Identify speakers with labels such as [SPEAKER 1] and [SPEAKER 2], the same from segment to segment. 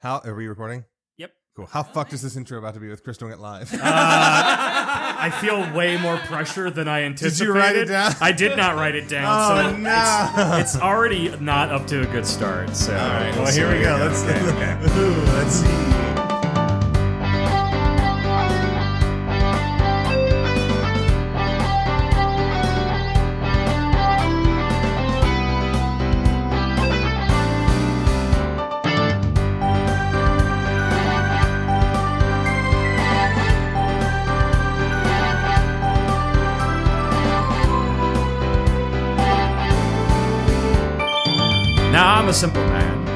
[SPEAKER 1] How are we recording?
[SPEAKER 2] Yep.
[SPEAKER 1] Cool. How fucked is this intro about to be with Chris doing it live?
[SPEAKER 2] I feel way more pressure than I anticipated.
[SPEAKER 1] you write it down? Oh,
[SPEAKER 2] I did not write it down. so
[SPEAKER 1] no.
[SPEAKER 2] it's already not up to a good start. So
[SPEAKER 1] well, here we go. Let's okay, let's see.
[SPEAKER 2] now I'm a simple man,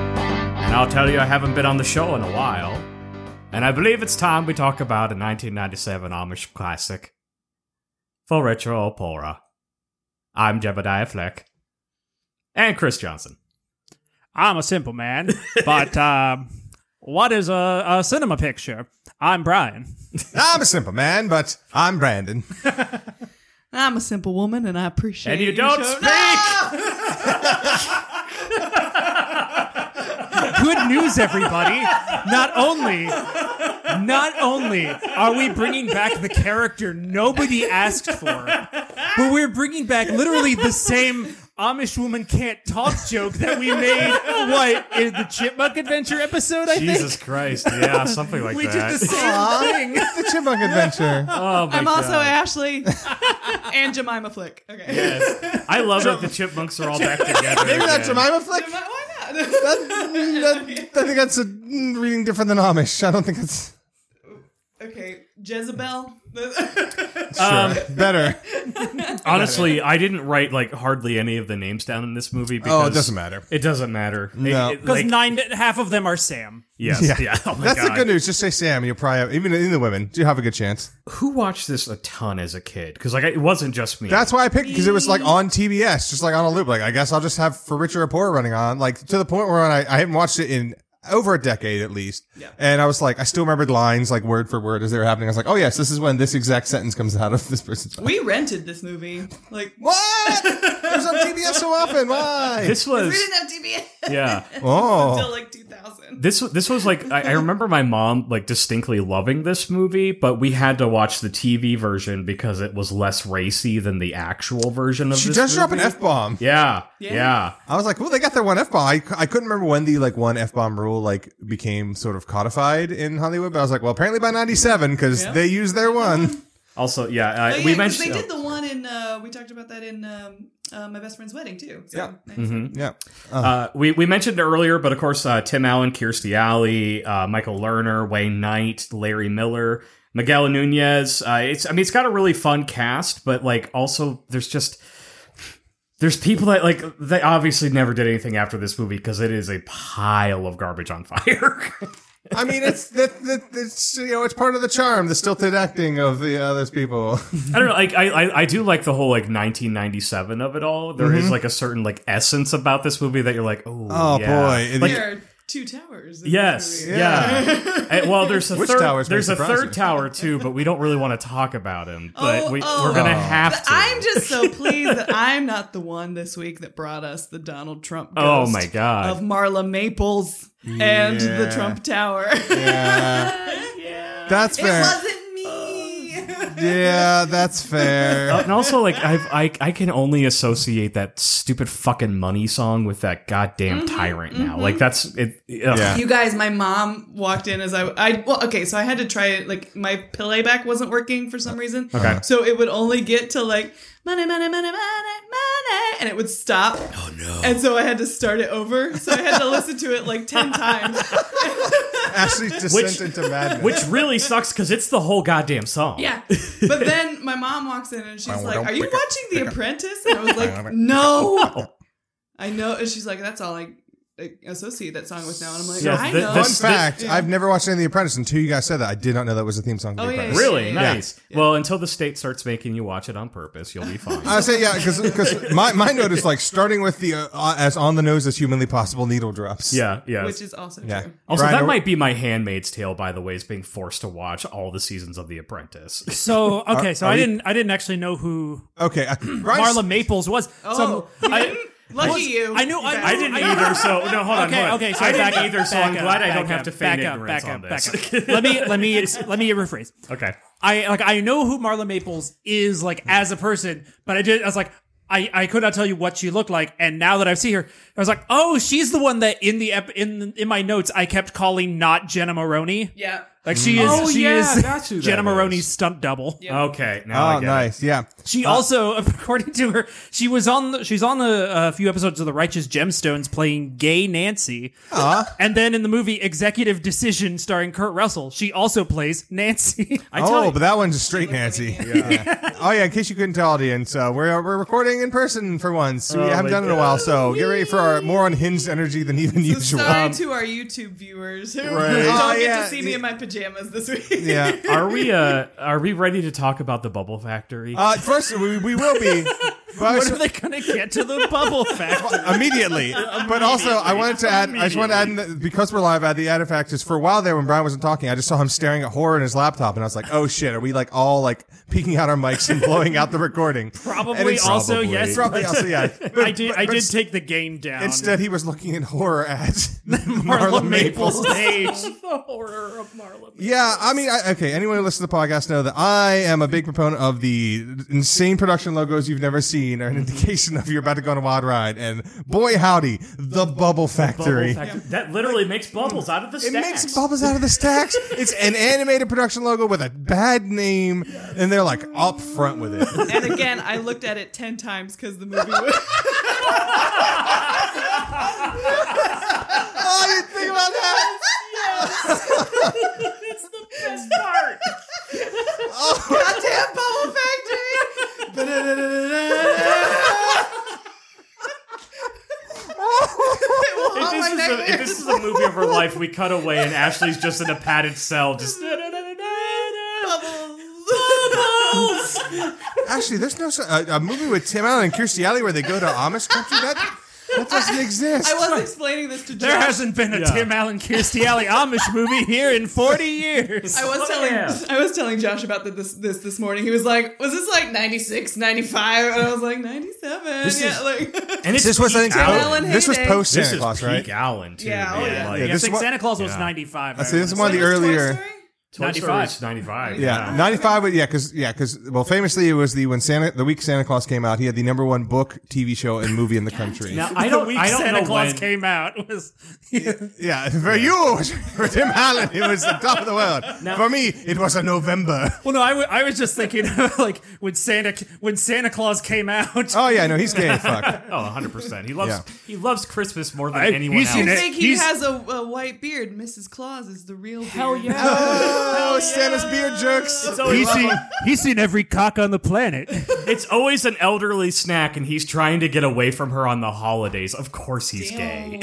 [SPEAKER 2] and I'll tell you I haven't been on the show in a while, and I believe it's time we talk about a 1997 Amish classic, For Retro Opora. I'm Jebediah Fleck, and Chris Johnson.
[SPEAKER 3] I'm a simple man, but um, what is a, a cinema picture? I'm Brian.
[SPEAKER 1] I'm a simple man, but I'm Brandon.
[SPEAKER 4] I'm a simple woman, and I appreciate.
[SPEAKER 2] And you don't
[SPEAKER 4] showing-
[SPEAKER 2] speak.
[SPEAKER 3] Good news, everybody! Not only, not only are we bringing back the character nobody asked for, but we're bringing back literally the same Amish woman can't talk joke that we made. What in the Chipmunk Adventure episode? I
[SPEAKER 2] Jesus Christ! Yeah, something like
[SPEAKER 3] think we
[SPEAKER 2] that.
[SPEAKER 3] did the same thing.
[SPEAKER 1] the Chipmunk Adventure.
[SPEAKER 2] oh my
[SPEAKER 4] I'm also
[SPEAKER 2] God.
[SPEAKER 4] Ashley and Jemima Flick. Okay.
[SPEAKER 2] Yes. I love that the chipmunks are all back together.
[SPEAKER 1] Maybe that's
[SPEAKER 2] again.
[SPEAKER 1] Jemima Flick.
[SPEAKER 4] Why-
[SPEAKER 1] That,
[SPEAKER 4] Why not?
[SPEAKER 1] that- I think that's a mm, reading different than Amish. I don't think it's
[SPEAKER 4] okay, Jezebel.
[SPEAKER 1] sure. better.
[SPEAKER 2] Honestly, I didn't write like hardly any of the names down in this movie because
[SPEAKER 1] Oh, it doesn't matter.
[SPEAKER 2] It doesn't matter. It-
[SPEAKER 1] No.
[SPEAKER 2] it-
[SPEAKER 3] Because
[SPEAKER 2] like,
[SPEAKER 3] nine, half of them are Sam.
[SPEAKER 2] yes,
[SPEAKER 1] Yeah.
[SPEAKER 2] yeah. Oh my
[SPEAKER 1] That's
[SPEAKER 2] God.
[SPEAKER 1] the good news. Just say Sam. You'll probably have, even in the women. You have a good chance.
[SPEAKER 2] Who watched this a ton as a kid? Because like it wasn't just me.
[SPEAKER 1] That's why I picked because it was like on TBS, just like on a loop. Like I guess I'll just have for richer or poor running on. Like to the point where when I, I hadn't watched it in over a decade at least,
[SPEAKER 4] Yeah.
[SPEAKER 1] and I was like, I still remembered lines like word for word as they were happening. I was like, oh yes, this is when this exact sentence comes out of this person's mouth.
[SPEAKER 4] we rented this movie. Like
[SPEAKER 1] What? it was on TBS so often. Why?
[SPEAKER 2] this was
[SPEAKER 4] we didn't have DBA
[SPEAKER 2] yeah.
[SPEAKER 4] until
[SPEAKER 1] oh,
[SPEAKER 4] like 2000.
[SPEAKER 2] This this was like I, I remember my mom like distinctly loving this movie, but we had to watch the TV version because it was less racy than the actual version of
[SPEAKER 1] she
[SPEAKER 2] this.
[SPEAKER 1] does drop an
[SPEAKER 2] movie.
[SPEAKER 1] f bomb.
[SPEAKER 2] Yeah,
[SPEAKER 4] Yeah.
[SPEAKER 2] yeah,
[SPEAKER 1] I was like, well, they got their one f bomb. I, c- I couldn't remember when the like one f bomb rule like became sort of codified in Hollywood, but I was like, well, apparently by '97 because
[SPEAKER 4] Yeah.
[SPEAKER 1] they used their one.
[SPEAKER 2] Also,
[SPEAKER 3] Oh,
[SPEAKER 2] yeah,
[SPEAKER 4] But
[SPEAKER 2] I,
[SPEAKER 4] yeah,
[SPEAKER 2] we
[SPEAKER 4] 'cause
[SPEAKER 2] mentioned
[SPEAKER 4] they did the one in. Uh, we talked about that in um, uh, my best friend's wedding too. So,
[SPEAKER 1] Yeah.
[SPEAKER 4] nice.
[SPEAKER 2] Mm-hmm.
[SPEAKER 1] Yeah.
[SPEAKER 2] Uh, we, we mentioned it earlier, but of course, uh, Tim Allen, Kirstie Alley, uh, Michael Lerner, Wayne Knight, Larry Miller, Miguel Nunez. Uh, it's I mean, it's got a really fun cast, but like also there's just there's people that like they obviously never did anything after this movie because it is a pile of garbage on fire.
[SPEAKER 1] I mean, it's that, that it's you know it's part of the charm, the stilted acting of the uh, those people.
[SPEAKER 2] I don't know. Like I, I, I do like the whole like 1997 of it all. There is like a certain like essence about this movie that you're like, oh,
[SPEAKER 1] Mm-hmm. Oh,
[SPEAKER 2] yeah.
[SPEAKER 1] boy.
[SPEAKER 2] Like,
[SPEAKER 4] There are two towers. in this
[SPEAKER 2] Yes.
[SPEAKER 4] movie.
[SPEAKER 2] Yeah. And- well, there's a
[SPEAKER 1] Which
[SPEAKER 2] third.
[SPEAKER 1] towers may
[SPEAKER 2] there's a
[SPEAKER 1] surprise
[SPEAKER 2] third
[SPEAKER 1] you.
[SPEAKER 2] tower too, but we don't really want to talk about him. But
[SPEAKER 4] Oh,
[SPEAKER 2] we,
[SPEAKER 4] oh.
[SPEAKER 2] we're gonna
[SPEAKER 1] Oh.
[SPEAKER 2] have
[SPEAKER 4] But
[SPEAKER 2] to.
[SPEAKER 4] I'm just so pleased that I'm not the one this week that brought us the Donald Trump.
[SPEAKER 2] Oh
[SPEAKER 4] ghost
[SPEAKER 2] my God.
[SPEAKER 4] Of Marla Maples and the
[SPEAKER 1] Yeah.
[SPEAKER 4] Trump Tower.
[SPEAKER 1] yeah, that's
[SPEAKER 4] it
[SPEAKER 1] fair.
[SPEAKER 4] wasn't me.
[SPEAKER 1] Yeah, that's
[SPEAKER 2] Uh,
[SPEAKER 1] fair.
[SPEAKER 2] and also, like I've, I, I can only associate that stupid fucking money song with that goddamn
[SPEAKER 3] Mm-hmm,
[SPEAKER 2] tyrant now. Like that's it. ugh.
[SPEAKER 1] Yeah.
[SPEAKER 4] you guys, my mom walked in as I, I well, okay, so I had to try it. Like my playback wasn't working for some reason.
[SPEAKER 2] Okay.
[SPEAKER 4] So it would only get to like money, money, money, money, money, and it would stop. Oh no! And so I had to start it over. So I had to listen to it like ten times.
[SPEAKER 1] Ashley descent
[SPEAKER 2] Which-
[SPEAKER 1] into madness.
[SPEAKER 2] Which really sucks because it's the whole goddamn song.
[SPEAKER 4] Yeah. But then my mom walks in and she's like, Are you watching The Apprentice? And I was like, No. I know. And she's like, That's all I like, associate that song with now. And I'm like,
[SPEAKER 2] So
[SPEAKER 4] I
[SPEAKER 2] thi-
[SPEAKER 4] know.
[SPEAKER 1] Fun
[SPEAKER 2] this-
[SPEAKER 1] fact:
[SPEAKER 4] Yeah.
[SPEAKER 1] I've never watched any of The Apprentice until you guys said that. I did not know that was a theme song. To
[SPEAKER 4] Oh,
[SPEAKER 1] The
[SPEAKER 4] yeah,
[SPEAKER 1] Apprentice.
[SPEAKER 2] Really
[SPEAKER 4] Yeah.
[SPEAKER 2] nice. Well, until the state starts making you watch it on purpose, you'll be fine.
[SPEAKER 1] I say yeah, because my, my note is like starting with the uh, uh, as on the nose as humanly possible needle drops.
[SPEAKER 2] yeah. Yeah.
[SPEAKER 4] which is also
[SPEAKER 1] yeah.
[SPEAKER 4] true.
[SPEAKER 2] Also,
[SPEAKER 1] Brian,
[SPEAKER 2] that
[SPEAKER 1] are-
[SPEAKER 2] might be my Handmaid's Tale, by the way, is being forced to watch all the seasons of The Apprentice.
[SPEAKER 3] So okay, so
[SPEAKER 1] are
[SPEAKER 3] I
[SPEAKER 1] you-
[SPEAKER 3] didn't I didn't actually know who
[SPEAKER 1] Okay, uh, Brian's-
[SPEAKER 3] Marla Maples was.
[SPEAKER 4] Oh,
[SPEAKER 3] so
[SPEAKER 4] you
[SPEAKER 3] I,
[SPEAKER 4] didn't? Lucky you.
[SPEAKER 2] I knew. I,
[SPEAKER 3] I didn't either, so no, hold on.
[SPEAKER 2] Okay,
[SPEAKER 3] hold on.
[SPEAKER 2] okay. So
[SPEAKER 3] I didn't
[SPEAKER 2] back up,
[SPEAKER 3] either, so
[SPEAKER 2] back
[SPEAKER 3] I'm
[SPEAKER 2] up,
[SPEAKER 3] glad I
[SPEAKER 2] back
[SPEAKER 3] don't have
[SPEAKER 2] up,
[SPEAKER 3] to feign
[SPEAKER 2] back up,
[SPEAKER 3] ignorance
[SPEAKER 2] back
[SPEAKER 3] on
[SPEAKER 2] up,
[SPEAKER 3] this.
[SPEAKER 2] back up. let me let me ex- let me rephrase.
[SPEAKER 3] okay.
[SPEAKER 2] I like I know who Marla Maples is
[SPEAKER 3] Hmm.
[SPEAKER 2] like as a person, but I did I was like I, I could not tell you what she looked like, and now that I've seen her, I was like, oh, she's the one that in the ep- in in my notes I kept calling not Jenna Maroney.
[SPEAKER 4] yeah.
[SPEAKER 2] Like she is
[SPEAKER 3] Oh,
[SPEAKER 2] she
[SPEAKER 3] yeah,
[SPEAKER 2] is
[SPEAKER 3] that's who that
[SPEAKER 2] Jenna
[SPEAKER 3] is.
[SPEAKER 2] Maroney's stunt double.
[SPEAKER 4] Yeah.
[SPEAKER 3] Okay. Now I
[SPEAKER 1] Oh,
[SPEAKER 3] get it.
[SPEAKER 1] nice. Yeah.
[SPEAKER 2] She also, according to her, she was on the, she's on a, a few episodes of The Righteous Gemstones playing gay Nancy, and then in the movie Executive Decision starring Kurt Russell, she also plays Nancy.
[SPEAKER 3] I tell
[SPEAKER 1] oh,
[SPEAKER 3] you,
[SPEAKER 1] but that one's a straight Nancy. Yeah. oh yeah. In case you couldn't tell, audience, uh, we're we're recording in person for once. We
[SPEAKER 3] Oh, my
[SPEAKER 1] haven't done it in a while, so get ready for our more unhinged energy than even usual. Um,
[SPEAKER 4] Sorry to our YouTube viewers who
[SPEAKER 1] Oh,
[SPEAKER 4] don't get
[SPEAKER 1] yeah.
[SPEAKER 4] to see me in my pajamas this week.
[SPEAKER 1] yeah.
[SPEAKER 3] are we uh are we ready to talk about the bubble factory?
[SPEAKER 1] Uh, first, we, we will be. but-
[SPEAKER 2] What are they gonna get to the bubble factory?
[SPEAKER 1] immediately. But also, I wanted to add. I just want to add in the, because we're live. Add the added fact is for a while there when Brian wasn't talking, I just saw him staring at horror in his laptop, and I was like, "Oh shit, are we like all like peeking out our mics and blowing out the recording?" And
[SPEAKER 2] Probably
[SPEAKER 1] it's-
[SPEAKER 2] also
[SPEAKER 3] Probably.
[SPEAKER 2] yes.
[SPEAKER 1] Probably also, yeah.
[SPEAKER 2] I did. I did take the game down.
[SPEAKER 1] Instead, he was looking at horror ads.
[SPEAKER 2] Marla,
[SPEAKER 1] Marla
[SPEAKER 2] Maples page.
[SPEAKER 4] the horror of Marla.
[SPEAKER 1] Yeah, I mean, I, okay. Anyone who listens to the podcast know that I am a big proponent of the insane production logos you've never seen are an indication of you're about to go on a wild ride. And boy, howdy, the Bubble Factory.
[SPEAKER 3] Bubble factory. That literally makes bubbles out of the
[SPEAKER 1] It
[SPEAKER 3] stacks.
[SPEAKER 1] makes bubbles out of the stacks. it's an animated production logo with a bad name, and they're like up front with it.
[SPEAKER 4] And again, I looked at it ten times because the movie was.
[SPEAKER 1] oh, you think about that?
[SPEAKER 3] Best part.
[SPEAKER 4] Goddamn Bubble Factory! It will
[SPEAKER 3] If
[SPEAKER 4] haunt
[SPEAKER 3] this,
[SPEAKER 4] Oh my
[SPEAKER 3] is a, if
[SPEAKER 4] nightmares.
[SPEAKER 3] this is a movie of her life, we cut away and Ashley's just in a padded cell, just
[SPEAKER 4] Bubbles.
[SPEAKER 1] Actually, there's no su- a, a movie with Tim Allen and Kirstie Alley where they go to Amish country. That that doesn't exist.
[SPEAKER 4] I was explaining this to Josh.
[SPEAKER 2] There hasn't been a
[SPEAKER 3] Yeah.
[SPEAKER 2] Tim Allen Kirstie Alley Amish movie here in 40 years.
[SPEAKER 4] I was
[SPEAKER 3] Fuck
[SPEAKER 4] telling
[SPEAKER 3] yeah.
[SPEAKER 4] I was telling Josh about th- this this this morning. He was like, "Was this like 96, 95? And I was like, "97."
[SPEAKER 3] This
[SPEAKER 4] yeah,
[SPEAKER 3] is-
[SPEAKER 4] like
[SPEAKER 3] And it's
[SPEAKER 1] this was I
[SPEAKER 3] peak
[SPEAKER 1] think,
[SPEAKER 3] Allen.
[SPEAKER 4] Allen
[SPEAKER 1] this was
[SPEAKER 4] heyday.
[SPEAKER 1] post
[SPEAKER 3] This
[SPEAKER 1] Santa
[SPEAKER 3] is
[SPEAKER 1] Claus,
[SPEAKER 3] peak
[SPEAKER 1] right?
[SPEAKER 3] Allen too.
[SPEAKER 4] Yeah, oh,
[SPEAKER 3] man.
[SPEAKER 4] yeah.
[SPEAKER 3] Like,
[SPEAKER 1] Yeah,
[SPEAKER 2] I
[SPEAKER 1] this
[SPEAKER 2] think
[SPEAKER 1] one-
[SPEAKER 2] Santa Claus was
[SPEAKER 3] Yeah.
[SPEAKER 2] 95.
[SPEAKER 1] I see, this
[SPEAKER 2] remember.
[SPEAKER 1] is one of the
[SPEAKER 4] It was Toy
[SPEAKER 1] earlier.
[SPEAKER 4] Story?
[SPEAKER 3] Toy Story
[SPEAKER 2] 95.
[SPEAKER 3] is 95.
[SPEAKER 1] Yeah, ninety five. Yeah, because yeah, because well, famously it was the when Santa the week Santa Claus came out, he had the number one book, TV show, and movie in the country.
[SPEAKER 3] Now, I don't.
[SPEAKER 2] the week
[SPEAKER 3] I don't
[SPEAKER 2] Santa
[SPEAKER 3] know
[SPEAKER 2] Claus
[SPEAKER 3] when.
[SPEAKER 2] came out was
[SPEAKER 1] Yeah, for you, for Tim Allen, it was the top of the world. for me, it was a November.
[SPEAKER 2] well. No, I wa- I was just thinking like when Santa when Santa Claus came out.
[SPEAKER 1] Oh yeah, no, he's gay. Fuck.
[SPEAKER 3] Oh, 100 percent. He loves.
[SPEAKER 1] Yeah.
[SPEAKER 3] He loves Christmas more than
[SPEAKER 2] I-
[SPEAKER 3] anyone
[SPEAKER 2] he's
[SPEAKER 3] else.
[SPEAKER 2] seen
[SPEAKER 4] You
[SPEAKER 2] it.
[SPEAKER 4] think he
[SPEAKER 2] He's-
[SPEAKER 4] has a, a white beard? Mrs. Claus is the real.
[SPEAKER 3] Hell
[SPEAKER 4] beard.
[SPEAKER 3] yeah.
[SPEAKER 1] Oh, Santa's beard jerks.
[SPEAKER 3] It's always,
[SPEAKER 2] he's seen every cock on the planet.
[SPEAKER 3] it's always an elderly snack, and he's trying to get away from her on the holidays. Of course, he's gay.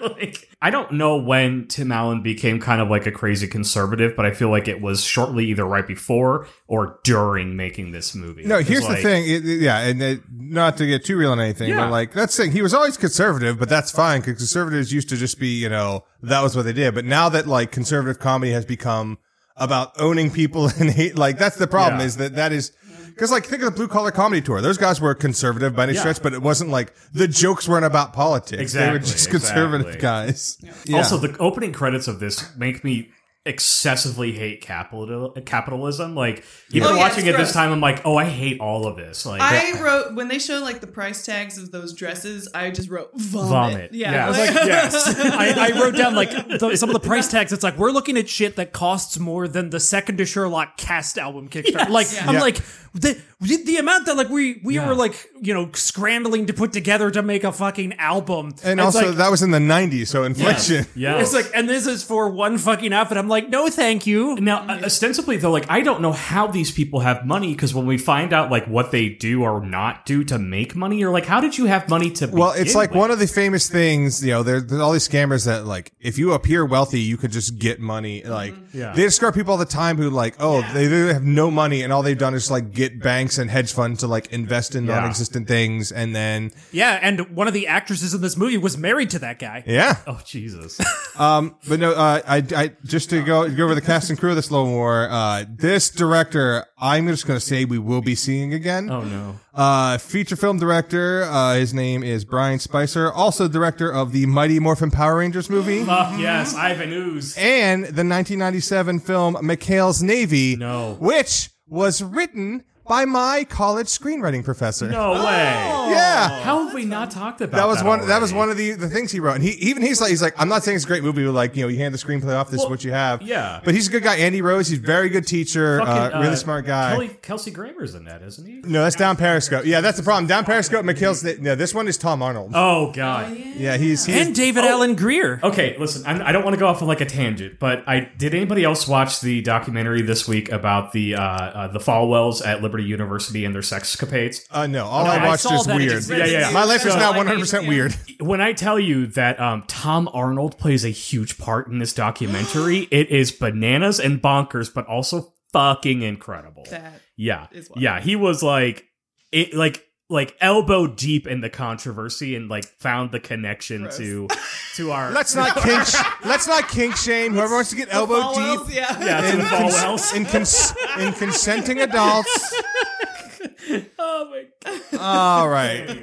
[SPEAKER 3] Like, I don't know when Tim Allen became kind of like a crazy conservative, but I feel like it was shortly either right before or during making this movie.
[SPEAKER 1] No,
[SPEAKER 3] It's
[SPEAKER 1] here's
[SPEAKER 3] like-
[SPEAKER 1] the thing. It- it- yeah, and it, not to get too real on anything,
[SPEAKER 3] Yeah.
[SPEAKER 1] but like that's the thing. He was always conservative, but that's fine because conservatives used to just be, you know, that was what they did. But now that like conservative comedy has become about owning people and hate, like that's the problem
[SPEAKER 3] Yeah.
[SPEAKER 1] is that that is. Because like think of the blue collar comedy tour. Those guys were conservative by any
[SPEAKER 3] Yeah.
[SPEAKER 1] stretch, but it wasn't like the jokes weren't about politics. they were
[SPEAKER 3] Exactly,
[SPEAKER 1] just conservative
[SPEAKER 3] exactly.
[SPEAKER 1] guys. Yeah.
[SPEAKER 3] Also, the opening credits of this make me excessively hate capital capitalism. Like even
[SPEAKER 4] Oh, yeah,
[SPEAKER 3] watching
[SPEAKER 4] it's
[SPEAKER 3] it
[SPEAKER 4] gross.
[SPEAKER 3] this time, I'm like, oh, I hate all of this. Like
[SPEAKER 4] I wrote when they show like the price tags of those dresses. I just wrote vomit.
[SPEAKER 3] Vomit.
[SPEAKER 4] Yeah,
[SPEAKER 3] Yeah.
[SPEAKER 4] like-
[SPEAKER 2] yes, I, I wrote down like the, some of the price tags. It's like we're looking at shit that costs more than the second to Sherlock cast album Kickstarter. Like I'm
[SPEAKER 1] Yeah.
[SPEAKER 2] like the the the amount that like we we
[SPEAKER 3] Yeah.
[SPEAKER 2] were like you know scrambling to put together to make a fucking album,
[SPEAKER 1] and
[SPEAKER 2] It's
[SPEAKER 1] also
[SPEAKER 2] like,
[SPEAKER 1] that was in the '90s, so inflation.
[SPEAKER 3] yeah.
[SPEAKER 2] It's like, and this is for one fucking outfit. I'm like, no, thank you.
[SPEAKER 3] Now, uh, ostensibly, though, like I don't know how these people have money because when we find out like what they do or not do to make money, you're like, how did you have money to?
[SPEAKER 1] Well, it's like one of the famous things, you know, there, there's all these scammers that like, if you appear wealthy, you could just get money. Like,
[SPEAKER 3] Yeah.
[SPEAKER 1] they discard people all the time who like, oh, they literally have no money and all they've done is like get bank banks and hedge funds to like invest in
[SPEAKER 3] Yeah.
[SPEAKER 1] non-existent things, and then
[SPEAKER 2] Yeah, and one of the actresses in this movie was married to that guy.
[SPEAKER 1] yeah.
[SPEAKER 3] Oh Jesus!
[SPEAKER 1] Um, but no, uh, I, I just to go go over the cast and crew of this little more. Uh, this director, I'm just going to say we will be seeing again.
[SPEAKER 3] Oh no!
[SPEAKER 1] Uh, feature film director. Uh, his name is Brian Spicer, also director of the Mighty Morphin Power Rangers movie
[SPEAKER 3] Fuck Uh, yes, Ivan Ooze.
[SPEAKER 1] and the 1997 film McHale's Navy,
[SPEAKER 3] No.
[SPEAKER 1] which was written by my college screenwriting professor.
[SPEAKER 2] Oh,
[SPEAKER 3] No way!
[SPEAKER 1] Yeah.
[SPEAKER 3] How have we not talked about
[SPEAKER 1] That was one. That
[SPEAKER 3] already?
[SPEAKER 1] was one of the, the things he wrote. And he even he's like he's like I'm not saying it's a great movie, but like you know you hand the screenplay off. This
[SPEAKER 3] Well,
[SPEAKER 1] is what you have.
[SPEAKER 3] yeah.
[SPEAKER 1] But he's a good guy. Andy Rose. He's a very good teacher.
[SPEAKER 3] Fucking,
[SPEAKER 1] uh, really smart guy.
[SPEAKER 3] Kelly, Kelsey Grammer's in that, isn't he?
[SPEAKER 1] no, that's down Periscope. Yeah, that's the problem. Down Periscope. McHale's. No, this one is Tom Arnold.
[SPEAKER 3] Oh god.
[SPEAKER 1] yeah, he's he's
[SPEAKER 2] And David Allen Greer.
[SPEAKER 3] Okay, listen, I'm, I don't want to go off on like a tangent, but I did anybody else watch the documentary this week about the uh, uh, the Falwells at Liberty University and their sexcapades?
[SPEAKER 1] Uh, no, all
[SPEAKER 2] I
[SPEAKER 1] I watched
[SPEAKER 2] saw
[SPEAKER 1] is
[SPEAKER 2] that.
[SPEAKER 1] weird.
[SPEAKER 2] It's
[SPEAKER 3] really Yeah, yeah.
[SPEAKER 1] My life is
[SPEAKER 3] So-
[SPEAKER 1] now 100 percent weird.
[SPEAKER 3] When I tell you that um, Tom Arnold plays a huge part in this documentary, it is bananas and bonkers, but also fucking incredible.
[SPEAKER 4] That
[SPEAKER 3] yeah,
[SPEAKER 4] is wild.
[SPEAKER 3] yeah, he was like, it like like elbow deep in the controversy and like found the connection
[SPEAKER 4] Gross.
[SPEAKER 3] to to our
[SPEAKER 1] Let's not kink. Let's not kink shame. Whoever wants to get elbow
[SPEAKER 4] Falwells,
[SPEAKER 1] deep
[SPEAKER 4] Yeah.
[SPEAKER 3] yeah to
[SPEAKER 1] in,
[SPEAKER 3] the
[SPEAKER 1] cons-
[SPEAKER 3] Falwells.
[SPEAKER 1] in, cons- in consenting adults.
[SPEAKER 3] Oh my god.
[SPEAKER 1] All right.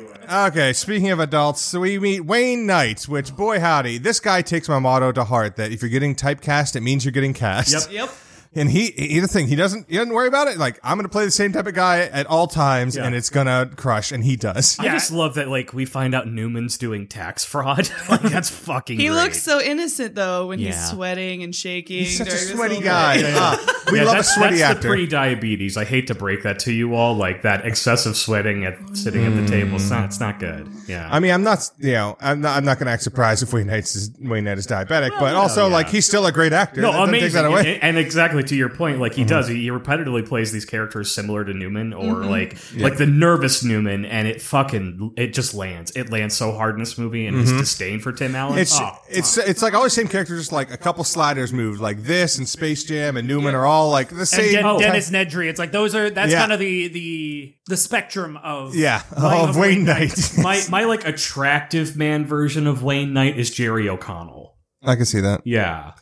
[SPEAKER 1] Okay, speaking of adults, so we meet Wayne Knight, which, boy howdy, this guy takes my motto to heart that if you're getting typecast, it means you're getting cast.
[SPEAKER 3] Yep.
[SPEAKER 4] Yep.
[SPEAKER 1] And he, he the thing, he doesn't, he doesn't worry about it. Like, I'm going to play the same type of guy at all times,
[SPEAKER 3] Yeah.
[SPEAKER 1] and it's going to crush, and he does.
[SPEAKER 3] I just love that like we find out Newman's doing tax fraud. like that's fucking
[SPEAKER 4] He
[SPEAKER 3] great.
[SPEAKER 4] looks so innocent though when
[SPEAKER 3] Yeah.
[SPEAKER 4] he's sweating and shaking.
[SPEAKER 1] He's such a
[SPEAKER 4] during this
[SPEAKER 1] sweaty
[SPEAKER 4] whole
[SPEAKER 1] guy.
[SPEAKER 4] thing.
[SPEAKER 1] Uh, we
[SPEAKER 3] Yeah,
[SPEAKER 1] love a
[SPEAKER 3] that's,
[SPEAKER 1] sweaty
[SPEAKER 3] that's
[SPEAKER 1] actor.
[SPEAKER 3] the pre-diabetes. I hate to break that to you all. Like that excessive sweating at sitting at the table. It's not. It's not good. Yeah.
[SPEAKER 1] I mean, I'm not, you know, I'm not, I'm not going to act surprised if Wayne Knight is, Wayne Knight is diabetic, but
[SPEAKER 3] no,
[SPEAKER 1] also,
[SPEAKER 3] yeah.
[SPEAKER 1] like, he's still a great actor.
[SPEAKER 3] no,
[SPEAKER 1] That doesn't
[SPEAKER 3] amazing.
[SPEAKER 1] Take that away. Mm-hmm.
[SPEAKER 3] And, and exactly to your point, like he does. He, he repetitively plays these characters similar to Newman, or
[SPEAKER 4] Mm-hmm.
[SPEAKER 3] like like the nervous Newman, and it fucking it just lands. It lands so hard in this movie, and his disdain for Tim Allen.
[SPEAKER 1] Mm-hmm. It's
[SPEAKER 3] oh,
[SPEAKER 1] it's it's like always same characters, just like a couple sliders moved, like this and Space Jam and Newman are all like the
[SPEAKER 2] And
[SPEAKER 1] same.
[SPEAKER 2] Den-
[SPEAKER 3] Oh.
[SPEAKER 2] Dennis Nedry. It's like those are that's
[SPEAKER 1] Yeah.
[SPEAKER 2] kind of the the the spectrum of
[SPEAKER 1] yeah,
[SPEAKER 2] Life
[SPEAKER 1] of Wayne Knight.
[SPEAKER 3] my my like attractive man version of Wayne Knight is Jerry O'Connell.
[SPEAKER 1] I can see that.
[SPEAKER 3] Yeah.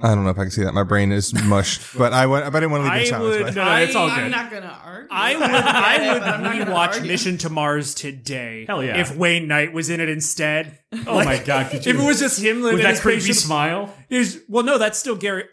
[SPEAKER 1] I don't know if I can see that. My brain is mush, but I went. I didn't want to leave
[SPEAKER 2] I
[SPEAKER 1] in silence.
[SPEAKER 2] would-
[SPEAKER 1] but-
[SPEAKER 3] No, no, it's all
[SPEAKER 4] I'm
[SPEAKER 3] Oh, good.
[SPEAKER 4] not gonna argue.
[SPEAKER 2] I would
[SPEAKER 4] get it, but I'm
[SPEAKER 2] I
[SPEAKER 4] not
[SPEAKER 2] would
[SPEAKER 4] gonna
[SPEAKER 2] rewatch
[SPEAKER 4] argue.
[SPEAKER 2] Mission to Mars today.
[SPEAKER 3] Hell yeah.
[SPEAKER 2] If Wayne Knight was in it instead.
[SPEAKER 3] Oh my god! Could you,
[SPEAKER 2] If it was just him living
[SPEAKER 3] with
[SPEAKER 2] in
[SPEAKER 3] that
[SPEAKER 2] his
[SPEAKER 3] creepy
[SPEAKER 2] spaceship-
[SPEAKER 3] smile.
[SPEAKER 2] There's- well, no, that's still Gary.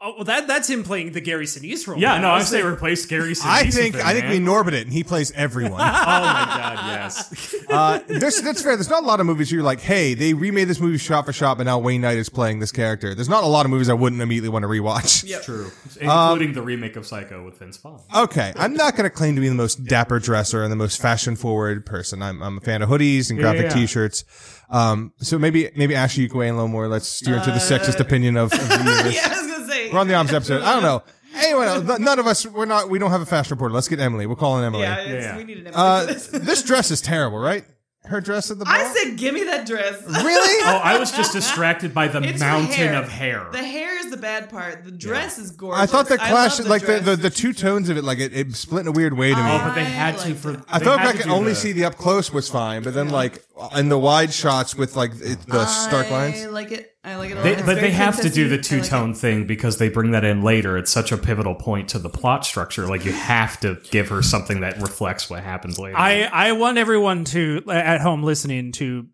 [SPEAKER 2] Oh, well, that that's him playing the Gary Sinise role.
[SPEAKER 3] Yeah, no, I
[SPEAKER 2] was
[SPEAKER 3] say replace Gary. Sinise
[SPEAKER 1] I think
[SPEAKER 3] with him,
[SPEAKER 1] I think we
[SPEAKER 3] man.
[SPEAKER 1] Norbit it, and he plays everyone.
[SPEAKER 3] Oh my god! Yes.
[SPEAKER 1] uh, there's, that's fair. There's not a lot of movies where you're like, hey, they remade this movie shot for shot, but now Wayne Knight is playing this character. There's not a lot of movies I wouldn't immediately want to rewatch.
[SPEAKER 4] Yep.
[SPEAKER 3] True, including the remake of Psycho with Vince Vaughn.
[SPEAKER 1] Okay, I'm not going to claim to be the most dapper dresser and the most fashion forward person. I'm, I'm a fan of hoodies and
[SPEAKER 3] Yeah, yeah,
[SPEAKER 1] graphic
[SPEAKER 3] yeah.
[SPEAKER 1] T-shirts. Um, so maybe maybe Ashley, you can weigh in a little more. Let's steer into the sexist opinion of, of the viewers.
[SPEAKER 4] Uh, Yeah, I was gonna say.
[SPEAKER 1] We're on the opposite episode. I don't know. Anyway, no, none of us we're not we don't have a fashion reporter. Let's get Emily. We're calling Emily.
[SPEAKER 4] Yeah, it's,
[SPEAKER 3] Yeah.
[SPEAKER 4] we need an
[SPEAKER 1] uh,
[SPEAKER 4] episode for this.
[SPEAKER 1] this dress is terrible, right? Her dress at the
[SPEAKER 4] I
[SPEAKER 1] ball?
[SPEAKER 4] said, give me that dress.
[SPEAKER 1] really.
[SPEAKER 3] Oh, I was just distracted by the
[SPEAKER 4] It's the
[SPEAKER 3] mountain
[SPEAKER 4] hair.
[SPEAKER 3] of hair.
[SPEAKER 4] The hair is the bad part. The dress is gorgeous.
[SPEAKER 1] I thought the
[SPEAKER 4] love
[SPEAKER 1] clash, like the,
[SPEAKER 4] dress.
[SPEAKER 1] the, the two tones of it, like it, it split in a weird way to me.
[SPEAKER 3] oh, but they had
[SPEAKER 4] I
[SPEAKER 3] to
[SPEAKER 4] liked
[SPEAKER 3] for.
[SPEAKER 4] it.
[SPEAKER 1] I
[SPEAKER 3] they
[SPEAKER 1] felt
[SPEAKER 3] had
[SPEAKER 1] like I
[SPEAKER 3] to
[SPEAKER 1] could
[SPEAKER 3] do
[SPEAKER 1] only
[SPEAKER 3] the-
[SPEAKER 1] see the up close was fine, but then like in the wide shots with like it, the stark lines.
[SPEAKER 4] I like it. I like it a lot.
[SPEAKER 3] They,
[SPEAKER 4] It's
[SPEAKER 3] but
[SPEAKER 4] very
[SPEAKER 3] they have to do the
[SPEAKER 4] princessy. I
[SPEAKER 3] two
[SPEAKER 4] like it.
[SPEAKER 3] tone thing because they bring that in later. It's such a pivotal point to the plot structure. Like you have to give her something that reflects what happens later.
[SPEAKER 2] I I want everyone to uh, at home listening to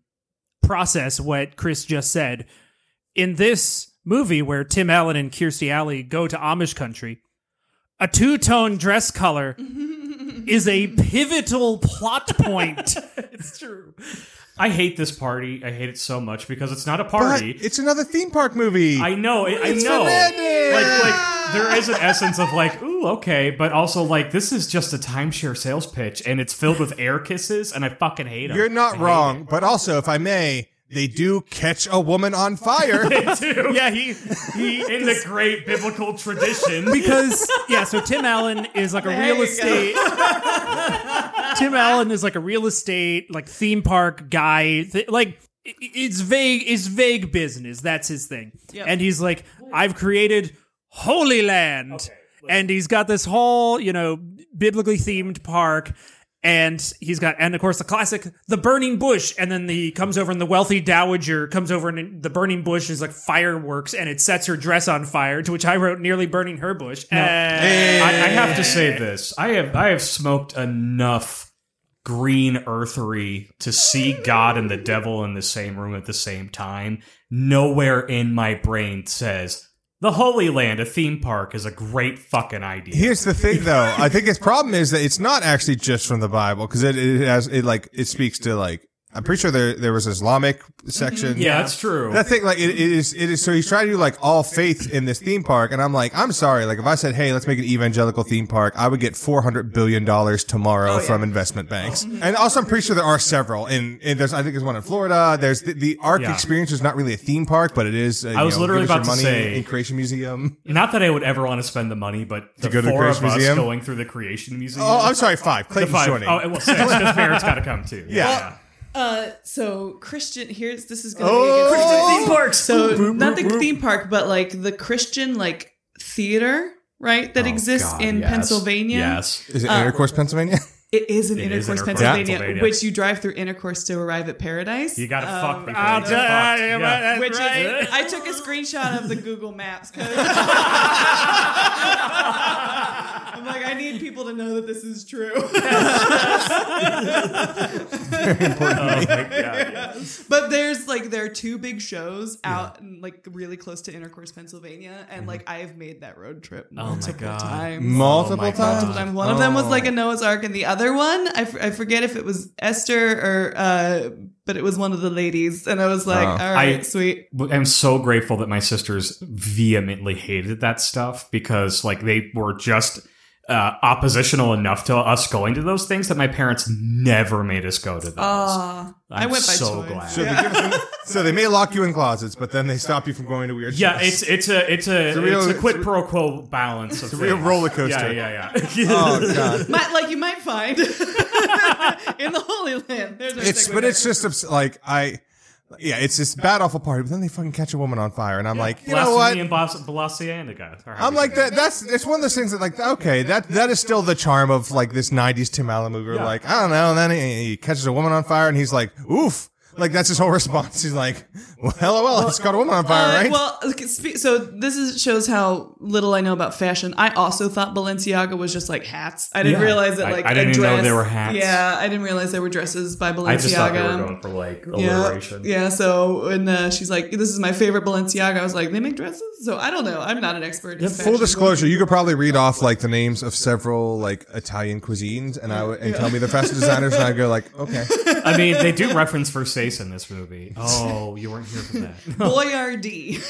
[SPEAKER 2] process what Chris just said. In this movie, where Tim Allen and Kirstie Alley go to Amish country, a two tone dress color is a pivotal plot point.
[SPEAKER 3] it's true. I hate this party. I hate it so much because it's not a
[SPEAKER 1] But
[SPEAKER 3] party.
[SPEAKER 1] it's another theme park movie.
[SPEAKER 3] I know. I, I
[SPEAKER 1] It's
[SPEAKER 3] know.
[SPEAKER 1] Fernandez!
[SPEAKER 3] Like, like there is an essence of like, ooh, okay, but also like this is just a timeshare sales pitch, and it's filled with air kisses, and I fucking hate them.
[SPEAKER 1] You're not
[SPEAKER 3] I hate
[SPEAKER 1] wrong, but also, if I may, they do catch a woman on fire.
[SPEAKER 3] it too.
[SPEAKER 2] yeah, he
[SPEAKER 3] He in the great biblical tradition.
[SPEAKER 2] because yeah so tim allen is like a real
[SPEAKER 4] you go.
[SPEAKER 2] estate tim allen is like a real estate like theme park guy th- like i- i- it's vague it's vague business that's his thing
[SPEAKER 4] Yep.
[SPEAKER 2] and he's like i've created holy land and he's got this whole you know biblically themed park and he's got and of course the classic the burning bush and then the comes over and the wealthy dowager comes over and the burning bush is like fireworks and it sets her dress on fire to which i wrote nearly burning her bush Eh.
[SPEAKER 3] I, I have to say this. I have I have smoked enough green earthery to see God and the devil in the same room at the same time. Nowhere in my brain says the Holy Land, a theme park, is a great fucking idea.
[SPEAKER 1] Here's the thing, though. I think his problem is that it's not actually just from the Bible because it, it has it like it speaks to like I'm pretty sure there there was Islamic section.
[SPEAKER 3] yeah, that's true.
[SPEAKER 1] That thing, like, it, it is, it is. So he's trying to do like all faiths in this theme park, and I'm like, I'm sorry. Like, if I said, hey, let's make an evangelical theme park, I would get 400 billion dollars tomorrow
[SPEAKER 3] Oh,
[SPEAKER 1] from investment banks. And also, I'm pretty sure there are several. In, in there's, I think there's one in Florida. There's the, the Ark
[SPEAKER 3] Yeah.
[SPEAKER 1] Experience is not really a theme park, but it is. uh, I
[SPEAKER 3] was literally about to
[SPEAKER 1] money
[SPEAKER 3] say-
[SPEAKER 1] in Creation Museum.
[SPEAKER 3] Not that I would ever want to spend the money, but the
[SPEAKER 1] go to the
[SPEAKER 3] four of
[SPEAKER 1] Creation
[SPEAKER 3] us
[SPEAKER 1] Museum?
[SPEAKER 3] going through the Creation Museum.
[SPEAKER 1] Oh, I'm sorry, five.
[SPEAKER 3] the
[SPEAKER 1] Clayton's
[SPEAKER 3] five.
[SPEAKER 1] joining.
[SPEAKER 3] Oh, well, six because Barrett's got to come too.
[SPEAKER 1] yeah.
[SPEAKER 4] Uh, so Christian, here's this is gonna
[SPEAKER 1] Oh!
[SPEAKER 4] be a good
[SPEAKER 1] Christian theme
[SPEAKER 4] parks. So not the theme park, but like the Christian like theater, right? That exists
[SPEAKER 3] Oh, God,
[SPEAKER 4] in
[SPEAKER 3] yes.
[SPEAKER 4] Pennsylvania.
[SPEAKER 3] Yes.
[SPEAKER 1] Is it Intercourse, Pennsylvania?
[SPEAKER 3] Oh,
[SPEAKER 4] It is in
[SPEAKER 3] It
[SPEAKER 4] Intercourse,
[SPEAKER 3] is Intercourse,
[SPEAKER 4] Pennsylvania,
[SPEAKER 3] Pennsylvania.
[SPEAKER 4] which you drive through Intercourse to arrive at Paradise.
[SPEAKER 3] You got to
[SPEAKER 4] Um,
[SPEAKER 3] fuck before
[SPEAKER 2] I'll
[SPEAKER 3] you get
[SPEAKER 2] tell-
[SPEAKER 3] fucked.
[SPEAKER 2] I-
[SPEAKER 3] Yeah.
[SPEAKER 2] I-
[SPEAKER 4] Which is,
[SPEAKER 2] Right.
[SPEAKER 4] I took a screenshot of the Google Maps. 'cause- I'm like, I need people to know that this is true.
[SPEAKER 3] Oh my god. yeah.
[SPEAKER 4] But there's like there are two big shows out and like really close to Intercourse, Pennsylvania, and like I have made that road trip
[SPEAKER 3] Mm-hmm. Oh my
[SPEAKER 4] multiple
[SPEAKER 3] God.
[SPEAKER 4] times.
[SPEAKER 1] Multiple
[SPEAKER 3] my God.
[SPEAKER 1] times.
[SPEAKER 4] Multiple times. One of them was
[SPEAKER 1] Oh.
[SPEAKER 4] like a Noah's Ark, and the other one I, f- I forget if it was Esther or uh, but it was one of the ladies, and I was like,
[SPEAKER 1] Oh.
[SPEAKER 4] all right,
[SPEAKER 3] I-
[SPEAKER 4] sweet.
[SPEAKER 3] But I'm so grateful that my sisters vehemently hated that stuff because like they were just uh, oppositional enough to us going to those things that my parents never made us go to those.
[SPEAKER 4] Ah,
[SPEAKER 3] I'm
[SPEAKER 4] I went by
[SPEAKER 3] so
[SPEAKER 4] choice.
[SPEAKER 3] glad.
[SPEAKER 1] So, they give us an- so they may lock you in closets, but then they stop you from going to weird.
[SPEAKER 3] yeah,
[SPEAKER 1] shows.
[SPEAKER 3] it's it's a it's a it's a,
[SPEAKER 1] real-
[SPEAKER 3] quid
[SPEAKER 1] it's
[SPEAKER 3] pro quo balance. It's
[SPEAKER 1] a real roller
[SPEAKER 3] Yeah,
[SPEAKER 1] coaster.
[SPEAKER 3] yeah, yeah.
[SPEAKER 1] Oh god.
[SPEAKER 4] might, like you might find in the Holy Land. There's our
[SPEAKER 1] it's
[SPEAKER 4] segue
[SPEAKER 1] but
[SPEAKER 4] back.
[SPEAKER 3] uh,
[SPEAKER 1] it's just obs- like I, yeah, it's this bad awful party. But then they fucking catch a woman on fire, and I'm like, you know what?
[SPEAKER 3] Blasphemy and Blas- Blasiandica. Or how
[SPEAKER 1] I'm
[SPEAKER 3] do you
[SPEAKER 1] like
[SPEAKER 3] say it?
[SPEAKER 1] that. That's it's one of those things that like okay, that that is still the charm of like this '90s Tim Allen movie. where,
[SPEAKER 3] Yeah.
[SPEAKER 1] Like I don't know, and then he, he catches a woman on fire, and he's like, oof. Like that's his whole response. He's like, well, "LOL, it's got a woman on fire,
[SPEAKER 4] Uh,
[SPEAKER 1] right?"
[SPEAKER 4] Well, okay, spe- so this is, shows how little I know about fashion. I also thought Balenciaga was just like hats. I didn't
[SPEAKER 3] Yeah.
[SPEAKER 4] realize that
[SPEAKER 3] I-
[SPEAKER 4] like
[SPEAKER 3] I didn't
[SPEAKER 4] a
[SPEAKER 3] even know
[SPEAKER 4] dress,
[SPEAKER 3] they were hats.
[SPEAKER 4] Yeah, I didn't realize they were dresses by Balenciaga.
[SPEAKER 3] I just thought they were going for like
[SPEAKER 4] yeah,
[SPEAKER 3] alliteration.
[SPEAKER 4] yeah. So when uh, she's like, "This is my favorite Balenciaga," I was like, "They make dresses." So I don't know. I'm not an expert. In
[SPEAKER 1] Full
[SPEAKER 4] fashion.
[SPEAKER 1] disclosure, you could probably read off like the names of several like Italian cuisines, and I would and tell me the fashion designers, and I'd go like, "Okay."
[SPEAKER 3] I mean, they do reference Versace in this movie. Oh, you weren't here for that.
[SPEAKER 4] Boyardee.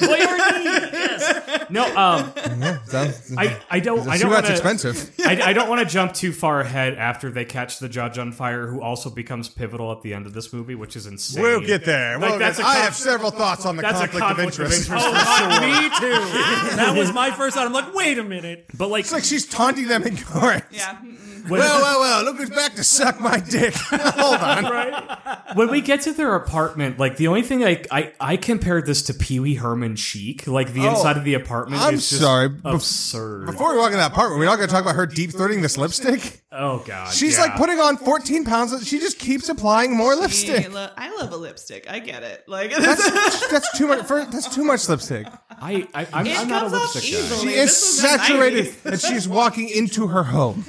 [SPEAKER 3] No, um,
[SPEAKER 1] Yeah, sounds-
[SPEAKER 3] I, I don't. I
[SPEAKER 1] see
[SPEAKER 3] don't
[SPEAKER 1] why
[SPEAKER 3] want
[SPEAKER 1] it's expensive.
[SPEAKER 3] I, I don't want to jump too far ahead after they catch the judge on fire, who also becomes pivotal at the end of this movie, which is insane.
[SPEAKER 1] We'll get there.
[SPEAKER 3] Like,
[SPEAKER 1] We'll
[SPEAKER 3] that's
[SPEAKER 1] get-
[SPEAKER 3] a
[SPEAKER 1] I
[SPEAKER 3] con-
[SPEAKER 1] have several thoughts on the
[SPEAKER 3] That's a
[SPEAKER 1] conflict,
[SPEAKER 3] conflict
[SPEAKER 1] of
[SPEAKER 3] of
[SPEAKER 1] interest.
[SPEAKER 3] interest.
[SPEAKER 2] Oh, me too. That was my first thought. I'm like, wait a minute.
[SPEAKER 3] But like,
[SPEAKER 1] It's like she's taunting them in court.
[SPEAKER 4] yeah. mm-mm.
[SPEAKER 3] when,
[SPEAKER 1] Well, well, well, look who's back to suck my dick. Hold on.
[SPEAKER 3] when we get to their apartment, like the only thing I I, I compared this to Pee Wee Herman chic. Like the
[SPEAKER 1] Oh,
[SPEAKER 3] inside of the apartment.
[SPEAKER 1] I'm
[SPEAKER 3] is just
[SPEAKER 1] sorry. Bef-
[SPEAKER 3] absurd.
[SPEAKER 1] Before we walk in that apartment, we're not going to talk about her deep throating this lipstick.
[SPEAKER 3] oh god,
[SPEAKER 1] She's
[SPEAKER 3] yeah.
[SPEAKER 1] like putting on 14 pounds. of- She just keeps applying more
[SPEAKER 4] I
[SPEAKER 1] lipstick.
[SPEAKER 4] lo- I love a lipstick. I get it. Like
[SPEAKER 1] That's, that's too much. For, that's too much lipstick.
[SPEAKER 3] I, I I'm,
[SPEAKER 4] It
[SPEAKER 3] I'm not a
[SPEAKER 4] comes off
[SPEAKER 3] lipstick guy.
[SPEAKER 4] easily.
[SPEAKER 1] She
[SPEAKER 4] This
[SPEAKER 1] is
[SPEAKER 4] was the
[SPEAKER 1] saturated,
[SPEAKER 4] 90s.
[SPEAKER 1] and she's walking into her home.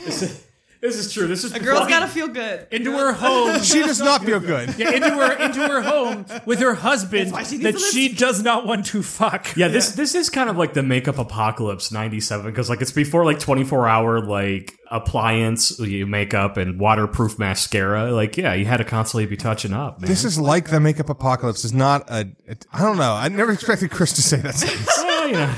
[SPEAKER 3] This is true. This is
[SPEAKER 4] a girl's got to feel good.
[SPEAKER 2] Into her home.
[SPEAKER 1] She does not feel good.
[SPEAKER 2] Yeah, into her into her home with her husband
[SPEAKER 4] why she needs
[SPEAKER 2] that
[SPEAKER 4] a list.
[SPEAKER 2] she does not want to fuck.
[SPEAKER 3] Yeah, this this is kind of like the makeup apocalypse '97 because like it's before like 24 hour like appliance you makeup and waterproof mascara. Like, yeah, you had to constantly be touching up. Man.
[SPEAKER 1] This is like the makeup apocalypse. Is not a. It, I don't know. I never expected Chris to say that. sentence.
[SPEAKER 3] Yeah, you know,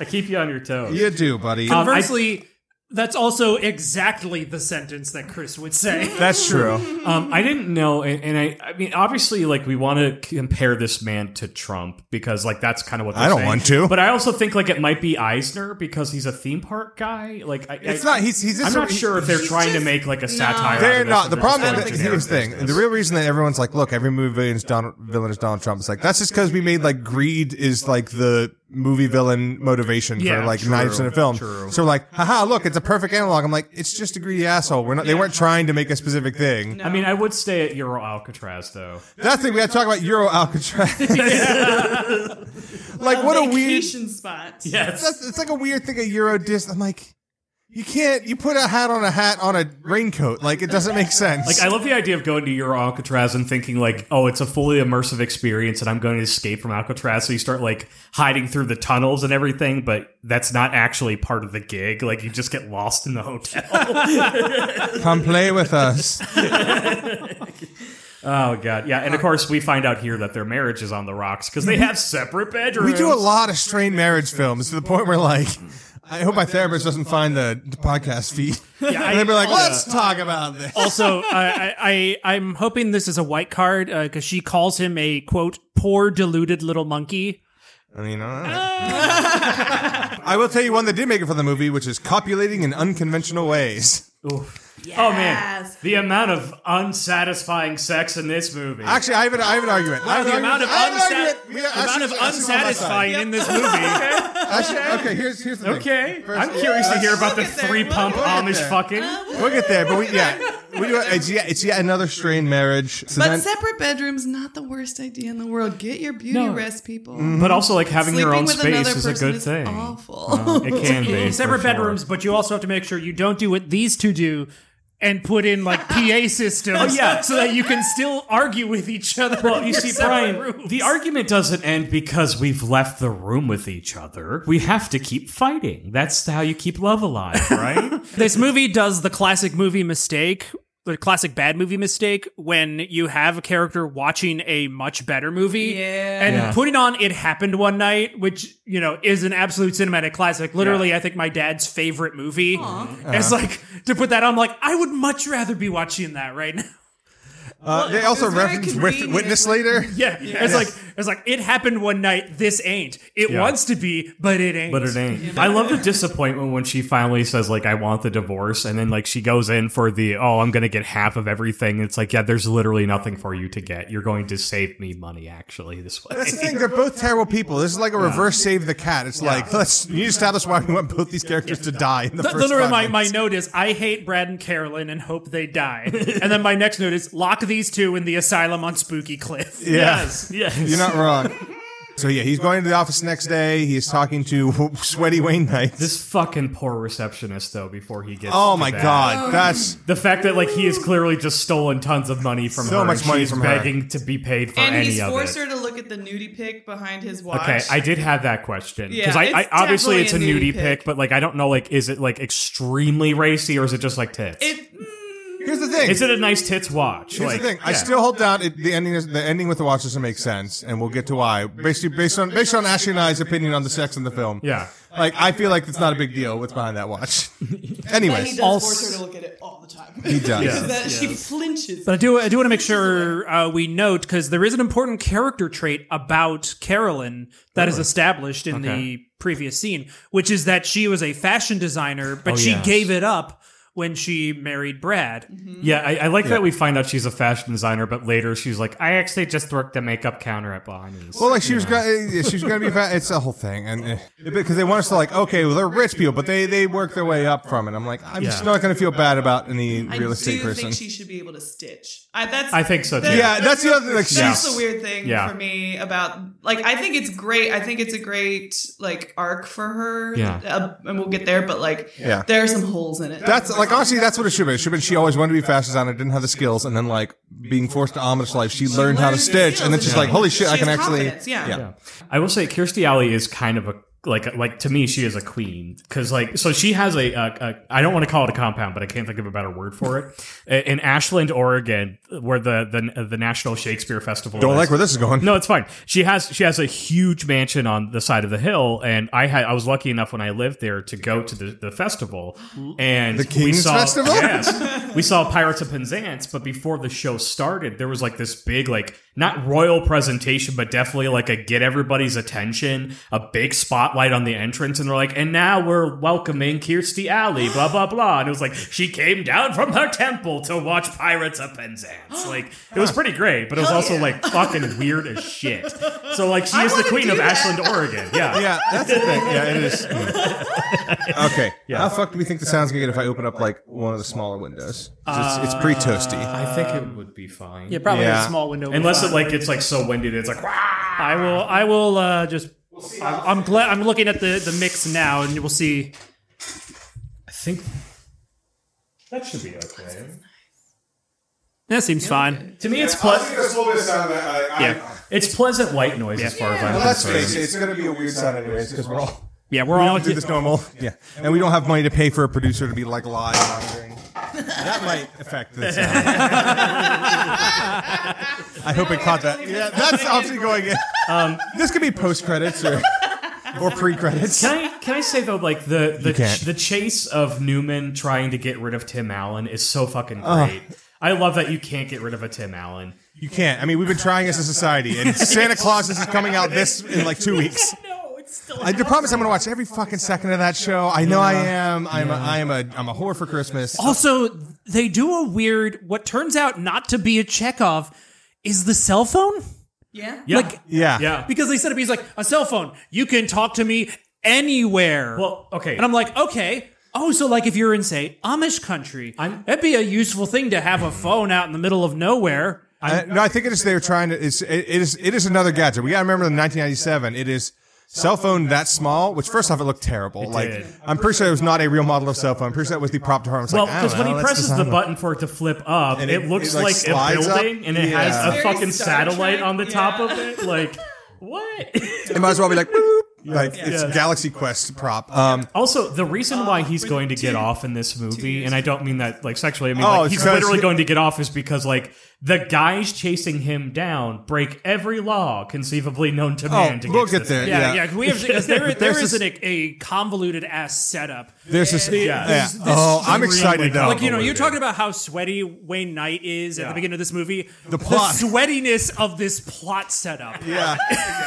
[SPEAKER 3] I keep you on your toes.
[SPEAKER 1] You do, buddy.
[SPEAKER 3] Um, I-
[SPEAKER 2] Conversely, that's also exactly the sentence that Chris would say.
[SPEAKER 1] that's true.
[SPEAKER 3] Um, I didn't know, and, and I, I mean, obviously, like we want to compare this man to Trump because, like, that's kind of what
[SPEAKER 1] I
[SPEAKER 3] they're
[SPEAKER 1] don't
[SPEAKER 3] saying.
[SPEAKER 1] want to.
[SPEAKER 3] But I also think like it might be Eisner because he's a theme park guy. Like, I,
[SPEAKER 1] It's
[SPEAKER 3] I-
[SPEAKER 1] not- he's- he's just
[SPEAKER 3] I'm
[SPEAKER 1] a-
[SPEAKER 3] not sure if they're
[SPEAKER 4] he's
[SPEAKER 3] trying
[SPEAKER 4] just-
[SPEAKER 3] to make like
[SPEAKER 4] no.
[SPEAKER 3] a satire. out
[SPEAKER 1] They're
[SPEAKER 3] of this,
[SPEAKER 1] not.
[SPEAKER 3] or
[SPEAKER 1] The
[SPEAKER 3] they're
[SPEAKER 1] problem
[SPEAKER 3] just
[SPEAKER 1] is
[SPEAKER 3] trying
[SPEAKER 1] that,
[SPEAKER 3] to
[SPEAKER 1] here's the
[SPEAKER 3] generic
[SPEAKER 1] thing.
[SPEAKER 3] business.
[SPEAKER 1] The real reason that everyone's like, look, every movie villain is Donald, villain is Donald Trump. It's like that's just because we made like greed is like the movie villain motivation
[SPEAKER 2] Yeah,
[SPEAKER 1] for like
[SPEAKER 2] true,
[SPEAKER 1] ninety percent of film.
[SPEAKER 3] true.
[SPEAKER 1] So we're like, haha, look, it's a perfect analog. I'm like, it's just a greedy asshole. We're not. They weren't trying to make a specific thing.
[SPEAKER 4] No.
[SPEAKER 3] I mean, I would stay at Euro Alcatraz though.
[SPEAKER 1] That's the thing we got to talk about Euro Alcatraz. like what a weird.
[SPEAKER 4] vacation spot.
[SPEAKER 3] Yes.
[SPEAKER 1] That's, it's like a weird thing a Euro disc. I'm like, you can't. You put a hat on a hat on a raincoat. Like it doesn't make sense.
[SPEAKER 3] Like I love the idea of going to Euro Alcatraz and thinking like, oh, it's a fully immersive experience, and I'm going to escape from Alcatraz. So you start like hiding through the tunnels and everything, but that's not actually part of the gig. Like you just get lost in the hotel.
[SPEAKER 1] Come play with us.
[SPEAKER 3] oh god, yeah. And of course, we find out here that their marriage is on the rocks because they have separate bedrooms.
[SPEAKER 1] We do a lot of strained marriage films to the point where like. I hope my therapist doesn't find the podcast feed.
[SPEAKER 2] I-
[SPEAKER 1] and they'd be like,
[SPEAKER 2] also-
[SPEAKER 1] let's talk about this.
[SPEAKER 2] also, I, I, I I'm hoping this is a white card because she calls him a quote poor deluded little monkey.
[SPEAKER 1] I mean, all right. I will tell you one that did make it for the movie, which is copulating in unconventional ways.
[SPEAKER 3] Oof. Oh man,
[SPEAKER 4] Yes.
[SPEAKER 3] the amount of unsatisfying sex in this movie.
[SPEAKER 1] Actually, I have an, I have an argument. I have
[SPEAKER 2] the
[SPEAKER 1] an
[SPEAKER 2] amount of,
[SPEAKER 1] argument. I have an
[SPEAKER 2] unsat-
[SPEAKER 1] argument.
[SPEAKER 2] the
[SPEAKER 1] We are-
[SPEAKER 2] amount
[SPEAKER 1] actually-
[SPEAKER 2] of
[SPEAKER 1] actually, we're on my side.
[SPEAKER 2] unsatisfying in this movie.
[SPEAKER 1] Actually, okay, here's here's the thing.
[SPEAKER 3] okay,
[SPEAKER 1] First-
[SPEAKER 3] I'm curious to hear about the
[SPEAKER 4] We'll get there.
[SPEAKER 3] three pump
[SPEAKER 4] We'll
[SPEAKER 1] get
[SPEAKER 3] Amish
[SPEAKER 1] there.
[SPEAKER 3] fucking.
[SPEAKER 4] Uh,
[SPEAKER 1] We'll get there, but we yeah, we do, it's yet it's yet another strained marriage. So
[SPEAKER 4] But
[SPEAKER 1] then,
[SPEAKER 4] separate bedrooms, not the worst idea in the world. Get your beauty
[SPEAKER 3] No.
[SPEAKER 4] rest, people.
[SPEAKER 3] But also, like having
[SPEAKER 4] Sleeping
[SPEAKER 3] your own
[SPEAKER 4] with another
[SPEAKER 3] space is a
[SPEAKER 4] person
[SPEAKER 3] good thing.
[SPEAKER 4] Awful.
[SPEAKER 3] It can be
[SPEAKER 2] Separate
[SPEAKER 3] for sure.
[SPEAKER 2] bedrooms, but you also have to make sure you don't do what these two do. And put in like PA systems,
[SPEAKER 3] Oh, yeah.
[SPEAKER 2] so that you can still argue with each other.
[SPEAKER 3] Well,
[SPEAKER 2] in
[SPEAKER 3] you
[SPEAKER 2] your
[SPEAKER 3] see,
[SPEAKER 2] separate
[SPEAKER 3] Brian,
[SPEAKER 2] rooms.
[SPEAKER 3] the argument doesn't end because we've left the room with each other. We have to keep fighting. That's how you keep love alive, right?
[SPEAKER 2] this movie does the classic movie mistake the classic bad movie mistake when you have a character watching a much better movie
[SPEAKER 4] Yeah.
[SPEAKER 2] and
[SPEAKER 3] Yeah.
[SPEAKER 2] putting on it happened one night which you know is an absolute cinematic classic literally i think my dad's favorite movie
[SPEAKER 3] Uh-huh.
[SPEAKER 2] it's like to put that on like i would much rather be watching that right now
[SPEAKER 1] uh, they also
[SPEAKER 4] it's very
[SPEAKER 1] reference with,
[SPEAKER 4] convenient.
[SPEAKER 1] witness later.
[SPEAKER 2] yeah, it's like it's like it happened one night this ain't it
[SPEAKER 3] Yeah.
[SPEAKER 2] wants to be but it ain't
[SPEAKER 3] but it ain't. I love the disappointment when she finally says, like, I want the divorce. And then, like, she goes in for the, oh, I'm going to get half of everything. It's like, yeah, there's literally nothing for you to get. You're going to save me money, actually, this way.
[SPEAKER 1] That's the thing; they're both terrible people. This is like a reverse save the cat. It's like let's you establish why we want both these characters to die in the
[SPEAKER 2] Th-
[SPEAKER 1] first. five
[SPEAKER 2] literally, my, my
[SPEAKER 1] minutes.
[SPEAKER 2] note is I hate Brad and Carolyn and hope they die. and then my next note is lock these two in the asylum on Spooky Cliff.
[SPEAKER 1] yeah.
[SPEAKER 3] yes.
[SPEAKER 1] You're not wrong. So yeah, he's going to the office the next day. He's talking to sweaty Wayne Knight.
[SPEAKER 3] This fucking poor receptionist, though, before he gets.
[SPEAKER 1] oh
[SPEAKER 3] to
[SPEAKER 1] my
[SPEAKER 3] that.
[SPEAKER 1] god, that's
[SPEAKER 3] The fact that like he has clearly just stolen tons of money from
[SPEAKER 1] So
[SPEAKER 3] her,
[SPEAKER 1] much
[SPEAKER 3] and
[SPEAKER 1] money
[SPEAKER 3] she's
[SPEAKER 1] from her.
[SPEAKER 3] begging to be paid for
[SPEAKER 4] and
[SPEAKER 3] any
[SPEAKER 4] he's
[SPEAKER 3] of
[SPEAKER 4] forced
[SPEAKER 3] it.
[SPEAKER 4] her to look at the nudie pic behind his watch.
[SPEAKER 3] Okay, I did have that question
[SPEAKER 4] Yeah,
[SPEAKER 3] because I, I
[SPEAKER 4] it's
[SPEAKER 3] obviously
[SPEAKER 4] definitely
[SPEAKER 3] it's a nudie pic, but like I don't know, like is it like extremely racy or is it just like tits?
[SPEAKER 4] It- mm,
[SPEAKER 1] here's the thing.
[SPEAKER 3] is it a nice tits watch?
[SPEAKER 1] Here's
[SPEAKER 3] like,
[SPEAKER 1] the thing. I
[SPEAKER 3] yeah.
[SPEAKER 1] still hold down it, the ending. Is, the ending with the watch doesn't make sense, and we'll get to why. Basically, based on based on Ashley and I's opinion on the sex in the film.
[SPEAKER 3] Yeah.
[SPEAKER 1] Like I feel like it's not a big deal what's behind that watch.
[SPEAKER 4] but he
[SPEAKER 1] Anyways,
[SPEAKER 4] does
[SPEAKER 2] Als-
[SPEAKER 4] force her to look at it all the time.
[SPEAKER 1] he does.
[SPEAKER 3] Yeah.
[SPEAKER 4] that she flinches.
[SPEAKER 2] But I do I do want to make sure uh, we note because there is an important character trait about Carolyn that is established in the previous scene, which is that she was a fashion designer, but
[SPEAKER 3] Oh,
[SPEAKER 2] she
[SPEAKER 3] yes.
[SPEAKER 2] gave it up when she married Brad.
[SPEAKER 5] Mm-hmm.
[SPEAKER 3] Yeah, I, I like that we find out she's a fashion designer, but later she's like, I actually just worked the makeup counter at Bonnie's.
[SPEAKER 1] Well, like she was gonna, she was gonna be fat. It's a whole thing, and eh, because they want us to like, okay, well they're rich people, but they they work their way up from it. I'm like, I'm just
[SPEAKER 3] Yeah.
[SPEAKER 1] not gonna feel bad about any
[SPEAKER 4] I
[SPEAKER 1] real estate
[SPEAKER 4] do
[SPEAKER 1] person.
[SPEAKER 4] think she should be able to stitch. I, that's
[SPEAKER 3] I think so, too.
[SPEAKER 4] that-
[SPEAKER 1] Yeah, that's the other thing, like,
[SPEAKER 4] that's
[SPEAKER 1] she's-
[SPEAKER 4] the weird thing
[SPEAKER 3] Yeah.
[SPEAKER 4] for me about like I think it's great. I think it's a great like arc for her.
[SPEAKER 3] Yeah.
[SPEAKER 4] uh, and we'll get there. But like,
[SPEAKER 1] Yeah.
[SPEAKER 4] there are some holes in it.
[SPEAKER 1] That's like honestly, that's what it should be. It should be she always wanted to be fashion designer, didn't have the skills, and then like being forced to Amish life, she, learned how to
[SPEAKER 4] learned the
[SPEAKER 1] stitch, and then
[SPEAKER 4] skills,
[SPEAKER 1] she's
[SPEAKER 4] and
[SPEAKER 1] like,
[SPEAKER 4] she-
[SPEAKER 1] holy shit,
[SPEAKER 4] she
[SPEAKER 1] I can
[SPEAKER 4] has
[SPEAKER 1] actually.
[SPEAKER 4] confidence, yeah.
[SPEAKER 1] yeah.
[SPEAKER 4] Yeah.
[SPEAKER 3] I will say Kirstie Alley is kind of a like like to me she is a queen because like so she has a, a, a I don't want to call it a compound but I can't think of a better word for it I- in Ashland Oregon where the the, the National Shakespeare Festival
[SPEAKER 1] Don't
[SPEAKER 3] is.
[SPEAKER 1] like where this is going.
[SPEAKER 3] No, it's fine. She has she has a huge mansion on the side of the hill, and I had I was lucky enough when I lived there to go to the, the festival and the we
[SPEAKER 1] King's
[SPEAKER 3] saw,
[SPEAKER 1] Festival?
[SPEAKER 3] Yes, we saw Pirates of Penzance, but before the show started, there was like this big like not royal presentation, but definitely like a get everybody's attention, a big spotlight spotlight on the entrance, and they're like, "And now we're welcoming Kirstie Alley." Blah blah blah. And it was like she came down from her temple to watch Pirates of Penzance. Like it was pretty great, but it was
[SPEAKER 4] Hell
[SPEAKER 3] also
[SPEAKER 4] yeah.
[SPEAKER 3] like fucking weird as shit. So like she
[SPEAKER 4] I
[SPEAKER 3] is the
[SPEAKER 4] wanna
[SPEAKER 3] queen
[SPEAKER 4] do
[SPEAKER 3] of
[SPEAKER 4] that.
[SPEAKER 3] Ashland, Oregon. Yeah.
[SPEAKER 1] Yeah, that's the thing. Yeah, it is. yeah. Okay.
[SPEAKER 3] Yeah.
[SPEAKER 1] How fucked do we think the sound's gonna get if I open up like one of the smaller windows? 'Cause It's, it's pretty toasty.
[SPEAKER 3] I think it would be fine.
[SPEAKER 5] Yeah, probably
[SPEAKER 1] Yeah.
[SPEAKER 5] a small window. would
[SPEAKER 3] Unless
[SPEAKER 5] be
[SPEAKER 3] it
[SPEAKER 5] fine.
[SPEAKER 3] like it's like so windy that it's like "Wah!"
[SPEAKER 5] I will. I will uh, just. I'm, I'm glad. I'm looking at the the mix now, and we'll see.
[SPEAKER 3] I think that should be okay.
[SPEAKER 5] That seems fine.
[SPEAKER 3] To me, it's ple-
[SPEAKER 1] a little bit of sound that I,
[SPEAKER 5] Yeah.
[SPEAKER 3] it's pleasant white noise as far as I'm
[SPEAKER 1] Let's face
[SPEAKER 3] concerned.
[SPEAKER 1] it, it's gonna be a weird sound anyways because we're all
[SPEAKER 5] Yeah, we're all.
[SPEAKER 1] do this normal. Yeah, and we don't have money to pay for a producer to be like live monitoring. That might affect this. uh, I hope it caught that. Yeah, that's obviously going in. this could be post credits or or pre credits.
[SPEAKER 3] Can I can I say though, like the the
[SPEAKER 1] can't.
[SPEAKER 3] ch- the chase of Newman trying to get rid of Tim Allen is so fucking great. I love that you can't get rid of a Tim Allen.
[SPEAKER 1] You can't. I mean, we've been trying as a society, and Santa Claus is coming out this in like two weeks.
[SPEAKER 6] No, it's still.
[SPEAKER 1] I do promise I'm going to watch every fucking second of that show. I know I am. I'm a, I am a I'm a whore for Christmas.
[SPEAKER 2] Oh. Also, they do a weird. What turns out not to be a Chekhov is the cell phone
[SPEAKER 4] Yeah.
[SPEAKER 3] Yeah.
[SPEAKER 2] Like-
[SPEAKER 1] Yeah.
[SPEAKER 3] yeah.
[SPEAKER 2] because they set up. He's like a cell phone. You can talk to me anywhere.
[SPEAKER 3] Well, okay.
[SPEAKER 2] and I'm like, okay. Oh, so like if you're in say Amish country,
[SPEAKER 3] I'm-
[SPEAKER 2] that'd be a useful thing to have a phone out in the middle of nowhere.
[SPEAKER 1] Uh, no, I think it is. They're trying to. It's, it, it is. It is another gadget. We got to remember in 1997. It is cell phone that small. Which first off, it looked terrible. like
[SPEAKER 3] did.
[SPEAKER 1] I'm pretty sure it was not a real model of cell phone. I'm pretty sure that was the prop to harm. It's
[SPEAKER 3] well,
[SPEAKER 1] like, I don't
[SPEAKER 3] because when
[SPEAKER 1] know,
[SPEAKER 3] he
[SPEAKER 1] let's
[SPEAKER 3] presses
[SPEAKER 1] design
[SPEAKER 3] the
[SPEAKER 1] one.
[SPEAKER 3] button for it to flip up, it,
[SPEAKER 1] And it-
[SPEAKER 3] looks
[SPEAKER 1] it, like,
[SPEAKER 3] like, a
[SPEAKER 1] slides up.
[SPEAKER 3] building, and it
[SPEAKER 1] Yeah.
[SPEAKER 3] has a
[SPEAKER 1] Very
[SPEAKER 3] fucking
[SPEAKER 4] Star Trek,
[SPEAKER 3] satellite on the top
[SPEAKER 4] yeah.
[SPEAKER 3] of it. Like what?
[SPEAKER 1] it might as well be like, boop. like it's
[SPEAKER 3] Yeah.
[SPEAKER 1] Galaxy Quest prop. Um,
[SPEAKER 3] Also, the reason why he's
[SPEAKER 4] with
[SPEAKER 3] going to get
[SPEAKER 4] two-
[SPEAKER 3] off in this movie, and I don't mean that like sexually, I mean
[SPEAKER 1] Oh,
[SPEAKER 3] like, he's
[SPEAKER 1] because-
[SPEAKER 3] literally going to get off is because like the guys chasing him down break every law conceivably known to
[SPEAKER 1] oh,
[SPEAKER 3] man. to
[SPEAKER 1] we'll
[SPEAKER 3] to
[SPEAKER 1] get
[SPEAKER 3] this
[SPEAKER 1] there.
[SPEAKER 3] point.
[SPEAKER 1] Yeah,
[SPEAKER 2] Yeah, yeah. 'cause we have because there, there
[SPEAKER 1] There's
[SPEAKER 2] is an, a convoluted ass setup.
[SPEAKER 1] There's this.
[SPEAKER 3] Yeah.
[SPEAKER 1] yeah.
[SPEAKER 3] This-
[SPEAKER 1] Oh, I'm excited though.
[SPEAKER 2] Like you know, you're talking about how sweaty Wayne Knight is at
[SPEAKER 3] Yeah.
[SPEAKER 2] the beginning of this movie. The
[SPEAKER 1] plot.
[SPEAKER 2] sweatiness of this plot setup.
[SPEAKER 1] Yeah.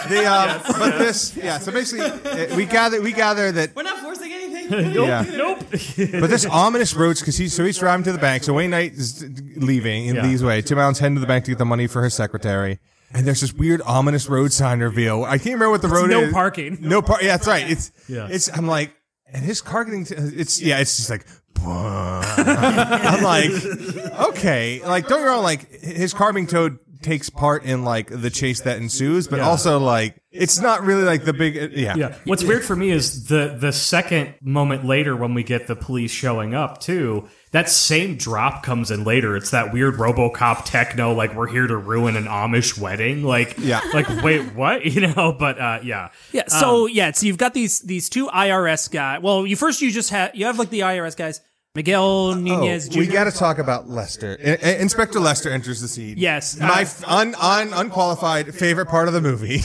[SPEAKER 1] The, um, but this. Yeah. So basically, uh, we gather. We gather that
[SPEAKER 4] We're not forcing anything.
[SPEAKER 1] Yeah.
[SPEAKER 3] Nope.
[SPEAKER 1] But this ominous roads, because he's so he's driving to the bank. So Wayne Knight is leaving and
[SPEAKER 3] Yeah.
[SPEAKER 1] leaves away. Tim Allen's heading to the bank to get the money for her secretary. And there's this weird ominous road sign reveal. I can't remember what the road
[SPEAKER 2] no
[SPEAKER 1] is.
[SPEAKER 2] parking.
[SPEAKER 1] No park. Yeah, that's right. It's
[SPEAKER 3] Yeah.
[SPEAKER 1] it's. I'm like, and his car getting. T- it's yeah. It's just like. "Bah." I'm like, okay. Like, don't get me wrong. Like, his car being towed takes part in like the chase that ensues, but
[SPEAKER 3] Yeah.
[SPEAKER 1] also like it's not really like the big. Yeah.
[SPEAKER 3] yeah. What's weird for me is the the second moment later when we get the police showing up too. That same drop comes in later. It's that weird RoboCop techno, like we're here to ruin an Amish wedding. Like,
[SPEAKER 1] Yeah.
[SPEAKER 3] Like, wait, what? You know? But uh, yeah,
[SPEAKER 2] Yeah. So yeah, so you've got these these two IRS guys. Well, you first you just have you have like the IRS guys, Miguel Nunez.
[SPEAKER 1] Oh, we
[SPEAKER 2] Jr.
[SPEAKER 1] got to talk about Lester. I- I- Inspector Lester enters the scene.
[SPEAKER 2] Yes.
[SPEAKER 1] my
[SPEAKER 2] Uh,
[SPEAKER 1] f- un- un- unqualified favorite part of the movie.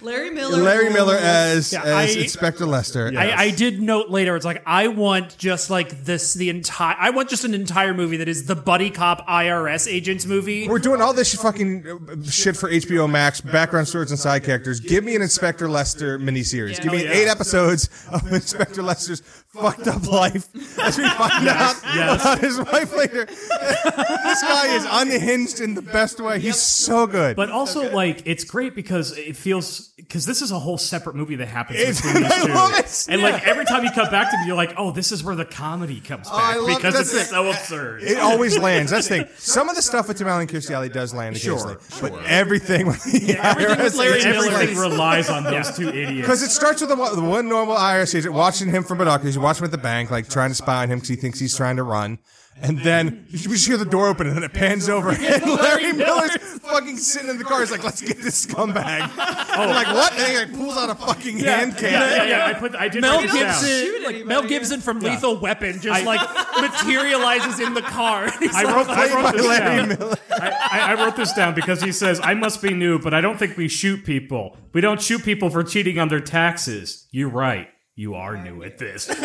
[SPEAKER 4] Larry Miller.
[SPEAKER 1] Larry Miller as
[SPEAKER 2] Yeah,
[SPEAKER 1] as
[SPEAKER 2] I-
[SPEAKER 1] Inspector Lester.
[SPEAKER 2] I, I did note later. It's like I want just like this the entire. I want just an entire movie that is the buddy cop IRS agents movie.
[SPEAKER 1] We're doing all this sh- fucking uh, shit for HBO Max, background stories and side characters. Give me an Inspector Lester miniseries. Give me
[SPEAKER 3] Yeah.
[SPEAKER 1] eight episodes of Inspector Lester's fucked up life as we find out
[SPEAKER 3] yes.
[SPEAKER 1] about his wife later. this guy is unhinged in the best way. He's so good.
[SPEAKER 3] But also, like, it's great because it feels because this is a whole separate movie that happens
[SPEAKER 1] It's-
[SPEAKER 3] between these
[SPEAKER 1] I
[SPEAKER 3] two.
[SPEAKER 1] love it.
[SPEAKER 3] And like every time you come back to me, you're like, oh, this is where the comedy comes back
[SPEAKER 1] I love-
[SPEAKER 3] because
[SPEAKER 1] that's
[SPEAKER 3] it's
[SPEAKER 1] it.
[SPEAKER 3] so absurd.
[SPEAKER 1] It always lands. That's the thing. Some of the stuff with Tim Allen and Kirstie Alley does land
[SPEAKER 3] Sure,
[SPEAKER 1] occasionally, but everything with the
[SPEAKER 2] everything with
[SPEAKER 1] IRS
[SPEAKER 2] Larry
[SPEAKER 1] is-
[SPEAKER 2] Miller.
[SPEAKER 3] Everything relies on those two idiots.
[SPEAKER 1] Because it starts with the one, the one normal IRS agent watching him from binoculars. You watch him at the bank, like trying to spy on him because he thinks he's trying to run. And then you just hear the door open, and then it pans over, and Larry Miller's fucking sitting in the car. He's like, "Let's get this scumbag." I'm like, "What?" And he like, pulls out a fucking hand
[SPEAKER 3] Oh, Yeah,
[SPEAKER 1] can.
[SPEAKER 3] yeah, yeah. I put, I did
[SPEAKER 2] Mel
[SPEAKER 3] write this down.
[SPEAKER 2] Gibson,
[SPEAKER 4] Shoot
[SPEAKER 2] like
[SPEAKER 4] anybody,
[SPEAKER 2] Mel
[SPEAKER 4] yeah.
[SPEAKER 2] Gibson from Lethal Weapon, just like materializes in the car. He's
[SPEAKER 3] I
[SPEAKER 2] like,
[SPEAKER 3] wrote, I wrote
[SPEAKER 1] by
[SPEAKER 3] this
[SPEAKER 1] Larry
[SPEAKER 3] down. I, I, I wrote this down because he says, I must be new, but I don't think we shoot people. We don't shoot people for cheating on their taxes. You're right. You are new at this. Click.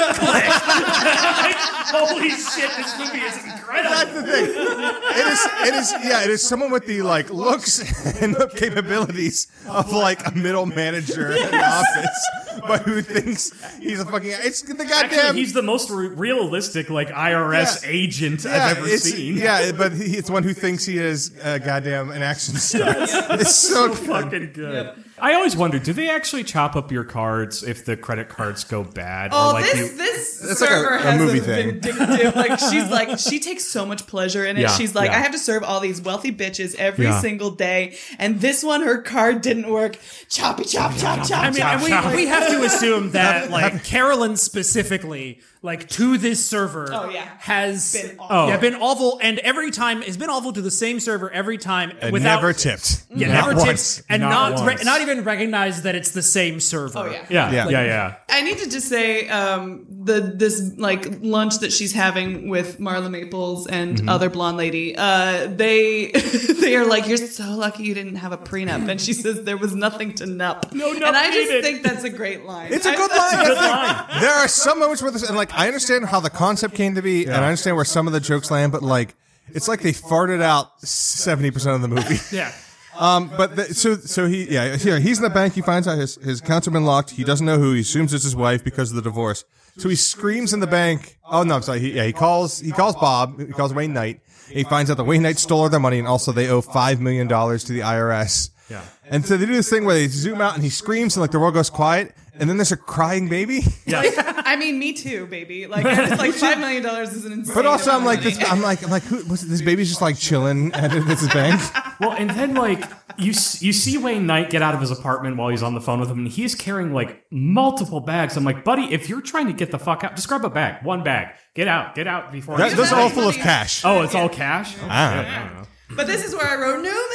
[SPEAKER 3] Holy shit, this movie is incredible.
[SPEAKER 1] the thing. It is, it is, yeah, it is someone with the like looks and the capabilities of like a middle manager in an office, but who thinks he's a fucking. It's the
[SPEAKER 3] Actually,
[SPEAKER 1] goddamn.
[SPEAKER 3] he's the most re- realistic, like IRS
[SPEAKER 1] Yeah.
[SPEAKER 3] agent
[SPEAKER 1] yeah,
[SPEAKER 3] I've ever
[SPEAKER 1] it's-
[SPEAKER 3] seen.
[SPEAKER 1] Yeah, but he, it's one who thinks he is uh, goddamn an action star. It's so, good.
[SPEAKER 3] Fucking good. I always wonder, do they actually chop up your cards if the credit cards go bad?
[SPEAKER 4] Oh,
[SPEAKER 3] or like
[SPEAKER 4] this
[SPEAKER 3] you
[SPEAKER 4] this
[SPEAKER 1] That's like a-
[SPEAKER 4] server
[SPEAKER 1] a
[SPEAKER 4] has
[SPEAKER 1] movie
[SPEAKER 4] a
[SPEAKER 1] thing.
[SPEAKER 4] vindictive. Like she's like she takes so much pleasure in it.
[SPEAKER 3] Yeah,
[SPEAKER 4] she's like,
[SPEAKER 3] yeah.
[SPEAKER 4] I have to serve all these wealthy bitches every
[SPEAKER 3] Yeah.
[SPEAKER 4] single day, and this one her card didn't work. Choppy chop chop chop.
[SPEAKER 2] I mean, and
[SPEAKER 4] chop.
[SPEAKER 2] we, we have to assume that like Carolyn specifically, like to this server,
[SPEAKER 4] Oh, yeah.
[SPEAKER 2] has
[SPEAKER 4] Been awful.
[SPEAKER 2] oh. yeah been awful, and every time has been awful to the same server every time
[SPEAKER 1] And
[SPEAKER 2] without
[SPEAKER 1] never tipped.
[SPEAKER 2] yeah
[SPEAKER 1] Not
[SPEAKER 2] never
[SPEAKER 1] once.
[SPEAKER 2] tips and
[SPEAKER 3] Not
[SPEAKER 2] not re-
[SPEAKER 3] once.
[SPEAKER 2] not even recognize that it's the same server.
[SPEAKER 4] oh yeah.
[SPEAKER 1] Yeah.
[SPEAKER 3] yeah, yeah, yeah, yeah.
[SPEAKER 4] I need to just say um, the this like lunch that she's having with Marla Maples and
[SPEAKER 3] Mm-hmm.
[SPEAKER 4] other blonde lady. Uh, they they are like, "You're so lucky you didn't have a prenup," and she says, "There was nothing to nup." No,
[SPEAKER 3] nup
[SPEAKER 4] and I just
[SPEAKER 3] needed.
[SPEAKER 4] think that's a great line.
[SPEAKER 1] It's a
[SPEAKER 4] I-
[SPEAKER 1] good line. I
[SPEAKER 3] Good
[SPEAKER 1] think.
[SPEAKER 3] line.
[SPEAKER 1] there are some moments where this, and like I understand how the concept came to be, and I understand where some of the jokes land, but like it's like they farted out seventy percent of the movie.
[SPEAKER 2] Yeah.
[SPEAKER 1] Um, but the, so so he yeah here he's in the bank. He finds out his his accounts have been locked. He doesn't know who. He assumes it's his wife because of the divorce. So he screams in the bank. Oh no, I'm sorry. He, yeah, he calls he calls Bob. He calls Wayne Knight. He finds out that Wayne Knight stole all their money, and also they owe five million dollars to the IRS. Yeah. And so they do this thing where they zoom out, and he screams, and like the world goes quiet, and then there's a crying baby.
[SPEAKER 4] I mean, me too, baby. Like, I'm just like five million dollars is an insane.
[SPEAKER 1] But also,
[SPEAKER 4] amount
[SPEAKER 1] I'm like,
[SPEAKER 4] of money.
[SPEAKER 1] this, I'm like, I'm like, who, was this baby's just like chilling at this bank.
[SPEAKER 3] Well, and then like you s- you see Wayne Knight get out of his apartment while he's on the phone with him, and he's carrying like multiple bags. I'm like, buddy, if you're trying to get the fuck out, just grab a bag, one bag, get out, get out before.
[SPEAKER 1] That,
[SPEAKER 4] does
[SPEAKER 1] those are all
[SPEAKER 4] awful.
[SPEAKER 1] full of cash.
[SPEAKER 3] Oh, it's all cash.
[SPEAKER 1] Ah.
[SPEAKER 4] but this is where I wrote Newman.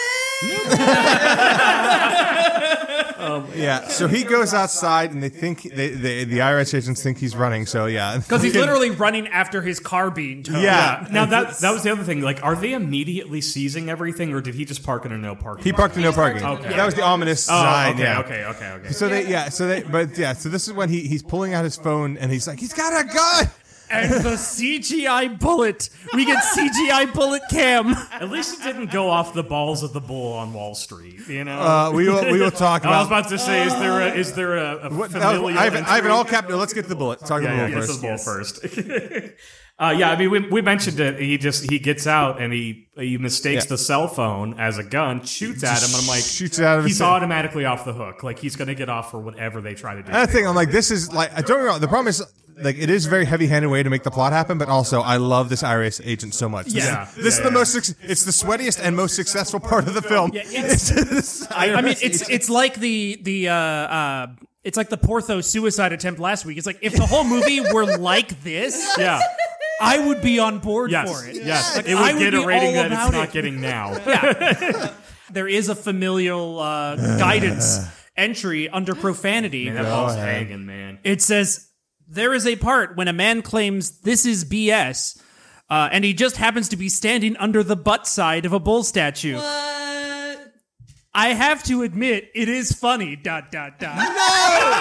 [SPEAKER 1] Yeah. So he goes outside, and they think they, they, the IRS agents think he's running. So yeah,
[SPEAKER 2] Because he's literally running after his car being towed.
[SPEAKER 1] yeah.
[SPEAKER 3] Uh, Now that that was the other thing. Like, are they immediately seizing everything, or did he just park in a no parking?
[SPEAKER 1] He parked in no parking.
[SPEAKER 3] Okay.
[SPEAKER 1] That was the ominous
[SPEAKER 3] Oh,
[SPEAKER 1] sign.
[SPEAKER 3] okay,
[SPEAKER 1] yeah.
[SPEAKER 3] okay, okay, okay.
[SPEAKER 1] So they yeah. So they but yeah. So this is when he he's pulling out his phone, and he's like, he's got a gun.
[SPEAKER 2] And the CGI bullet. We get CGI bullet cam.
[SPEAKER 3] At least it didn't go off the balls of the bull on Wall Street. You know.
[SPEAKER 1] Uh, we will we will talk
[SPEAKER 3] I was
[SPEAKER 1] about.
[SPEAKER 3] about to say, is there a, is there a, a
[SPEAKER 1] What, that
[SPEAKER 3] familial?
[SPEAKER 1] was, I, have, I have it
[SPEAKER 3] entry?
[SPEAKER 1] all capped. Let's get to the bullet. Talk about
[SPEAKER 3] yeah,
[SPEAKER 1] the
[SPEAKER 3] yeah,
[SPEAKER 1] bullet
[SPEAKER 3] gets
[SPEAKER 1] first.
[SPEAKER 3] the ball first. uh, yeah, I mean, we, we mentioned it. He just he gets out and he he mistakes
[SPEAKER 1] Yeah.
[SPEAKER 3] the cell phone as a gun, shoots at him, and I'm like,
[SPEAKER 1] shoots it out of his
[SPEAKER 3] he's
[SPEAKER 1] hand.
[SPEAKER 3] automatically off the hook. Like he's gonna get off for whatever they try to do.
[SPEAKER 1] That's the thing. I'm like, this is like, I don't get me wrong. The problem is, like, it is a very heavy-handed way to make the plot happen. But also, I love this IRS agent so much. This,
[SPEAKER 3] Yeah.
[SPEAKER 1] this is
[SPEAKER 3] Yeah,
[SPEAKER 1] the
[SPEAKER 3] yeah.
[SPEAKER 1] most. Suc- it's the sweatiest and most successful part of the film. Yeah,
[SPEAKER 2] it's- I mean, it's it's like the the uh, uh, it's like the Porthos suicide attempt last week. It's like if the whole movie were like this,
[SPEAKER 3] yeah,
[SPEAKER 2] I would be on board
[SPEAKER 3] yes,
[SPEAKER 2] for it.
[SPEAKER 3] yes.
[SPEAKER 2] Like,
[SPEAKER 3] it would
[SPEAKER 2] I would
[SPEAKER 3] get a
[SPEAKER 2] be
[SPEAKER 3] rating
[SPEAKER 2] all
[SPEAKER 3] that it's
[SPEAKER 2] about
[SPEAKER 3] not
[SPEAKER 2] it.
[SPEAKER 3] getting now.
[SPEAKER 2] There is a familial uh, guidance entry under profanity.
[SPEAKER 3] That ball's hanging, man.
[SPEAKER 2] It says there is a part when a man claims this is BS. Uh, and he just happens to be standing under the butt side of a bull statue.
[SPEAKER 4] What?
[SPEAKER 2] I have to admit, it is funny. Dot dot dot.
[SPEAKER 1] you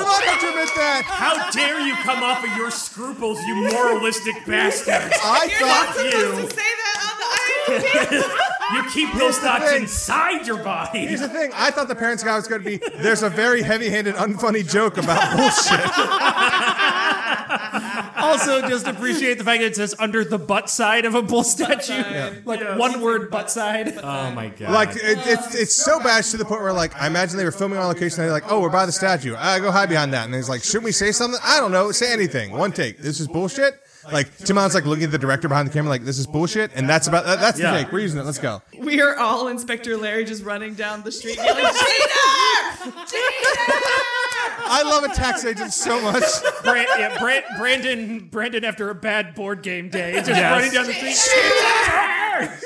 [SPEAKER 1] do not have to admit that.
[SPEAKER 3] How dare you come off of your scruples, you moralistic bastard!
[SPEAKER 1] I
[SPEAKER 4] You're not
[SPEAKER 1] thought.
[SPEAKER 4] supposed
[SPEAKER 3] you.
[SPEAKER 4] to say that on the IMDb.
[SPEAKER 3] You keep those thoughts
[SPEAKER 1] thing.
[SPEAKER 3] inside your body.
[SPEAKER 1] Here's the thing. I thought the parents' guy was going to be. There's a very heavy-handed, unfunny joke about bullshit.
[SPEAKER 2] also just appreciate the fact that it says under the butt side of a bull statue. Like one word butt side.
[SPEAKER 3] Oh my god!
[SPEAKER 1] Like it, it's it's so bad to the point where like I imagine they were filming on location. and They're like, oh, we're by the statue. I go hide behind that, and he's like, shouldn't we say something? I don't know. Say anything. One take. This is bullshit. Like Timon's like looking at the director behind the camera, like this is bullshit, and that's about that, that's the
[SPEAKER 3] Yeah.
[SPEAKER 1] take. We're using it. Let's go.
[SPEAKER 4] We are all Inspector Larry just running down the street yelling, Cheater! Cheater!
[SPEAKER 1] I love a tax agent so much.
[SPEAKER 2] Brand, yeah, Brand, Brandon Brandon after a bad board game day. Just
[SPEAKER 3] Yes.
[SPEAKER 2] running down the street.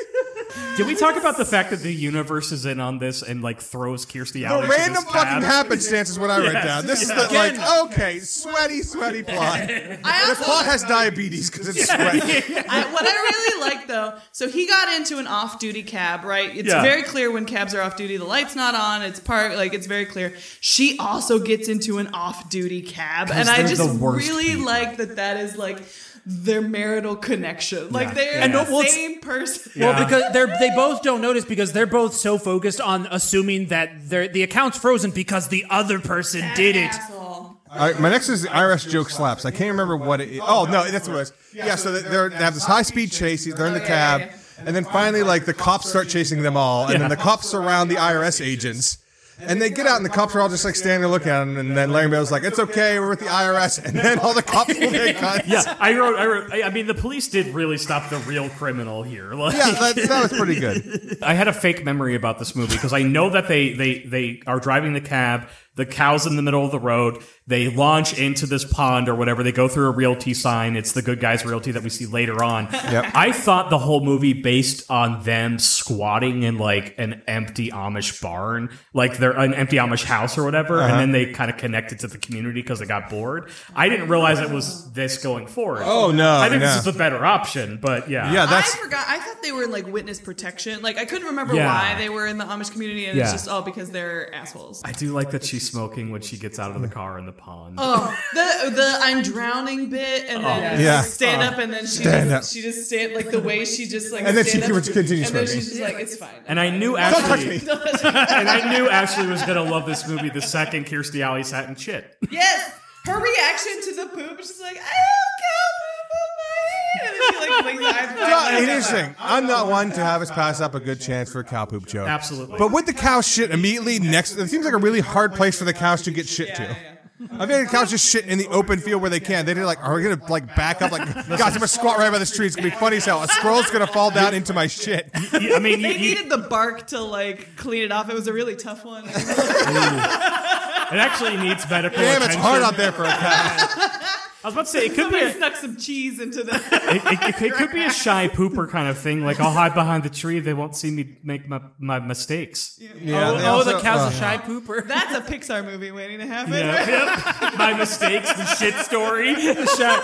[SPEAKER 3] Did we talk about the fact that the universe is in on this and like throws Kirstie
[SPEAKER 1] The
[SPEAKER 3] out?
[SPEAKER 1] random fucking happenstance is what I write down. This is the
[SPEAKER 7] Again.
[SPEAKER 1] like okay, sweaty, sweaty plot. The
[SPEAKER 4] I also,
[SPEAKER 1] plot has diabetes because it's sweaty.
[SPEAKER 4] I, what I really like though, so he got into an off-duty cab, right? It's
[SPEAKER 3] Yeah.
[SPEAKER 4] very clear when cabs are off-duty. The light's not on. It's parked. Like it's very clear. She also gets into an off-duty cab, and I
[SPEAKER 1] they're
[SPEAKER 4] just
[SPEAKER 1] the worst
[SPEAKER 4] really
[SPEAKER 1] people.
[SPEAKER 4] like that. That is like their marital connection. Like they're
[SPEAKER 3] And
[SPEAKER 4] the
[SPEAKER 3] no-
[SPEAKER 2] well, it's-
[SPEAKER 4] same person.
[SPEAKER 2] Well, because they're they both don't notice because they're both so focused on assuming that their the account's frozen because the other person did it.
[SPEAKER 4] Asshole.
[SPEAKER 1] All right, my next is IRS joke slaps. I can't remember what it. Oh no, that's what it was. Yeah, so they- they're, they have this high speed chase. They're in the cab, and then finally, like the cops start chasing them all, and then the cops surround the IRS agents. And they get out, and the cops are all just like standing there looking at them. And then Larry Bell's like, "It's okay, we're with the IRS." And then all the cops pull their guns.
[SPEAKER 3] Yeah, I wrote. I wrote. I I mean, the police did really stop the real criminal here. Like,
[SPEAKER 1] yeah, that, that was pretty good.
[SPEAKER 3] I had a fake memory about this movie because I know that they they they are driving the cab. The cow's in the middle of the road. They launch into this pond or whatever. They go through a realty sign. It's the good guys realty that we see later on.
[SPEAKER 1] Yep.
[SPEAKER 3] I thought the whole movie based on them squatting in like an empty Amish barn, like they're an empty Amish house or whatever,
[SPEAKER 1] Uh-huh.
[SPEAKER 3] and then they kind of connected to the community because they got bored. I didn't realize it was this going forward.
[SPEAKER 1] Oh, no,
[SPEAKER 3] I think
[SPEAKER 1] no.
[SPEAKER 3] this is the better option, but yeah,
[SPEAKER 1] Yeah,
[SPEAKER 4] I
[SPEAKER 1] that's
[SPEAKER 4] forgot. I thought they were in like witness protection. Like I couldn't remember
[SPEAKER 3] Yeah.
[SPEAKER 4] why they were in the Amish community, and
[SPEAKER 3] Yeah.
[SPEAKER 4] it's just all because they're assholes.
[SPEAKER 3] I do like that she's smoking when she gets out of the car in the pond.
[SPEAKER 4] Oh, the the I'm drowning bit, and then
[SPEAKER 1] Oh, Yeah. Oh.
[SPEAKER 4] like, stand up, and then she
[SPEAKER 1] Stand
[SPEAKER 4] just,
[SPEAKER 1] up.
[SPEAKER 4] she just stand like the way she just like
[SPEAKER 1] And then she
[SPEAKER 4] stand up,
[SPEAKER 1] keeps- continues
[SPEAKER 4] and then
[SPEAKER 1] smoking.
[SPEAKER 4] she's just like it's fine.
[SPEAKER 3] And I knew
[SPEAKER 1] don't touch
[SPEAKER 3] Ashley.
[SPEAKER 1] me.
[SPEAKER 3] and I knew Ashley was gonna love this movie the second Kirstie Alley sat in shit.
[SPEAKER 4] yes, her reaction to the poop, she's like I have cow poop on my hand, and then she like blinks her eyes.
[SPEAKER 1] Yeah, here's the thing. I'm not one to have us pass up a good chance for a cow poop joke.
[SPEAKER 3] Absolutely.
[SPEAKER 1] But would the cow shit immediately next? It seems like a really hard place for the cows to get shit to. I think the cows just shit in the open field where they can. They did like, are we gonna like back up? Like, guys, I'm gonna squat right by the street. It's gonna be funny as hell. A squirrel's gonna fall down into my shit.
[SPEAKER 3] I mean, you,
[SPEAKER 4] They
[SPEAKER 3] you,
[SPEAKER 4] needed the bark to like clean it off. It was a really tough one.
[SPEAKER 3] it actually needs medical
[SPEAKER 1] Damn, it's
[SPEAKER 3] attention.
[SPEAKER 1] hard out there for a cow.
[SPEAKER 3] I was about to say it could be.
[SPEAKER 4] Somebody
[SPEAKER 3] A, it,
[SPEAKER 4] snuck some cheese into the.
[SPEAKER 3] it- it could be a shy pooper kind of thing. Like I'll hide behind the tree; they won't see me make my, my mistakes.
[SPEAKER 1] Yeah, they
[SPEAKER 2] oh,
[SPEAKER 1] also-
[SPEAKER 2] the cow's
[SPEAKER 1] uh,
[SPEAKER 2] a shy pooper.
[SPEAKER 4] That's a Pixar movie waiting to happen.
[SPEAKER 3] Yep, yep. My mistakes, the shit story.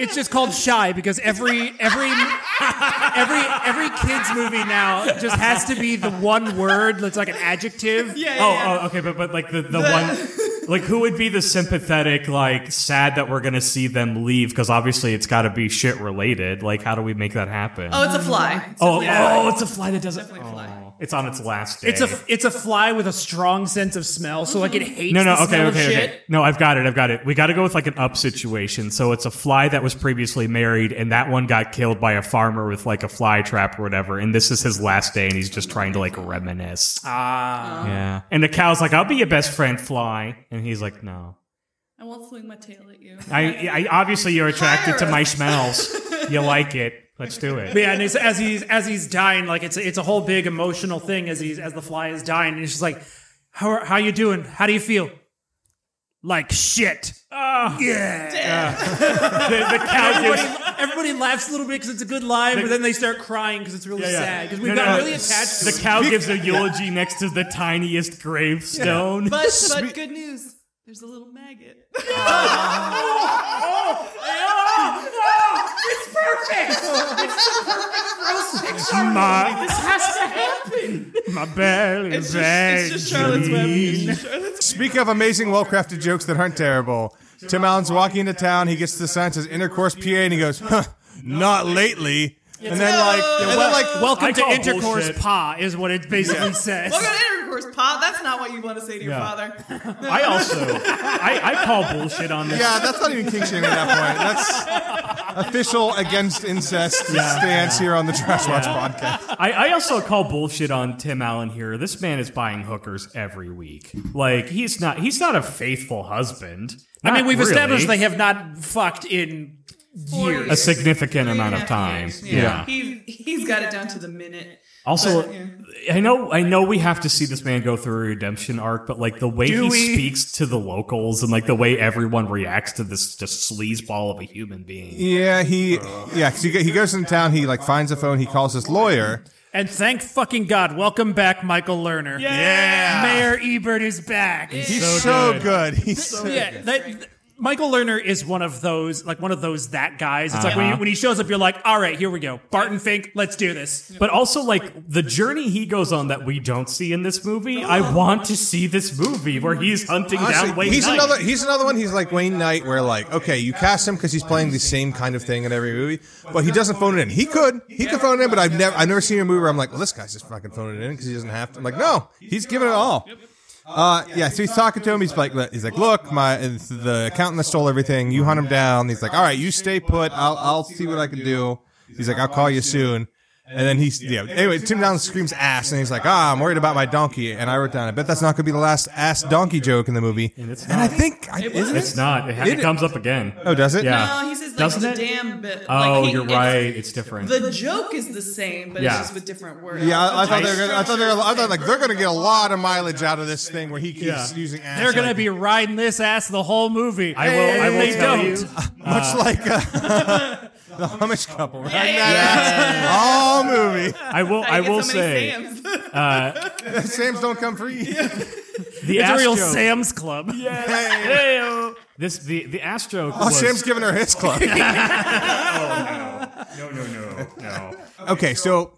[SPEAKER 2] It's just called shy because every every every every kids movie now just has to be the one word that's like an adjective.
[SPEAKER 4] Yeah, yeah, yeah.
[SPEAKER 3] Oh, oh, okay, but but like the, the one, like who would be the sympathetic, like sad that we're gonna see them leave because obviously it's got to be shit related. Like, how do we make that happen?
[SPEAKER 4] Oh, it's a fly.
[SPEAKER 3] oh,
[SPEAKER 2] yeah.
[SPEAKER 3] oh, it's a fly that doesn't.
[SPEAKER 4] Definitely a fly.
[SPEAKER 3] oh. it's on its last day.
[SPEAKER 2] It's a it's a fly with a strong sense of smell, so like it hates
[SPEAKER 3] no, no,
[SPEAKER 2] the
[SPEAKER 3] okay,
[SPEAKER 2] smell
[SPEAKER 3] okay,
[SPEAKER 2] of shit.
[SPEAKER 3] okay. No, I've got it. I've got it. We got to go with like an up situation. So it's a fly that was previously married, and that one got killed by a farmer with like a fly trap or whatever. And this is his last day, and he's just trying to like reminisce.
[SPEAKER 2] Ah,
[SPEAKER 3] yeah. And the cow's like, "I'll be your best friend, fly," and he's like, "No."
[SPEAKER 4] I won't swing my tail at you.
[SPEAKER 3] I, I obviously you're attracted to my smells. You like it. Let's do
[SPEAKER 2] but
[SPEAKER 3] it.
[SPEAKER 2] yeah, and it's, as he's as he's dying, like it's it's a whole big emotional thing as he's as the fly is dying, and he's just like, "How are- how you doing? How do you feel?" Like shit.
[SPEAKER 3] The, Ah. the cow gives.
[SPEAKER 2] Everybody, everybody laughs a little bit because it's a good line, but then they start crying because it's really
[SPEAKER 3] yeah.
[SPEAKER 2] sad. Because we've
[SPEAKER 3] No,
[SPEAKER 2] got
[SPEAKER 3] no,
[SPEAKER 2] really attached. to
[SPEAKER 3] The cow gives a eulogy next to the tiniest gravestone.
[SPEAKER 4] But, but good news. There's a little maggot.
[SPEAKER 3] my, this has to happen. My belly
[SPEAKER 4] It's
[SPEAKER 3] is
[SPEAKER 4] just, it's just Charlotte's Web. It's just Charlotte's
[SPEAKER 1] Speak of amazing, well crafted jokes that aren't terrible. Tim Allen's walking into town. He gets the sign says intercourse PA, and he goes, huh, "Not lately." And then like, and then like,
[SPEAKER 2] Like, welcome
[SPEAKER 3] I
[SPEAKER 2] to
[SPEAKER 3] call
[SPEAKER 2] intercourse,
[SPEAKER 3] bullshit.
[SPEAKER 2] pa, is what it basically says.
[SPEAKER 4] Welcome to intercourse, Pop. That's not what you want to say to your
[SPEAKER 3] Yeah.
[SPEAKER 4] father.
[SPEAKER 3] I also, I, I call bullshit on this.
[SPEAKER 1] Yeah, that's not even king shaming at that point. That's official against incest stance here on the Trash Watch podcast.
[SPEAKER 3] I, I also call bullshit on Tim Allen here. This man is buying hookers every week. Like he's not, he's not a faithful husband.
[SPEAKER 2] I mean,
[SPEAKER 3] Not
[SPEAKER 2] we've
[SPEAKER 3] really.
[SPEAKER 2] established they have not fucked in
[SPEAKER 4] four
[SPEAKER 3] a
[SPEAKER 4] years.
[SPEAKER 3] significant
[SPEAKER 4] Three and
[SPEAKER 3] amount
[SPEAKER 4] a
[SPEAKER 3] of
[SPEAKER 4] half
[SPEAKER 3] time.
[SPEAKER 4] years.
[SPEAKER 3] Yeah.
[SPEAKER 4] He, he's got it down to the minute.
[SPEAKER 3] Also,
[SPEAKER 4] But, yeah.
[SPEAKER 3] I know, I know, we have to see this man go through a redemption arc, but like the way he speaks to the locals and like the way everyone reacts to this just sleazeball of a human being.
[SPEAKER 1] Yeah, he yeah, 'cause he, go- he goes in town. He like finds a phone. He calls his lawyer.
[SPEAKER 2] And thank fucking God, welcome back, Michael Lerner.
[SPEAKER 1] Yeah.
[SPEAKER 2] Mayor Ebert is back.
[SPEAKER 1] He's so, good. He's so
[SPEAKER 2] yeah, that, th- Michael Lerner is one of those, like one of those that guys. It's like when he,
[SPEAKER 3] Uh-huh.
[SPEAKER 2] when he shows up, you're like, all right, here we go, Barton Fink, let's do this.
[SPEAKER 3] But also, like the journey he goes on that we don't see in this movie. I want to see this movie where he's hunting down
[SPEAKER 1] Honestly,
[SPEAKER 3] Wayne
[SPEAKER 1] he's
[SPEAKER 3] Knight.
[SPEAKER 1] another. He's another one. He's like Wayne Knight, where like, okay, you cast him because he's playing the same kind of thing in every movie, but he doesn't phone it in. He could, he could phone it in, but I've never, I've never seen a movie where I'm like, well, this guy's just fucking phoning it in because he doesn't have to. I'm like, no, he's giving it all. Uh, yeah, so he's talking to him. He's like, he's like, look, my it's the accountant that stole everything. You hunt him down. He's like, all right, you stay put. I'll, I'll see what I can do. He's like, I'll call you soon. And then he's yeah. Anyway, Tim Down screams ass, and he's like, "Ah, I'm worried about my donkey." And I wrote down, "I bet that's not going to be the last ass donkey joke in the movie." And,
[SPEAKER 3] it's
[SPEAKER 1] I think I, isn't it?
[SPEAKER 3] It's not. It, ha- it
[SPEAKER 1] It-
[SPEAKER 3] comes up again.
[SPEAKER 1] Oh, does it?
[SPEAKER 3] Yeah.
[SPEAKER 4] No, he says like
[SPEAKER 3] Doesn't
[SPEAKER 4] the
[SPEAKER 3] it?
[SPEAKER 4] damn bit.
[SPEAKER 3] Oh,
[SPEAKER 4] like, he-
[SPEAKER 3] you're
[SPEAKER 4] it's-
[SPEAKER 3] right. It's different.
[SPEAKER 4] The joke is the same, but
[SPEAKER 3] Yeah.
[SPEAKER 4] it's just with different words.
[SPEAKER 1] Yeah, I, I thought they were. Gonna, I thought they were. I thought like they're going to get a lot of mileage out of this thing where he keeps
[SPEAKER 3] Yeah.
[SPEAKER 1] using ass.
[SPEAKER 2] They're gonna
[SPEAKER 1] like-
[SPEAKER 2] be riding this ass the whole movie.
[SPEAKER 3] I will. I will
[SPEAKER 2] They
[SPEAKER 3] tell
[SPEAKER 2] don't.
[SPEAKER 3] you.
[SPEAKER 1] much like uh, the Amish couple. Right?
[SPEAKER 4] Yeah.
[SPEAKER 1] All movie.
[SPEAKER 3] I will. I,
[SPEAKER 4] I get
[SPEAKER 3] will
[SPEAKER 4] so
[SPEAKER 3] say
[SPEAKER 4] many Sams.
[SPEAKER 1] Sam's don't come free.
[SPEAKER 3] the
[SPEAKER 2] It's a
[SPEAKER 3] ass
[SPEAKER 2] real
[SPEAKER 3] joke-
[SPEAKER 2] Sam's Club. Yeah.
[SPEAKER 1] Hey.
[SPEAKER 3] Hey-o. This the the ass joke.
[SPEAKER 1] Oh,
[SPEAKER 3] was,
[SPEAKER 1] Sam's giving her his club.
[SPEAKER 3] No, no, no, no.
[SPEAKER 1] Okay, so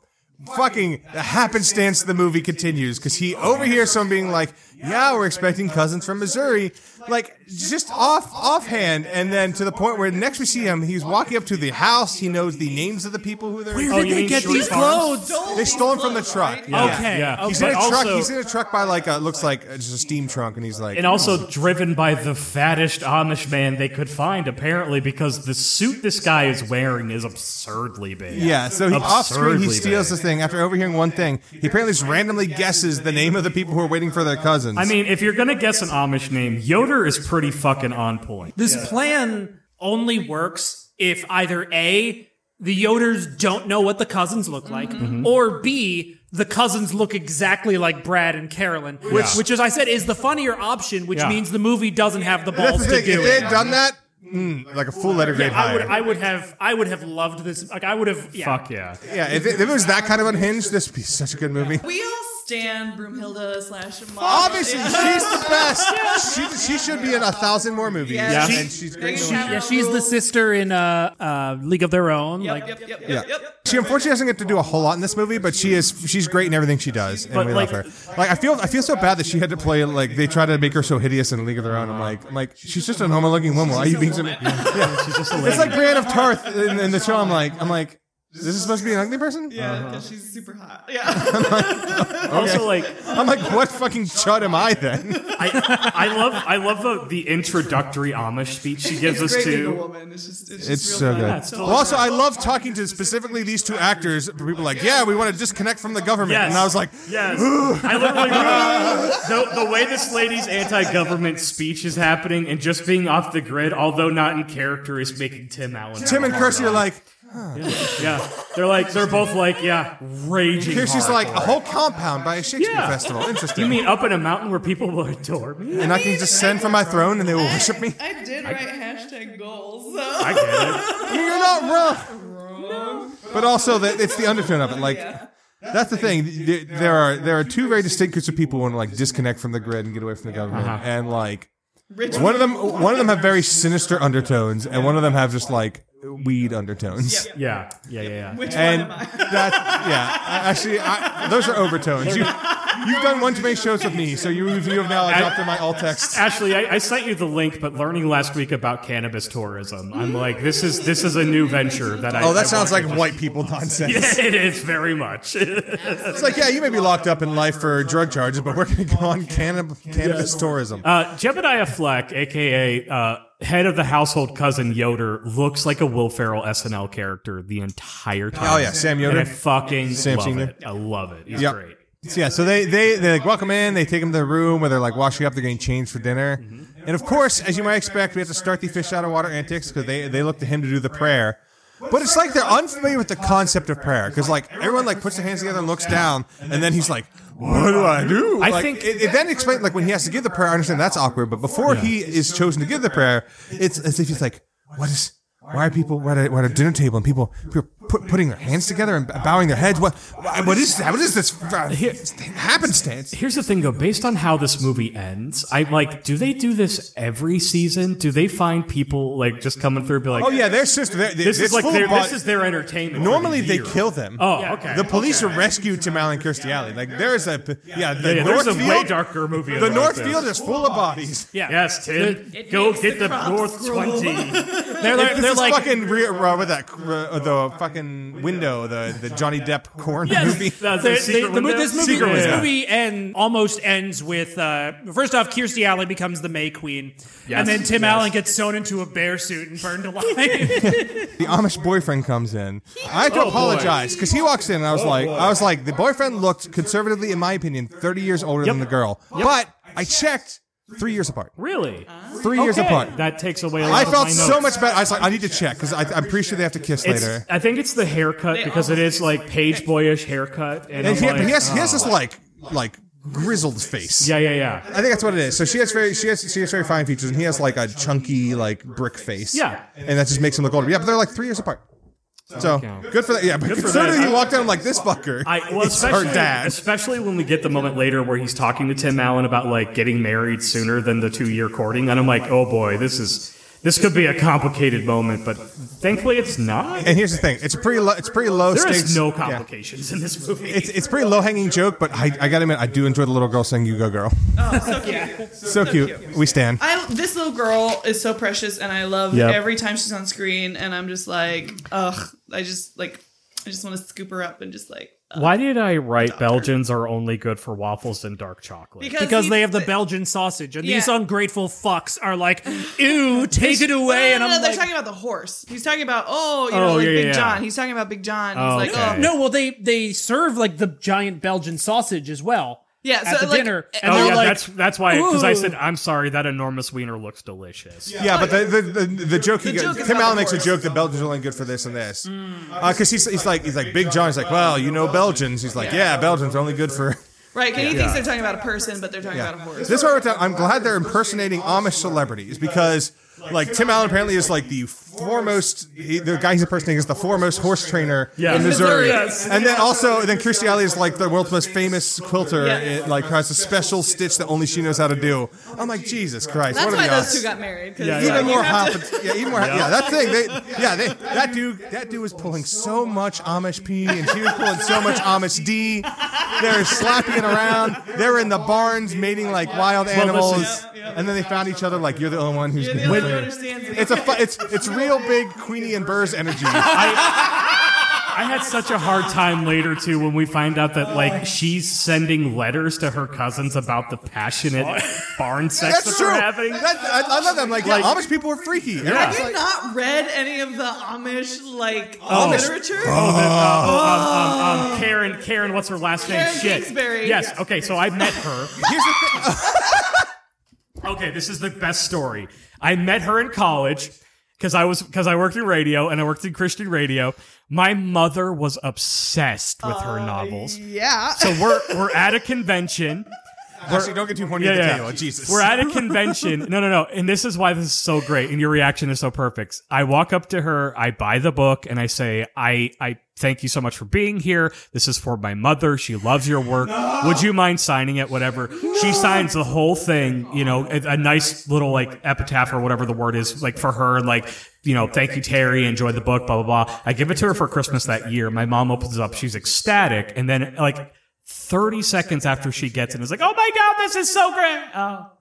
[SPEAKER 1] fucking the happenstance the movie continues because he overhears someone being like, "Yeah, we're expecting cousins from Missouri," like just off offhand, and then to the point where next we see him, he's walking up to the house. He knows the names of the people who they're.
[SPEAKER 2] Where
[SPEAKER 3] Oh,
[SPEAKER 2] did
[SPEAKER 3] you
[SPEAKER 2] they
[SPEAKER 3] mean
[SPEAKER 2] get
[SPEAKER 3] short
[SPEAKER 2] these
[SPEAKER 3] farms?
[SPEAKER 2] clothes?
[SPEAKER 1] They stole him from the truck.
[SPEAKER 3] Yeah,
[SPEAKER 2] Okay.
[SPEAKER 3] yeah.
[SPEAKER 1] He's
[SPEAKER 3] But
[SPEAKER 1] in a truck.
[SPEAKER 3] also-
[SPEAKER 1] he's in a truck by like a looks like uh, just a steam trunk, and he's like,
[SPEAKER 3] and also driven by the fattest Amish man they could find, apparently, because the suit this guy is wearing is absurdly big.
[SPEAKER 1] Yeah, so he, off screen
[SPEAKER 3] Absurdly
[SPEAKER 1] he steals
[SPEAKER 3] big.
[SPEAKER 1] this thing after overhearing one thing. He apparently just randomly guesses the name of the people who are waiting for their cousins.
[SPEAKER 3] I mean, if you're gonna guess an Amish name, Yoder is pretty fucking on point.
[SPEAKER 2] This plan only works if either A, the Yoders don't know what the cousins look
[SPEAKER 4] Mm-hmm.
[SPEAKER 2] like, or B, the cousins look exactly like Brad and Carolyn, which, which, as I said, is the funnier option, which
[SPEAKER 3] Yeah.
[SPEAKER 2] means the movie doesn't have the
[SPEAKER 1] that's
[SPEAKER 2] balls
[SPEAKER 1] the
[SPEAKER 2] to
[SPEAKER 1] thing. If
[SPEAKER 2] do
[SPEAKER 1] they
[SPEAKER 2] it.
[SPEAKER 1] had done that, mm, like a full letter grade
[SPEAKER 2] I would,
[SPEAKER 1] higher.
[SPEAKER 2] I would have, I would have loved this. Like, I would have, yeah.
[SPEAKER 3] Fuck yeah.
[SPEAKER 1] yeah, if it, if it was that kind of unhinged, this would be such a good movie.
[SPEAKER 4] We all stand Broomhilda slash Mom.
[SPEAKER 1] Obviously, she's the best. She, she should be in a thousand more movies.
[SPEAKER 4] Yeah.
[SPEAKER 1] and she's great. in
[SPEAKER 4] She-
[SPEAKER 1] all-
[SPEAKER 2] Yeah, she's the sister in uh, uh, League of Their Own.
[SPEAKER 4] Yep,
[SPEAKER 2] like,
[SPEAKER 4] yep, yep,
[SPEAKER 1] Yeah.
[SPEAKER 4] yep, yep.
[SPEAKER 1] She unfortunately doesn't get to do a whole lot in this movie, but she is she's great in everything she does, and
[SPEAKER 3] But,
[SPEAKER 1] we
[SPEAKER 3] like-
[SPEAKER 1] love her. Like I feel I feel so bad that she had to play like they tried to make her so hideous in League of Their Own. I'm like I'm like she's just a normal looking woman. Why are you being so? Yeah.
[SPEAKER 3] She's just a
[SPEAKER 1] It's
[SPEAKER 3] lady.
[SPEAKER 1] like Brienne of Tarth in, in the show. I'm like I'm like is this supposed to be an ugly person?
[SPEAKER 4] Yeah, 'cause she's super hot. Yeah.
[SPEAKER 3] also like
[SPEAKER 1] I'm like what fucking chud am I then?
[SPEAKER 3] I, I love I love the, the introductory Amish speech she gives us
[SPEAKER 4] Great little
[SPEAKER 3] to
[SPEAKER 4] woman. It's just, it's,
[SPEAKER 1] It's
[SPEAKER 4] just
[SPEAKER 1] so
[SPEAKER 4] real fun.
[SPEAKER 1] good.
[SPEAKER 3] it's
[SPEAKER 1] Well, also I love talking to specifically these two actors. People are like yeah we want to disconnect from the government,
[SPEAKER 3] Yes.
[SPEAKER 1] and I was like
[SPEAKER 3] Yes. I literally the, the way this lady's anti-government speech is happening and just being off the grid, although not in character, is making Tim Allen. Oh
[SPEAKER 1] Tim and Kirsty are like.
[SPEAKER 3] Yeah. They're like they're both like, yeah, raging.
[SPEAKER 1] Kirsty's
[SPEAKER 3] hard
[SPEAKER 1] like
[SPEAKER 3] for
[SPEAKER 1] a
[SPEAKER 3] it.
[SPEAKER 1] whole compound by a Shakespeare
[SPEAKER 3] Yeah.
[SPEAKER 1] festival. Interesting.
[SPEAKER 3] You mean up in a mountain where people will adore me?
[SPEAKER 1] and I can descend from my throne and they will worship me.
[SPEAKER 4] I did write hashtag goals. So.
[SPEAKER 3] I get it.
[SPEAKER 1] You're not wrong. But also, that it's the undertone of it. Like that's the thing. Th- There are there are two very distinct groups of people who want to like disconnect from the grid and get away from the government. And like
[SPEAKER 4] Rich
[SPEAKER 1] one of them, one of them have very sinister undertones, and one of them have just like weed undertones.
[SPEAKER 3] Yeah. Yeah, yeah, yeah.
[SPEAKER 4] Which
[SPEAKER 1] And
[SPEAKER 4] one am I?
[SPEAKER 1] that, yeah, I- actually, I, those are overtones. You, you've done one too many shows with me, so you you have now adopted my alt text.
[SPEAKER 3] Ashley, I, I sent you the link, but learning last week about cannabis tourism, I'm like, this is this is a new venture that I.
[SPEAKER 1] Oh, that
[SPEAKER 3] I
[SPEAKER 1] sounds like
[SPEAKER 3] want
[SPEAKER 1] white people nonsense.
[SPEAKER 3] to- It is very much.
[SPEAKER 1] It's like, yeah, you may be locked up in life for drug charges, but we're going to go on cannab- cannabis tourism.
[SPEAKER 3] Uh, Jebediah Fleck, aka uh, head of the household cousin Yoder, looks like a Will Ferrell SNL character the entire time.
[SPEAKER 1] Oh, yeah, Sam Yoder.
[SPEAKER 3] And I fucking
[SPEAKER 1] Sam
[SPEAKER 3] love
[SPEAKER 1] Senior.
[SPEAKER 3] it. I love it. He's
[SPEAKER 1] Yep.
[SPEAKER 3] great.
[SPEAKER 1] So, yeah, so they they they like welcome in. They take him to the room where they're like washing up. They're getting changed for dinner, And of course, as you might expect, we have to start the fish out of water antics because they, they look to him to do the prayer. But it's like they're unfamiliar with the concept of prayer because like everyone like puts their hands together and looks down, and then he's like, "What do I do?"
[SPEAKER 2] I
[SPEAKER 1] Like,
[SPEAKER 2] think-
[SPEAKER 1] it, it then explains like when he has to give the prayer. I understand that's awkward, but before he is chosen to give the prayer, it's as if he's like, "What is?" Why are people we're at, a, we're at a dinner table and people, people are put, putting their hands together and bowing their heads? What why- what is that? What is this uh, happenstance?
[SPEAKER 3] Here's the thing, though. Based on how this movie ends, I'm like, do they do this every season? Do they find people like just coming through, and be like,
[SPEAKER 1] Oh yeah, their sister. They're,
[SPEAKER 3] this is like their,
[SPEAKER 1] body,
[SPEAKER 3] this is their entertainment." for
[SPEAKER 1] normally
[SPEAKER 3] the
[SPEAKER 1] they
[SPEAKER 3] year.
[SPEAKER 1] kill them.
[SPEAKER 3] Oh, okay.
[SPEAKER 1] The police are rescued to Malin Kirstie Alley. Like there is a yeah, the
[SPEAKER 3] Yeah,
[SPEAKER 1] North
[SPEAKER 3] there's a way
[SPEAKER 1] Field.
[SPEAKER 3] darker movie.
[SPEAKER 1] the
[SPEAKER 3] than
[SPEAKER 1] North
[SPEAKER 3] this.
[SPEAKER 1] Field is full of bodies.
[SPEAKER 2] Yeah.
[SPEAKER 3] Yes, Tim. Go get the, North Twenty.
[SPEAKER 2] They're, they're,
[SPEAKER 1] This
[SPEAKER 2] they're
[SPEAKER 1] is
[SPEAKER 2] like,
[SPEAKER 1] fucking re- uh, with that uh, the fucking window, the the Johnny Depp corn
[SPEAKER 2] Yes,
[SPEAKER 1] movie.
[SPEAKER 2] the- the-
[SPEAKER 3] secret
[SPEAKER 2] the- the mo-
[SPEAKER 3] window?
[SPEAKER 2] this movie,
[SPEAKER 1] Secret
[SPEAKER 2] this
[SPEAKER 1] window.
[SPEAKER 2] movie end, almost ends with uh, first off, Kirstie Alley becomes the May Queen, and then Tim Allen gets sewn into a bear suit and burned alive.
[SPEAKER 1] The Amish boyfriend comes in. I
[SPEAKER 3] Oh,
[SPEAKER 1] have to apologize because he walks in and I was like, I was like, the boyfriend looked conservatively, in my opinion, thirty years older than the girl, but I checked three years apart.
[SPEAKER 3] Really?
[SPEAKER 1] Three years apart.
[SPEAKER 3] That takes away. a lot
[SPEAKER 1] I
[SPEAKER 3] of
[SPEAKER 1] felt
[SPEAKER 3] my
[SPEAKER 1] so
[SPEAKER 3] notes.
[SPEAKER 1] much better. I was like, I need to check because I'm pretty sure they have to kiss
[SPEAKER 3] It's-
[SPEAKER 1] later.
[SPEAKER 3] I think it's the haircut because it is like page boyish haircut, and,
[SPEAKER 1] And
[SPEAKER 3] I'm
[SPEAKER 1] he,
[SPEAKER 3] like,
[SPEAKER 1] but he has, he has
[SPEAKER 3] oh.
[SPEAKER 1] this like like grizzled face.
[SPEAKER 3] yeah, yeah, yeah,
[SPEAKER 1] I think that's what it is. So she has very she has she has very fine features, and he has like a chunky like brick face.
[SPEAKER 3] Yeah.
[SPEAKER 1] and that just makes him look older. Yeah, but they're like three years apart. So good for that. Yeah, but
[SPEAKER 3] for
[SPEAKER 1] considering
[SPEAKER 3] that.
[SPEAKER 1] you walked down like this fucker,
[SPEAKER 3] I, well,
[SPEAKER 1] it's her
[SPEAKER 3] especially,
[SPEAKER 1] dad.
[SPEAKER 3] especially when we get the moment later where he's talking to Tim Allen about like getting married sooner than the two year courting, and I'm like, oh boy, this is this could be a complicated moment, but thankfully it's not.
[SPEAKER 1] And here's the thing: it's pretty low. It's pretty low
[SPEAKER 3] There
[SPEAKER 1] stakes.
[SPEAKER 3] is no
[SPEAKER 1] Yeah.
[SPEAKER 3] complications in this movie.
[SPEAKER 1] It's it's pretty low hanging joke, but I, I gotta admit I do enjoy the little girl saying "You go, girl." so cute. We stand.
[SPEAKER 4] I this little girl is so precious, and I love
[SPEAKER 3] Yep.
[SPEAKER 4] every time she's on screen. And I'm just like, ugh, I just like, I just want to scoop her up and just like ugh.
[SPEAKER 3] Why did I write Belgians are only good for waffles and dark chocolate?
[SPEAKER 2] because
[SPEAKER 4] he-
[SPEAKER 2] they have the Belgian sausage, and these
[SPEAKER 4] Yeah.
[SPEAKER 2] ungrateful fucks are like, "Ew, take it
[SPEAKER 4] No, no,
[SPEAKER 2] away!" And
[SPEAKER 4] no, no,
[SPEAKER 2] I'm
[SPEAKER 4] they're
[SPEAKER 2] like,
[SPEAKER 4] talking about the horse. He's talking about oh, you
[SPEAKER 3] Oh,
[SPEAKER 4] know, like
[SPEAKER 3] yeah,
[SPEAKER 4] Big
[SPEAKER 3] yeah.
[SPEAKER 4] John. He's talking about Big John. He's
[SPEAKER 3] Oh,
[SPEAKER 4] like,
[SPEAKER 3] okay.
[SPEAKER 4] oh,
[SPEAKER 2] No, well, they they serve like the giant Belgian sausage as well.
[SPEAKER 4] Yeah,
[SPEAKER 2] at
[SPEAKER 4] so,
[SPEAKER 2] the
[SPEAKER 4] like- eh,
[SPEAKER 2] dinner, and
[SPEAKER 3] Oh
[SPEAKER 2] they're
[SPEAKER 3] yeah,
[SPEAKER 2] like,
[SPEAKER 3] that's that's why because I
[SPEAKER 2] "Ooh."
[SPEAKER 3] said I'm sorry that enormous wiener looks delicious.
[SPEAKER 1] Yeah, but the the, the, the joke he
[SPEAKER 4] The
[SPEAKER 1] goes,
[SPEAKER 4] joke is
[SPEAKER 1] Tim
[SPEAKER 4] about
[SPEAKER 1] Allen
[SPEAKER 4] the Mm.
[SPEAKER 1] makes a
[SPEAKER 4] horse.
[SPEAKER 1] joke that Belgians are only good for this and this, because he's, he's like he's like Big John's like, well, you know Belgians. He's like, yeah, Belgians are only good for.
[SPEAKER 4] right. And he thinks they're talking about a person, but they're talking about a horse.
[SPEAKER 1] This is why I wrote down, I'm glad they're impersonating Amish celebrities because like Tim Allen apparently is like the foremost he, the guy he's impersonating is the foremost horse trainer
[SPEAKER 3] Yeah.
[SPEAKER 1] in Missouri,
[SPEAKER 4] Missouri, yes.
[SPEAKER 1] and then also then Kirstie Alley is like the world's most famous quilter.
[SPEAKER 4] Yeah.
[SPEAKER 1] It, like has a special stitch that only she knows how to do. I'm like Jesus Christ.
[SPEAKER 4] That's
[SPEAKER 1] what are
[SPEAKER 4] why
[SPEAKER 1] the
[SPEAKER 4] those
[SPEAKER 1] odds?
[SPEAKER 4] two got married. 'cause,
[SPEAKER 3] Yeah,
[SPEAKER 4] like,
[SPEAKER 1] even
[SPEAKER 4] you
[SPEAKER 1] more
[SPEAKER 4] have to-
[SPEAKER 1] hot. Yeah, even more. Yeah, yeah that thing. They, yeah, they, that dude. That dude was pulling so much Amish P, and she was pulling so much Amish D. They're slapping it around. They're in the barns mating like wild animals,
[SPEAKER 3] is-
[SPEAKER 1] and then they found each other. Like you're the only one who's
[SPEAKER 4] You're the
[SPEAKER 1] gonna
[SPEAKER 4] only
[SPEAKER 1] win."
[SPEAKER 4] one who understands me.
[SPEAKER 1] It's a. Fu- it's it's real big Queenie and Burr's energy.
[SPEAKER 3] I had such a hard time later too when we find out that like she's sending letters to her cousins about the passionate barn sex
[SPEAKER 1] That's
[SPEAKER 3] that
[SPEAKER 1] true.
[SPEAKER 3] they're
[SPEAKER 1] That,
[SPEAKER 3] having.
[SPEAKER 1] I, I love that. I'm like, yeah,
[SPEAKER 3] Like-
[SPEAKER 1] Amish people are freaky. And I
[SPEAKER 4] Have
[SPEAKER 1] was
[SPEAKER 4] you
[SPEAKER 1] like,
[SPEAKER 4] not read any of the Amish like
[SPEAKER 3] Oh.
[SPEAKER 4] literature?
[SPEAKER 3] Um, Karen, Karen, what's her last name?
[SPEAKER 4] Karen
[SPEAKER 3] Shit.
[SPEAKER 4] Kingsbury.
[SPEAKER 3] Yes. Okay, so I met her.
[SPEAKER 1] Here's the thing.
[SPEAKER 3] Okay, this is the best story. I met her in college because I was because I worked in radio and I worked in Christian radio. My mother was obsessed with her novels.
[SPEAKER 4] Uh, Yeah.
[SPEAKER 3] So we're we're at a convention.
[SPEAKER 1] Actually, don't get too horny
[SPEAKER 3] Yeah,
[SPEAKER 1] at the
[SPEAKER 3] yeah.
[SPEAKER 1] table. Oh, Jesus.
[SPEAKER 3] We're at a convention. No, no, no. And this is why this is so great. And your reaction is so perfect. I walk up to her, I buy the book, and I say, I, I thank you so much for being here. This is for my mother. She loves your work. Would you mind signing it? Whatever. She signs the whole thing, you know, a, a nice little like epitaph or whatever the word is, like for her, and like, you know, thank you, Terry. Enjoy the book, blah, blah, blah. I give it to her for Christmas that year. My mom opens it up. She's ecstatic. And then, like, 30 seconds after she gets it, it's like, oh my God, this is so great. Oh.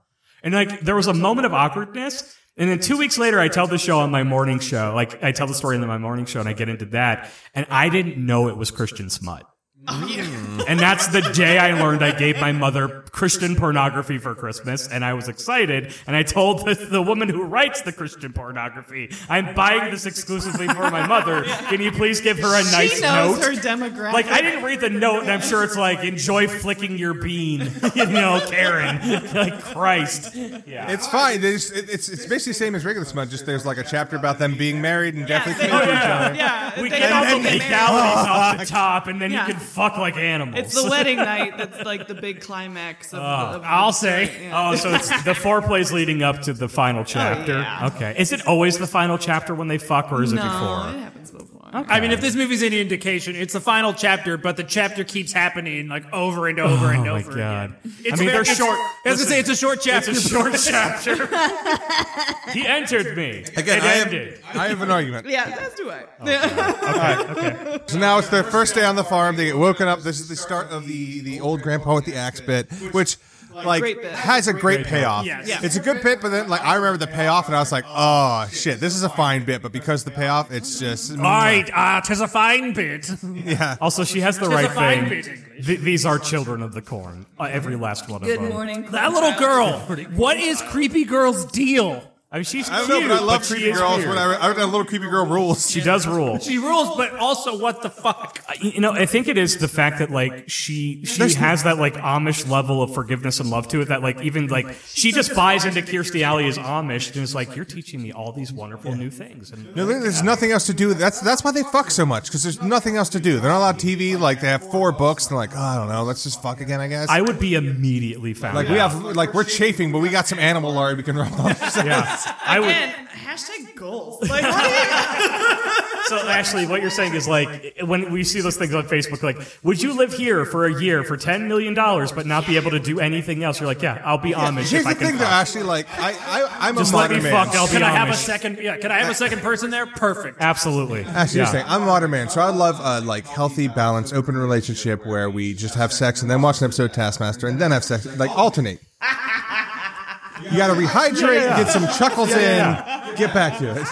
[SPEAKER 3] And like there was a moment of awkwardness. And then two weeks later, I tell the show on my morning show. Like I tell the story in my morning show, and I get into that. And I didn't know it was Christian Smut. And that's the day I learned I gave my mother Christian pornography for Christmas, and I was excited. And I told the, the woman who writes the Christian pornography, "I'm buying this exclusively for my mother. Can you please give her a nice
[SPEAKER 4] she knows
[SPEAKER 3] note?"
[SPEAKER 4] her demographic.
[SPEAKER 3] Like I didn't read the note, and I'm sure it's like enjoy flicking your bean, you know, Karen. like Christ, yeah.
[SPEAKER 1] It's fine. They just- it- It's, it's basically the same as regular smut. Just there's like a chapter about them being married and
[SPEAKER 4] they,
[SPEAKER 1] definitely committed to each
[SPEAKER 4] yeah,
[SPEAKER 1] other.
[SPEAKER 4] yeah,
[SPEAKER 3] oh, we
[SPEAKER 4] they
[SPEAKER 3] get
[SPEAKER 4] all
[SPEAKER 3] all the
[SPEAKER 4] get married.
[SPEAKER 3] legalities off the top, and then
[SPEAKER 4] Yeah.
[SPEAKER 3] you can fuck like animals.
[SPEAKER 4] It's the wedding night that's like the big climax of, the, of the
[SPEAKER 3] Oh, I'll say.
[SPEAKER 4] story, yeah. Oh,
[SPEAKER 3] Oh, so it's the foreplay's leading up to the final chapter.
[SPEAKER 4] yeah.
[SPEAKER 3] Okay. Is it always the final chapter when they fuck, or is
[SPEAKER 4] no,
[SPEAKER 3] it
[SPEAKER 4] it
[SPEAKER 3] before?
[SPEAKER 4] happens before.
[SPEAKER 2] I mean, if this movie's any indication, it's the final chapter, but the chapter keeps happening like over and over and
[SPEAKER 3] Oh my
[SPEAKER 2] over
[SPEAKER 3] God.
[SPEAKER 2] again.
[SPEAKER 3] I mean,
[SPEAKER 2] very-
[SPEAKER 3] they're
[SPEAKER 2] it's-
[SPEAKER 3] short.
[SPEAKER 2] I was gonna say it's a short chapter.
[SPEAKER 3] It's a short chapter. he entered me.
[SPEAKER 1] Again,
[SPEAKER 3] it
[SPEAKER 1] I have,
[SPEAKER 3] ended.
[SPEAKER 1] I have an argument.
[SPEAKER 4] yeah, that's do I. Yeah.
[SPEAKER 1] So now it's their first day on the farm. They get woken up. This is the start of the the old grandpa with the axe bit, which like
[SPEAKER 4] Great bit.
[SPEAKER 1] has a great payoff.
[SPEAKER 2] Yes. Yeah.
[SPEAKER 1] It's a good bit, but then like I remember the payoff, and I was like, oh shit, this is a fine bit. But because of the payoff, it's just Mm.
[SPEAKER 2] Right, ah, tis a fine bit.
[SPEAKER 3] Also, she has the
[SPEAKER 2] Tis a
[SPEAKER 3] right
[SPEAKER 2] fine
[SPEAKER 3] thing.
[SPEAKER 2] bit, English.
[SPEAKER 3] Th- these are children of the corn. Uh, every last one of
[SPEAKER 8] Good
[SPEAKER 3] them.
[SPEAKER 8] morning.
[SPEAKER 2] That little girl. What is creepy girl's deal?
[SPEAKER 3] I mean, she's
[SPEAKER 1] I don't
[SPEAKER 3] cute,
[SPEAKER 1] know, but I love
[SPEAKER 3] she
[SPEAKER 1] creepy
[SPEAKER 3] is
[SPEAKER 1] girls.
[SPEAKER 3] weird.
[SPEAKER 1] When I, re- I read that little creepy girl rules.
[SPEAKER 3] She does rule.
[SPEAKER 2] She rules, but also what the fuck?
[SPEAKER 3] I- you know, I think it is the fact that like she she has that like Amish level of forgiveness and love to it that like even like she just buys into Kirstie Alley as Amish and is like you're teaching me all these wonderful new things. And
[SPEAKER 1] No, there- there's nothing else to do. That's that's why they fuck so much because there's nothing else to do. They're not allowed TV. Like they have four books. And they're like, oh, I don't know. Let's just fuck again, I guess.
[SPEAKER 3] I would be immediately found.
[SPEAKER 1] like
[SPEAKER 3] out.
[SPEAKER 1] we have like we're chafing, but we got some animal lard we can rub off.
[SPEAKER 3] yeah. I would.
[SPEAKER 4] Again, hashtag goals. Like, what do you-
[SPEAKER 3] So Ashley, what you're saying is like when we see those things on Facebook, like would you live here for a year for ten million dollars but not be able to do anything else? You're like, yeah, I'll be Amish
[SPEAKER 1] Here's
[SPEAKER 3] if I
[SPEAKER 1] the
[SPEAKER 3] can.
[SPEAKER 1] thing, though,
[SPEAKER 3] fuck.
[SPEAKER 1] Ashley. Like I, I I'm
[SPEAKER 3] Just
[SPEAKER 1] a
[SPEAKER 3] let
[SPEAKER 1] modern
[SPEAKER 3] me
[SPEAKER 1] man.
[SPEAKER 3] fuck. I'll be
[SPEAKER 2] Can I have a
[SPEAKER 3] Amish.
[SPEAKER 2] second? Yeah, can I have a second person there? Perfect.
[SPEAKER 3] Absolutely.
[SPEAKER 1] Actually,
[SPEAKER 3] Yeah.
[SPEAKER 1] you're saying I'm a modern man, so I love a like healthy, balanced, open relationship where we just have sex and then watch an episode of Taskmaster and then have sex, like alternate. You got to rehydrate, get some chuckles in, get back to it.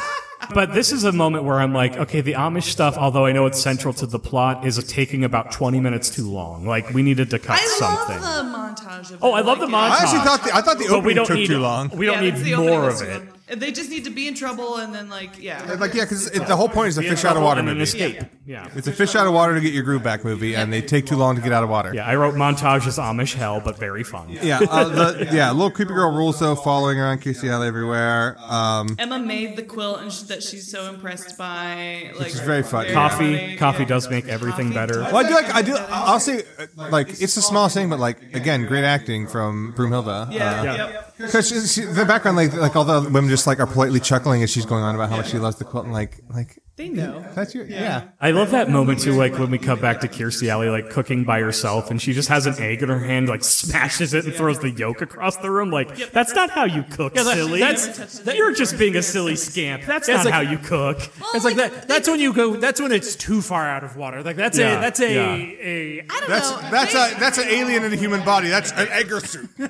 [SPEAKER 3] But this is a moment where I'm like, okay, the Amish stuff, although I know it's central to the plot, is taking about 20 minutes too long. Like, we needed to cut
[SPEAKER 4] I
[SPEAKER 3] something.
[SPEAKER 4] love the montage of.
[SPEAKER 3] Oh, I love the
[SPEAKER 4] like,
[SPEAKER 3] montage.
[SPEAKER 1] I actually thought the, I thought the
[SPEAKER 3] but we
[SPEAKER 1] opening
[SPEAKER 3] don't
[SPEAKER 1] took
[SPEAKER 3] need
[SPEAKER 1] too long.
[SPEAKER 3] We
[SPEAKER 4] yeah,
[SPEAKER 3] don't
[SPEAKER 4] that's the
[SPEAKER 3] need
[SPEAKER 4] opening
[SPEAKER 3] more
[SPEAKER 4] was
[SPEAKER 3] of it.
[SPEAKER 4] too long. They just need to be in trouble and then like yeah.
[SPEAKER 1] Like yeah, because the whole point is a fish out of water
[SPEAKER 3] And an
[SPEAKER 1] movie.
[SPEAKER 3] escape. Yeah.
[SPEAKER 1] It's a fish out of water to get your groove back movie, and they take too long to get out of water.
[SPEAKER 3] Yeah, I wrote montage is Amish hell, but very fun.
[SPEAKER 1] yeah, uh, the, yeah. Little creepy girl rules though, following around Casey Alley everywhere. Um,
[SPEAKER 4] Emma made the quilt and sh- that she's so impressed by. Like,
[SPEAKER 1] is very fun.
[SPEAKER 3] Coffee,
[SPEAKER 4] ironic,
[SPEAKER 3] coffee
[SPEAKER 4] yeah.
[SPEAKER 3] does make everything better.
[SPEAKER 1] Well, I do like I do. I'll say, uh, like, it's the smallest thing, but like, again, great acting from Broomhilda.
[SPEAKER 4] Yeah,
[SPEAKER 1] Uh,
[SPEAKER 4] yep.
[SPEAKER 1] Because she, she, the background, like, like all the women just like are politely chuckling as she's going on about how much she loves the quilt, and like, like
[SPEAKER 4] They know.
[SPEAKER 1] that's your yeah.
[SPEAKER 3] I love that moment too, like when we cut back to Kirstie Alley, like cooking by herself, and she just has an egg in her hand, like smashes it and throws the yolk across the room. Like that's not how you cook, silly. That's you're just being a silly scamp. That's not
[SPEAKER 2] like-
[SPEAKER 3] how you cook.
[SPEAKER 2] It's like that. That's when you go. That's when it's too far out of water. Like that's
[SPEAKER 3] Yeah,
[SPEAKER 2] a. That's a.
[SPEAKER 3] yeah.
[SPEAKER 2] a
[SPEAKER 4] I don't
[SPEAKER 1] That's
[SPEAKER 4] know.
[SPEAKER 1] that's
[SPEAKER 4] they,
[SPEAKER 1] a that's an alien in a human body. That's an Edgar suit.
[SPEAKER 4] they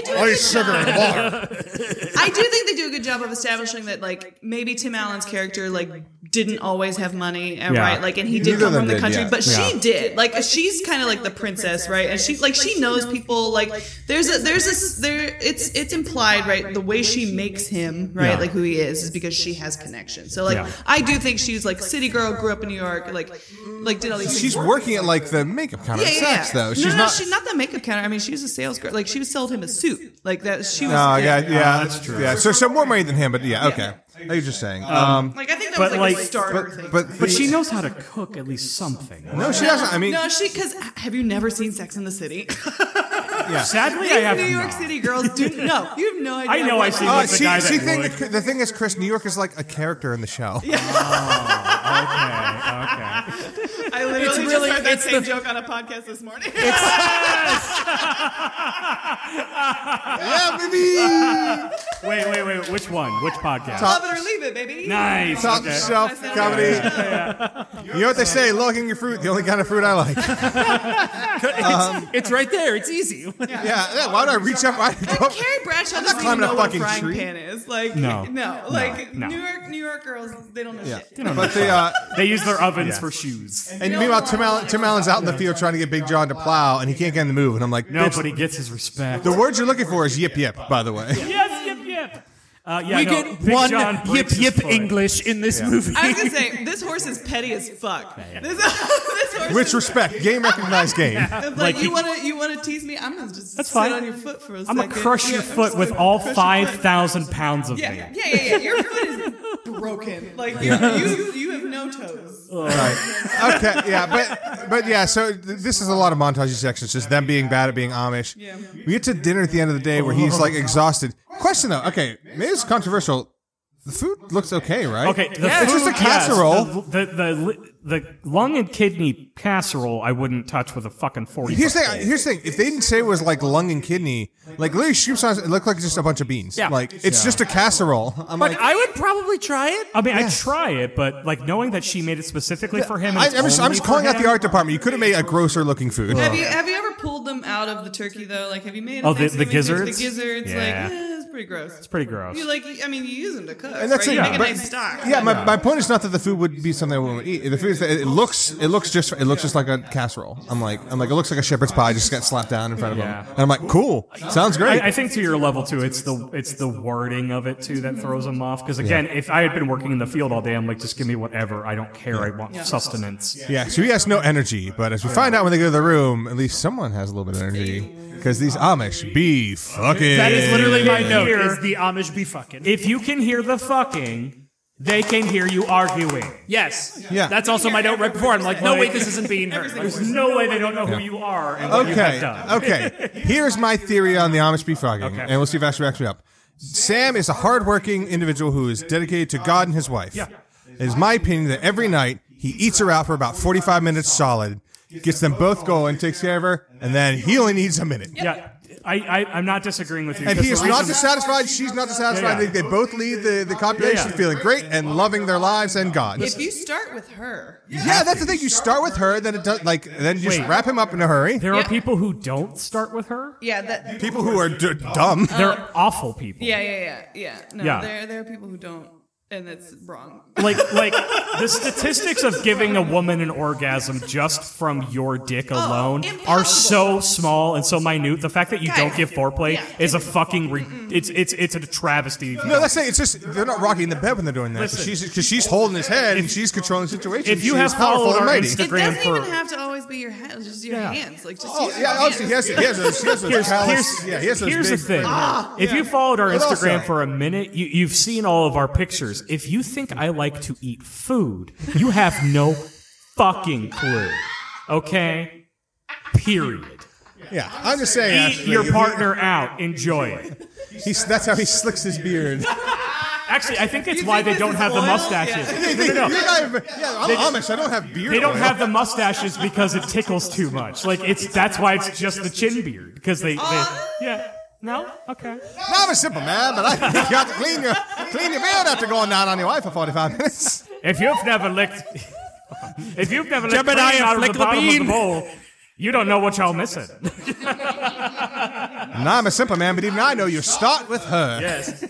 [SPEAKER 4] do a good job. I do think they do a good job of establishing that, like, maybe Tim Allen's character, like, didn't always have money, and
[SPEAKER 3] Yeah.
[SPEAKER 4] right, like, and he did
[SPEAKER 1] Neither of
[SPEAKER 4] come
[SPEAKER 1] them
[SPEAKER 4] from the
[SPEAKER 1] did,
[SPEAKER 4] country,
[SPEAKER 1] yeah.
[SPEAKER 4] but
[SPEAKER 3] Yeah.
[SPEAKER 4] she did. Like, she's kind of like the princess, right? And she, like, she knows people. Like, there's a, there's this, there. It's, it's implied, right? The way she makes him, right,
[SPEAKER 3] Yeah.
[SPEAKER 4] like who he is, is because she has connections. So, like,
[SPEAKER 3] Yeah.
[SPEAKER 4] I do think she's like city girl, grew up in New York, like, like did all these. things.
[SPEAKER 1] She's working at like the makeup counter.
[SPEAKER 4] Yeah,
[SPEAKER 1] It
[SPEAKER 4] yeah,
[SPEAKER 1] sucks
[SPEAKER 4] yeah.
[SPEAKER 1] though.
[SPEAKER 4] no,
[SPEAKER 1] She's
[SPEAKER 4] no,
[SPEAKER 1] not.
[SPEAKER 4] she's not the makeup counter. I mean, she's a sales girl. Like, she was sold him a suit. Like that. She was.
[SPEAKER 1] no, Oh, yeah, yeah,
[SPEAKER 3] Oh, that's true.
[SPEAKER 1] Yeah, so so more money than him, but yeah, okay. Are you just saying? Um,
[SPEAKER 4] Like I think that
[SPEAKER 3] But,
[SPEAKER 4] was like, a
[SPEAKER 3] like,
[SPEAKER 4] starter thing.
[SPEAKER 1] but the,
[SPEAKER 3] But she knows how to cook at least something.
[SPEAKER 1] no, she doesn't. I mean,
[SPEAKER 4] no, she because have you never seen Sex in the City?
[SPEAKER 3] Sadly, I
[SPEAKER 4] These
[SPEAKER 3] have
[SPEAKER 4] New York
[SPEAKER 3] not.
[SPEAKER 4] City girls do no. You have no idea.
[SPEAKER 3] I know
[SPEAKER 4] what-
[SPEAKER 3] I've seen
[SPEAKER 1] uh,
[SPEAKER 3] Like the
[SPEAKER 1] she,
[SPEAKER 3] guy that
[SPEAKER 1] she think
[SPEAKER 3] would.
[SPEAKER 1] the, the thing is, Chris, New York is like a character in the show.
[SPEAKER 3] Okay, okay.
[SPEAKER 4] I literally
[SPEAKER 2] It's
[SPEAKER 4] just
[SPEAKER 2] really-
[SPEAKER 4] heard that
[SPEAKER 2] it's
[SPEAKER 4] same
[SPEAKER 2] the-
[SPEAKER 4] joke on a podcast this morning.
[SPEAKER 1] Yeah, baby.
[SPEAKER 3] Wait, wait, wait. Which one? Which podcast?
[SPEAKER 4] Love it or leave believe it, baby.
[SPEAKER 3] Nice.
[SPEAKER 1] Top
[SPEAKER 3] Okay.
[SPEAKER 1] shelf
[SPEAKER 4] Myself.
[SPEAKER 1] comedy. You know what they say? Low-hanging fruit, the only kind of fruit I like.
[SPEAKER 2] It's right there. It's easy.
[SPEAKER 1] Yeah, yeah, why would I reach up? Why go
[SPEAKER 4] Like Carrie Bradshaw doesn't even
[SPEAKER 1] climbing a
[SPEAKER 4] know what a
[SPEAKER 1] fucking
[SPEAKER 4] frying
[SPEAKER 1] tree.
[SPEAKER 4] pan is. Like
[SPEAKER 3] No.
[SPEAKER 4] no, no. Like
[SPEAKER 3] no.
[SPEAKER 4] New York, New York girls, they don't know shit.
[SPEAKER 1] But the uh,
[SPEAKER 3] They use their ovens for shoes.
[SPEAKER 1] and meanwhile, Tim Allen, Tim Allen's out in the field trying to get Big John to plow, and he can't get in the move. And I'm like, no,
[SPEAKER 3] Nobody gets his respect.
[SPEAKER 1] the word you're looking for is yip yip. By the way,
[SPEAKER 3] Yes, yip yip. Uh, yeah,
[SPEAKER 2] we
[SPEAKER 3] no,
[SPEAKER 2] get
[SPEAKER 3] Big
[SPEAKER 2] one
[SPEAKER 3] John
[SPEAKER 2] yip
[SPEAKER 3] breaks his
[SPEAKER 2] yip
[SPEAKER 3] foot.
[SPEAKER 2] English in this movie.
[SPEAKER 4] I was gonna say this horse is petty as fuck. This, this horse
[SPEAKER 1] which
[SPEAKER 4] is,
[SPEAKER 1] respect, game recognized game.
[SPEAKER 4] like,
[SPEAKER 3] like,
[SPEAKER 4] you wanna you wanna tease me? I'm gonna just sit
[SPEAKER 3] fine.
[SPEAKER 4] on your foot for a
[SPEAKER 3] I'm
[SPEAKER 4] second.
[SPEAKER 3] gonna crush your
[SPEAKER 4] Yeah, I'm
[SPEAKER 3] foot
[SPEAKER 4] just
[SPEAKER 3] with
[SPEAKER 4] gonna
[SPEAKER 3] all
[SPEAKER 4] crush your
[SPEAKER 3] five
[SPEAKER 4] foot.
[SPEAKER 3] thousand pounds of
[SPEAKER 4] Yeah,
[SPEAKER 3] me.
[SPEAKER 4] yeah, yeah, yeah. Your foot is broken. Like you, you, you have no toes.
[SPEAKER 1] Okay, yeah, but but yeah. So th- this is a lot of montage sections, just them being bad at being Amish.
[SPEAKER 4] Yeah.
[SPEAKER 1] We get to dinner at the end of the day where he's like exhausted. Question though, okay, maybe it's controversial. The food looks okay, right?
[SPEAKER 3] Okay, the
[SPEAKER 1] it's just a
[SPEAKER 3] food, yes,
[SPEAKER 1] casserole.
[SPEAKER 3] the, the the the lung and kidney casserole, I wouldn't touch with a fucking forty.
[SPEAKER 1] Here's the thing. Here's the thing. If they didn't say it was like lung and kidney, like literally Shroom sauce, it looked like just a bunch of beans.
[SPEAKER 3] Yeah.
[SPEAKER 1] Like it's just a casserole. I'm
[SPEAKER 2] but
[SPEAKER 1] like,
[SPEAKER 2] I would probably try it.
[SPEAKER 3] I mean, I try it, but like knowing that she made it specifically for him. and
[SPEAKER 1] I,
[SPEAKER 3] it's
[SPEAKER 1] am just, I'm
[SPEAKER 3] only
[SPEAKER 1] just
[SPEAKER 3] for
[SPEAKER 1] calling out
[SPEAKER 3] him-
[SPEAKER 1] the art department. You could have made a grosser looking food.
[SPEAKER 4] Have you have you ever pulled them out of the turkey though? Like have you made a
[SPEAKER 3] Oh, the- the
[SPEAKER 4] Thanksgiving turkey-
[SPEAKER 3] gizzards?
[SPEAKER 4] The gizzards,
[SPEAKER 3] Yeah.
[SPEAKER 4] like eh, it's pretty gross. It's
[SPEAKER 3] Pretty gross.
[SPEAKER 4] You like I mean you use them to cook.
[SPEAKER 1] And that's
[SPEAKER 4] right?
[SPEAKER 1] it.
[SPEAKER 4] You make a
[SPEAKER 1] but-
[SPEAKER 4] nice stock.
[SPEAKER 1] Yeah, my, my point is not that the food would be something I would eat. The food is that it looks it looks just it looks just like a casserole. I'm like I'm like it looks like a shepherd's pie just got slapped down in front of
[SPEAKER 3] Yeah.
[SPEAKER 1] him. And I'm like, cool, sounds great.
[SPEAKER 3] I, I think to your level too, it's the it's the wording of it too that throws them off. Because again, if I had been working in the field all day, I'm like, just give me whatever. I don't care. I want sustenance.
[SPEAKER 1] yeah, so he has no energy, but as we find out when they go to the room, at least someone has a little bit of energy because these Amish be fucking.
[SPEAKER 2] That is literally my note.
[SPEAKER 3] Here.
[SPEAKER 2] Is the Amish be fucking?
[SPEAKER 3] If you can hear the fucking, they can hear you arguing.
[SPEAKER 2] yes.
[SPEAKER 1] Yeah.
[SPEAKER 2] That's also my note right before. I'm like, no, wait, this isn't being heard.
[SPEAKER 3] There's no way they don't know who you are and what you have
[SPEAKER 1] Okay.
[SPEAKER 3] done.
[SPEAKER 1] Okay. Here's my theory on the Amish beefrogging, and we'll see if Ashley backs me up. Sam is a hardworking individual who is dedicated to God and his wife. Yeah. It is my opinion that every night he eats her out for about 45 minutes solid, gets them both going, takes care of her, and then he only needs a minute.
[SPEAKER 3] Yeah, I, I I'm not disagreeing with you.
[SPEAKER 1] And
[SPEAKER 3] 'cause
[SPEAKER 1] he
[SPEAKER 3] the
[SPEAKER 1] is not
[SPEAKER 3] reason-
[SPEAKER 1] dissatisfied. She's not dissatisfied.
[SPEAKER 3] Yeah, yeah.
[SPEAKER 1] I think they both leave the, the copulation
[SPEAKER 3] Yeah, yeah.
[SPEAKER 1] feeling great and loving their lives and God.
[SPEAKER 4] If you start with her,
[SPEAKER 1] Yeah, that's the thing. You start with her, then it does like then you just
[SPEAKER 3] Wait.
[SPEAKER 1] wrap him up in a hurry.
[SPEAKER 3] There are
[SPEAKER 4] Yeah.
[SPEAKER 3] people who don't start with her.
[SPEAKER 4] yeah, that
[SPEAKER 1] People who are d- dumb.
[SPEAKER 3] They're awful people.
[SPEAKER 4] Uh, Yeah, yeah, yeah, yeah. No,
[SPEAKER 3] Yeah.
[SPEAKER 4] there there are people who don't, and that's wrong.
[SPEAKER 3] Like like the statistics of giving a woman an orgasm just from your dick alone are
[SPEAKER 4] Oh, impossible.
[SPEAKER 3] so small and so minute. The fact that you don't
[SPEAKER 4] Guys,
[SPEAKER 3] give foreplay
[SPEAKER 4] yeah.
[SPEAKER 3] is a fucking re- it's it's it's a travesty. if you
[SPEAKER 1] No,
[SPEAKER 3] don't.
[SPEAKER 1] that's it. It's just they're not rocking the bed when they're doing that. 'cause
[SPEAKER 3] Listen.
[SPEAKER 1] she's because she's holding his head and she's controlling the situation.
[SPEAKER 3] if you
[SPEAKER 1] she's
[SPEAKER 3] have
[SPEAKER 1] powerful and
[SPEAKER 3] followed our
[SPEAKER 1] mighty.
[SPEAKER 4] It
[SPEAKER 3] Instagram
[SPEAKER 4] doesn't
[SPEAKER 3] for
[SPEAKER 4] even have to always be your hands, just your
[SPEAKER 3] Yeah.
[SPEAKER 4] hands, like just.
[SPEAKER 1] oh
[SPEAKER 4] use your
[SPEAKER 1] yeah, obviously he
[SPEAKER 4] hands.
[SPEAKER 1] has he has those he has those
[SPEAKER 3] here's,
[SPEAKER 1] callous-
[SPEAKER 3] here's,
[SPEAKER 1] yeah he has those
[SPEAKER 3] here's the
[SPEAKER 1] big
[SPEAKER 3] thing. if you followed our
[SPEAKER 1] But also-
[SPEAKER 3] Instagram for a minute, you, you've seen all of our pictures. If you think I like to eat food, you have no fucking clue. Okay? Period.
[SPEAKER 1] Yeah, I'm just saying.
[SPEAKER 3] Eat
[SPEAKER 1] Ashley,
[SPEAKER 3] your
[SPEAKER 1] he-
[SPEAKER 3] partner out. Enjoy it.
[SPEAKER 1] He's, that's how he slicks his beard.
[SPEAKER 3] Actually, I think that's
[SPEAKER 4] You
[SPEAKER 3] why
[SPEAKER 4] think
[SPEAKER 3] they
[SPEAKER 4] this
[SPEAKER 3] don't
[SPEAKER 4] is
[SPEAKER 3] have the
[SPEAKER 4] oil?
[SPEAKER 3] mustaches. No, no,
[SPEAKER 1] You
[SPEAKER 3] no.
[SPEAKER 1] guys- yeah, I'm Amish. I don't have beard.
[SPEAKER 3] They don't
[SPEAKER 1] oil.
[SPEAKER 3] have the mustaches because it tickles too much. Like it's that's why it's just the chin beard because they, they yeah. No? Okay.
[SPEAKER 1] No, I'm a simple man, but I you have to clean your clean your beard after going down on your wife for 45 minutes.
[SPEAKER 3] If you've never licked, if you've never licked
[SPEAKER 2] Jebediah
[SPEAKER 3] cream out of the
[SPEAKER 2] flicked the
[SPEAKER 3] bottom of
[SPEAKER 2] bean.
[SPEAKER 3] the bowl, you don't know what y'all missing.
[SPEAKER 1] No, I'm a simple man, but even I know you start with her.
[SPEAKER 3] Yes.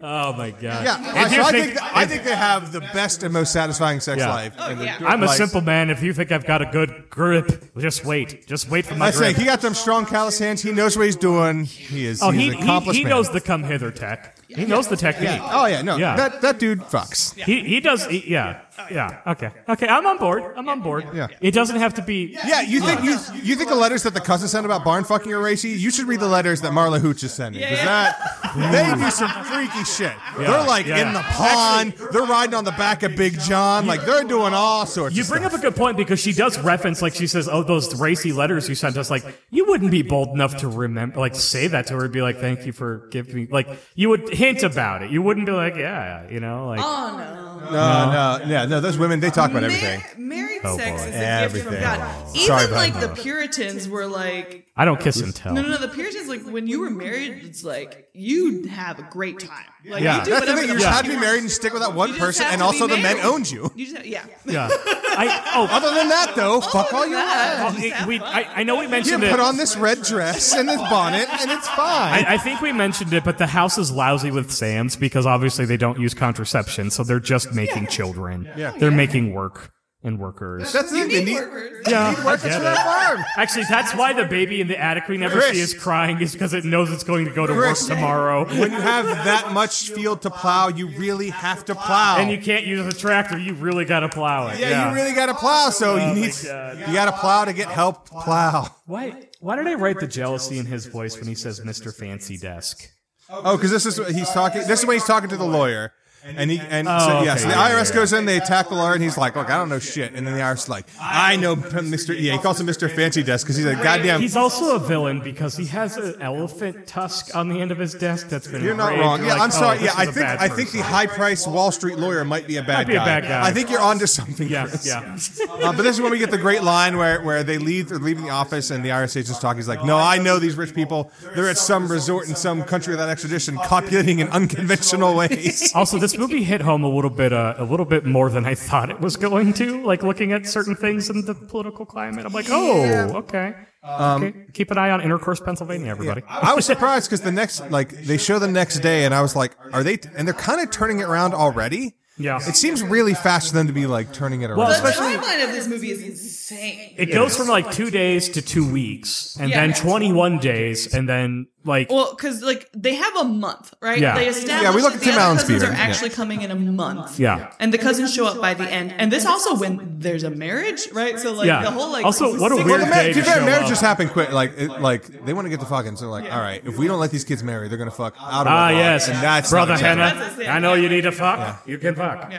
[SPEAKER 3] Oh my god.
[SPEAKER 1] Yeah, I,
[SPEAKER 3] If
[SPEAKER 1] so
[SPEAKER 3] you
[SPEAKER 1] I
[SPEAKER 3] think,
[SPEAKER 1] think that- I think they have the best and most satisfying sex
[SPEAKER 3] Yeah.
[SPEAKER 1] life. in the-
[SPEAKER 4] yeah.
[SPEAKER 3] I'm a
[SPEAKER 1] like-
[SPEAKER 3] simple man. If you think I've got a good grip, just wait. Just wait for my
[SPEAKER 1] I say
[SPEAKER 3] grip.
[SPEAKER 1] he got them strong callous hands. He knows what he's doing. He is.
[SPEAKER 3] oh,
[SPEAKER 1] he's
[SPEAKER 3] he,
[SPEAKER 1] an
[SPEAKER 3] he,
[SPEAKER 1] accomplished
[SPEAKER 3] he
[SPEAKER 1] man.
[SPEAKER 3] knows the come hither tech. He knows the technique.
[SPEAKER 1] Yeah. Oh yeah, no,
[SPEAKER 3] Yeah.
[SPEAKER 1] that that dude fucks. Yeah,
[SPEAKER 3] He he does. He, yeah. Yeah. Okay. Okay. I'm on board. I'm on board.
[SPEAKER 1] Yeah.
[SPEAKER 3] It doesn't have to be.
[SPEAKER 1] you think you you think the letters that the cousin sent about barn fucking are racy? You should read the letters that Marla Hooch is sending. 'cause that they do some freaky shit. They're like
[SPEAKER 3] yeah.
[SPEAKER 1] in the pond. they're riding on the back of Big John. like they're doing all sorts.
[SPEAKER 3] You
[SPEAKER 1] of
[SPEAKER 3] bring
[SPEAKER 1] stuff.
[SPEAKER 3] up a good point because she does reference, like she says, "Oh, those racy letters you sent us." Like you wouldn't be bold enough to remember, like say that to her, be like, "Thank you for giving me." Like you would hint about it. You wouldn't be like, "Yeah," you know, like
[SPEAKER 4] Oh no.
[SPEAKER 1] No, no, yeah, no. Those women they talk about everything. Oh,
[SPEAKER 4] Ma- Mary Straight sex is a gift
[SPEAKER 1] Everything.
[SPEAKER 4] from God. Even
[SPEAKER 1] Sorry about
[SPEAKER 4] like the
[SPEAKER 1] that.
[SPEAKER 4] Puritans were like,
[SPEAKER 3] I don't kiss and tell.
[SPEAKER 4] no, no, no. The Puritans like when you were married, it's like you have a great time. Like you do
[SPEAKER 1] That's the
[SPEAKER 4] whatever
[SPEAKER 1] thing.
[SPEAKER 4] the
[SPEAKER 1] You just
[SPEAKER 4] fuck
[SPEAKER 1] had to
[SPEAKER 4] you
[SPEAKER 1] be
[SPEAKER 4] want.
[SPEAKER 1] married and stick with that one
[SPEAKER 4] You just
[SPEAKER 1] person,
[SPEAKER 4] have
[SPEAKER 1] and
[SPEAKER 4] to be
[SPEAKER 1] also the men
[SPEAKER 4] married.
[SPEAKER 1] owned you.
[SPEAKER 4] You just have, yeah.
[SPEAKER 3] Yeah. I, oh,
[SPEAKER 1] Other than that, though, fuck all
[SPEAKER 4] Look
[SPEAKER 1] you
[SPEAKER 4] at
[SPEAKER 1] want.
[SPEAKER 4] that.
[SPEAKER 3] oh, it- we, I, I know we
[SPEAKER 1] You
[SPEAKER 3] mentioned it.
[SPEAKER 1] put on this red dress and this bonnet, and it's fine.
[SPEAKER 3] I, I think we mentioned it, but the house is lousy with Sam's because obviously they don't use contraception, so they're just making children. Yeah. They're making work and workers.
[SPEAKER 1] That's the thing. They
[SPEAKER 4] You need
[SPEAKER 1] need
[SPEAKER 4] workers.
[SPEAKER 3] yeah, I
[SPEAKER 1] workers
[SPEAKER 3] get
[SPEAKER 1] for
[SPEAKER 3] it.
[SPEAKER 1] that farm.
[SPEAKER 3] Actually, that's why the baby in the attic we never
[SPEAKER 1] Chris.
[SPEAKER 3] see is crying, is because it knows it's going to go to
[SPEAKER 1] Chris.
[SPEAKER 3] work tomorrow.
[SPEAKER 1] When you have that much field to plow, you really have to plow.
[SPEAKER 3] And you can't use a tractor, you really gotta plow it.
[SPEAKER 1] yeah, you really got to plow. So
[SPEAKER 3] Oh
[SPEAKER 1] you need you got to plow to get help plow.
[SPEAKER 3] Why, why did I write the jealousy in his voice when he says Mr. Fancy Desk?
[SPEAKER 1] Oh, because this is what he's talking. This is when he's talking to the lawyer. And he and
[SPEAKER 3] Oh,
[SPEAKER 1] so, yeah,
[SPEAKER 3] okay,
[SPEAKER 1] so the
[SPEAKER 3] yeah,
[SPEAKER 1] IRS goes in, they attack the lawyer, and he's like, "Look, I don't know shit." And then the IRS is like, "I know Mr. Yeah." He calls him Mr. Fancy Desk because he's like, "Goddamn,
[SPEAKER 3] He's also a villain because he has an elephant tusk on the end of his desk that's been
[SPEAKER 1] You're not
[SPEAKER 3] engraved.
[SPEAKER 1] wrong.
[SPEAKER 3] You're
[SPEAKER 1] Yeah,
[SPEAKER 3] like,
[SPEAKER 1] I'm
[SPEAKER 3] oh,
[SPEAKER 1] sorry.
[SPEAKER 3] this
[SPEAKER 1] yeah,
[SPEAKER 3] is
[SPEAKER 1] I
[SPEAKER 3] a
[SPEAKER 1] think
[SPEAKER 3] bad
[SPEAKER 1] I think the
[SPEAKER 3] person.
[SPEAKER 1] high-priced Wall Street lawyer might be a bad,
[SPEAKER 3] be a
[SPEAKER 1] guy.
[SPEAKER 3] bad guy.
[SPEAKER 1] I think you're onto something.
[SPEAKER 3] Yeah,
[SPEAKER 1] Chris.
[SPEAKER 3] yeah.
[SPEAKER 1] Uh, but this is when we get the great line where, where they leave they're leaving the office and the IRS agent's talking. He's like, "No, I know these rich people. They're at some resort in some country without extradition, copulating in unconventional ways."
[SPEAKER 3] Also, this movie hit home a little bit, uh, a little bit more than I thought it was going to. Like looking at certain things in the political climate, I'm like, oh, okay.
[SPEAKER 1] Um,
[SPEAKER 3] okay. Keep an eye on Intercourse, Pennsylvania, everybody.
[SPEAKER 1] I was surprised because the next like they show the next day, and I was like, "Are they?" And they're kind of turning it around already.
[SPEAKER 3] Yeah.
[SPEAKER 1] It seems really fast for them to be like turning it around.
[SPEAKER 3] Well,
[SPEAKER 4] The
[SPEAKER 3] especially-
[SPEAKER 4] timeline of this movie is insane.
[SPEAKER 3] It goes from like two days to two weeks, and
[SPEAKER 4] Yeah.
[SPEAKER 3] then 21 days, and then like
[SPEAKER 4] Well, because like they have a month, right?
[SPEAKER 3] Yeah.
[SPEAKER 4] They establish
[SPEAKER 1] Yeah, we look at
[SPEAKER 4] that the
[SPEAKER 1] Tim
[SPEAKER 4] other
[SPEAKER 1] Allen's
[SPEAKER 4] cousins
[SPEAKER 1] theater.
[SPEAKER 4] are actually coming in a month.
[SPEAKER 3] Yeah.
[SPEAKER 4] and the cousins show up by the end. And this also when there's a marriage, right? So like
[SPEAKER 3] Yeah.
[SPEAKER 4] the whole like
[SPEAKER 3] Also, what a
[SPEAKER 4] six-
[SPEAKER 1] Well,
[SPEAKER 3] weird
[SPEAKER 1] the mar-
[SPEAKER 3] day
[SPEAKER 1] to
[SPEAKER 3] to
[SPEAKER 1] be fair,
[SPEAKER 3] show up.
[SPEAKER 1] marriages happen quick. Like, it, like they want to get to fucking. So, like, all right, if we don't let these kids marry, they're gonna fuck out of
[SPEAKER 3] ah
[SPEAKER 1] wedlock,
[SPEAKER 3] yes,
[SPEAKER 1] and that's
[SPEAKER 3] brother
[SPEAKER 1] not acceptable.
[SPEAKER 3] Hannah.
[SPEAKER 4] That's it, yeah.
[SPEAKER 3] I know you need to fuck. You can fuck.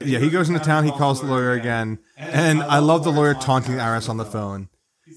[SPEAKER 1] Yeah, he goes into town. He calls the lawyer again, and I love the lawyer taunting the IRS on the phone.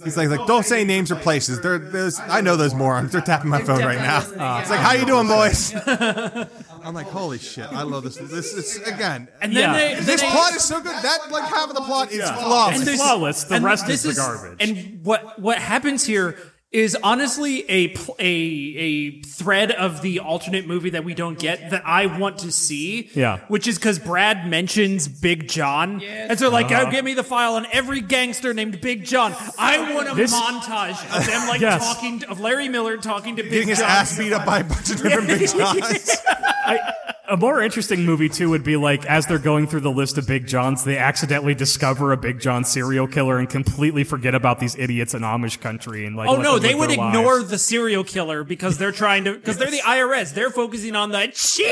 [SPEAKER 1] He's like, like, don't say names or places. They're, there's, I know those morons. They're tapping my phone right now.
[SPEAKER 4] definitely listening,
[SPEAKER 1] It's like, how you doing, boys? I'm like, holy shit! I love this. This is again.
[SPEAKER 2] And then
[SPEAKER 3] Yeah.
[SPEAKER 2] they, then
[SPEAKER 1] This
[SPEAKER 2] they-
[SPEAKER 1] plot is so good. That like half of the plot is
[SPEAKER 2] and
[SPEAKER 1] flawless.
[SPEAKER 2] there's-
[SPEAKER 3] flawless, the
[SPEAKER 2] and
[SPEAKER 3] rest
[SPEAKER 2] this
[SPEAKER 3] is the garbage.
[SPEAKER 2] And what what happens here is honestly a pl- a a thread of the alternate movie that we don't get that I want to see.
[SPEAKER 3] Yeah.
[SPEAKER 2] which is because Brad mentions Big John, and so like,
[SPEAKER 3] Uh-huh.
[SPEAKER 2] oh, give me the file on every gangster named Big John. I want a
[SPEAKER 3] This-
[SPEAKER 2] montage of them like
[SPEAKER 3] Yes.
[SPEAKER 2] talking to, of Larry Miller talking to Big
[SPEAKER 1] Getting his
[SPEAKER 2] John.
[SPEAKER 1] ass beat up by a bunch of different big guys.
[SPEAKER 3] I, a more interesting movie too would be like as they're going through the list of Big Johns, they accidentally discover a Big John serial killer and completely forget about these idiots in Amish country and like.
[SPEAKER 2] Oh
[SPEAKER 3] let
[SPEAKER 2] no,
[SPEAKER 3] them
[SPEAKER 2] they
[SPEAKER 3] live
[SPEAKER 2] would
[SPEAKER 3] their
[SPEAKER 2] ignore
[SPEAKER 3] lives.
[SPEAKER 2] the serial killer because they're trying to because they're the IRS. They're focusing on the cheater.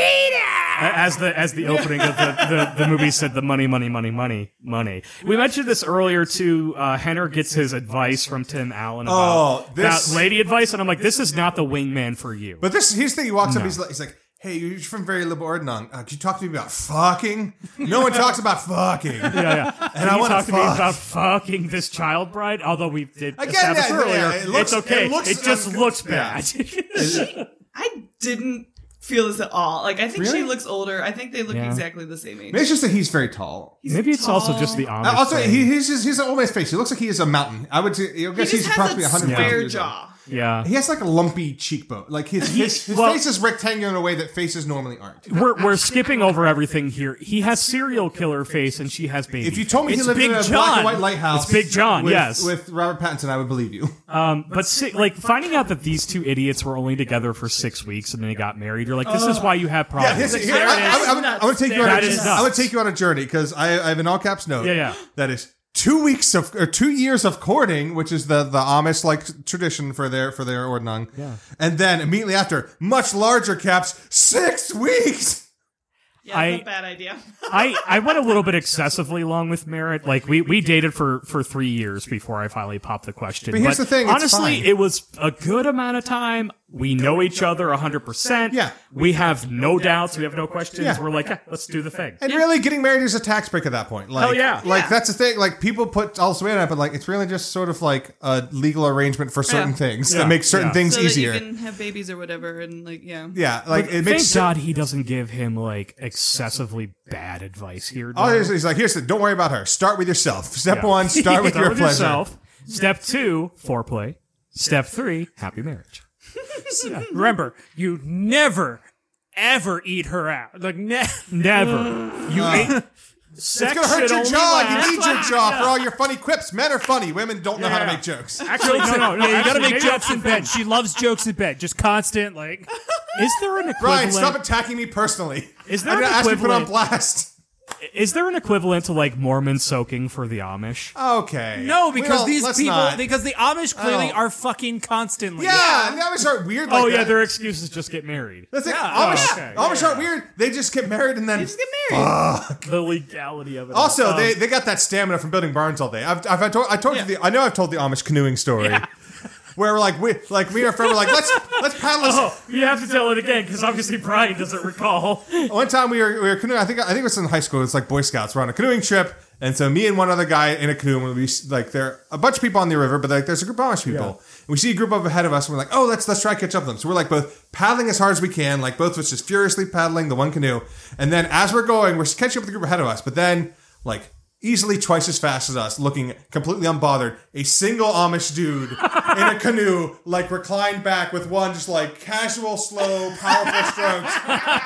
[SPEAKER 3] A- as the as the opening of the, the, the movie said the money money money money money we mentioned this earlier too uh, henner gets his advice from tim allen about
[SPEAKER 1] Oh, this-
[SPEAKER 3] that lady advice and i'm like this is not the wingman for you
[SPEAKER 1] But this, here's the thing. He walks up. He's like, he's like, "Hey, you're from very liberal Ordnung. Uh, can you talk to me about fucking? No one talks about fucking.
[SPEAKER 3] yeah, yeah.
[SPEAKER 1] And I
[SPEAKER 3] Can you
[SPEAKER 1] wanna
[SPEAKER 3] talk to me
[SPEAKER 1] fuck.
[SPEAKER 3] about fucking this child bride although we did
[SPEAKER 1] Again,
[SPEAKER 3] establish
[SPEAKER 1] yeah,
[SPEAKER 3] earlier
[SPEAKER 1] yeah, it looks-
[SPEAKER 3] it's okay
[SPEAKER 1] it looks
[SPEAKER 3] just
[SPEAKER 1] unco-
[SPEAKER 3] looks
[SPEAKER 1] yeah.
[SPEAKER 3] bad
[SPEAKER 4] I didn't feel this at all. Like I think she looks older. I think they look
[SPEAKER 3] Yeah.
[SPEAKER 4] exactly the same age.
[SPEAKER 1] It's just that he's very tall.
[SPEAKER 3] maybe it's also just the
[SPEAKER 1] Uh,
[SPEAKER 3] Amish
[SPEAKER 1] also,
[SPEAKER 3] thing.
[SPEAKER 1] he, he's just, he's an old man's face. He looks like he is a mountain. I would say, I
[SPEAKER 4] He
[SPEAKER 1] guess
[SPEAKER 4] just
[SPEAKER 1] he's
[SPEAKER 4] has
[SPEAKER 1] approximately
[SPEAKER 4] that
[SPEAKER 1] 100
[SPEAKER 4] square
[SPEAKER 1] years old.
[SPEAKER 4] jaw.
[SPEAKER 3] yeah
[SPEAKER 1] He has like a lumpy cheekbone. Like his, his, his
[SPEAKER 3] well-
[SPEAKER 1] face is rectangular in a way that faces normally aren't.
[SPEAKER 3] we're, we're skipping over everything here he has serial killer face and she has baby
[SPEAKER 1] If you told me he
[SPEAKER 2] It's
[SPEAKER 1] lived
[SPEAKER 2] Big
[SPEAKER 1] in a black
[SPEAKER 2] John.
[SPEAKER 1] and white lighthouse,
[SPEAKER 3] It's Big John,
[SPEAKER 1] with,
[SPEAKER 3] yes.
[SPEAKER 1] with Robert Pattinson, I would believe you.
[SPEAKER 3] But si- like finding out that these two idiots were only together for six weeks and then they got married, you're like, this
[SPEAKER 1] Uh,
[SPEAKER 3] is why you have problems.
[SPEAKER 1] I, I- I would- I would take you on
[SPEAKER 3] That
[SPEAKER 1] a,
[SPEAKER 3] is
[SPEAKER 1] I would
[SPEAKER 3] nuts.
[SPEAKER 1] take you on a journey because I, I have an all caps note.
[SPEAKER 3] Yeah, yeah.
[SPEAKER 1] That is two weeks of or two years of courting, which is the the Amish like tradition for their for their ordnung. Yeah. And then immediately after, much larger caps, six weeks.
[SPEAKER 4] Yeah,
[SPEAKER 3] I-
[SPEAKER 4] that's a bad idea.
[SPEAKER 3] I, I went a little bit excessively long with Merritt. Like we, we dated for, for three years before I finally popped the question.
[SPEAKER 1] But here's the thing, it's
[SPEAKER 3] honestly,
[SPEAKER 1] fine.
[SPEAKER 3] it was a good amount of time. We know each other 100%.
[SPEAKER 1] Yeah.
[SPEAKER 3] We have no doubts. We have no questions.
[SPEAKER 1] Yeah.
[SPEAKER 3] We're like, yeah, let's do the thing.
[SPEAKER 1] And really, getting married is a tax break at that point. Like,
[SPEAKER 3] Hell yeah.
[SPEAKER 1] Like
[SPEAKER 4] Yeah.
[SPEAKER 1] that's the thing. Like people put all this weight on it, but like it's really just sort of like a legal arrangement for certain
[SPEAKER 4] Yeah.
[SPEAKER 1] things
[SPEAKER 3] Yeah.
[SPEAKER 1] that makes certain
[SPEAKER 3] Yeah.
[SPEAKER 1] things
[SPEAKER 4] so
[SPEAKER 1] easier.
[SPEAKER 4] that you can have babies or whatever, and like yeah,
[SPEAKER 1] yeah, like it makes.
[SPEAKER 3] Thank God he doesn't give him like excessively bad advice here.
[SPEAKER 1] All
[SPEAKER 3] though.
[SPEAKER 1] he's, he's like, here's the. Don't worry about her. Start with yourself. Oh, Step
[SPEAKER 3] Yeah.
[SPEAKER 1] one. Start with your pleasure.
[SPEAKER 3] yourself. Step two, foreplay. Step three, happy marriage.
[SPEAKER 2] Remember, you never, ever eat her out. Like, ne-
[SPEAKER 3] Never. You ate
[SPEAKER 1] Uh, It's
[SPEAKER 3] sex
[SPEAKER 1] gonna hurt
[SPEAKER 3] should
[SPEAKER 1] your
[SPEAKER 3] only
[SPEAKER 1] jaw.
[SPEAKER 3] last-
[SPEAKER 1] You need your jaw for all your funny quips. Men are funny. Women don't know how to
[SPEAKER 3] Yeah.
[SPEAKER 1] make jokes.
[SPEAKER 3] Actually, no, no, no.
[SPEAKER 2] yeah, you gotta
[SPEAKER 3] actually,
[SPEAKER 2] make
[SPEAKER 3] maybe
[SPEAKER 2] jokes
[SPEAKER 3] that's
[SPEAKER 2] in
[SPEAKER 3] the
[SPEAKER 2] bed.
[SPEAKER 3] thing.
[SPEAKER 2] She loves jokes in bed. Just constant, like,
[SPEAKER 3] Is there an
[SPEAKER 1] Brian,
[SPEAKER 3] equivalent?
[SPEAKER 1] stop attacking me personally.
[SPEAKER 3] Is there
[SPEAKER 1] I'm
[SPEAKER 3] an
[SPEAKER 1] gonna ask you to put on
[SPEAKER 3] equivalent?
[SPEAKER 1] blast?
[SPEAKER 3] Is there an equivalent to like Mormon soaking for the Amish?
[SPEAKER 1] Okay.
[SPEAKER 2] no,
[SPEAKER 1] We
[SPEAKER 2] because
[SPEAKER 1] don't-
[SPEAKER 2] these
[SPEAKER 1] let's
[SPEAKER 2] people,
[SPEAKER 1] not.
[SPEAKER 2] because the Amish clearly
[SPEAKER 1] Oh.
[SPEAKER 2] are fucking constantly.
[SPEAKER 1] yeah, and the Amish aren't weird. Like
[SPEAKER 3] oh yeah,
[SPEAKER 1] that.
[SPEAKER 3] their excuse is just get married.
[SPEAKER 1] That's it.
[SPEAKER 3] Oh,
[SPEAKER 1] Amish,
[SPEAKER 3] okay.
[SPEAKER 1] Amish aren't weird. They just get married and then.
[SPEAKER 4] just get married.
[SPEAKER 3] The legality of it. all.
[SPEAKER 1] Also,
[SPEAKER 3] Um,
[SPEAKER 1] they, they got that stamina from building barns all day. I've, I've, I told, I told you the, I know I've told the Amish canoeing story. Where like we like me and our friend were like let's let's paddle this
[SPEAKER 3] Oh, you have to tell it again because obviously Brian doesn't recall.
[SPEAKER 1] One time we were we were canoeing. I think I think it was in high school. It's like Boy Scouts. We're on a canoeing trip, and so me and one other guy in a canoe. And we like there are a bunch of people on the river, but like there's a group of Amish people. And we see a group up ahead of us. and We're like, oh, let's let's try to catch up with them. So we're like both paddling as hard as we can, like both of us just furiously paddling the one canoe. And then as we're going, we're catching up with the group ahead of us. But then like. Easily twice as fast as us, looking completely unbothered. A single Amish dude in a canoe, like reclined back with one just like casual, slow, powerful strokes,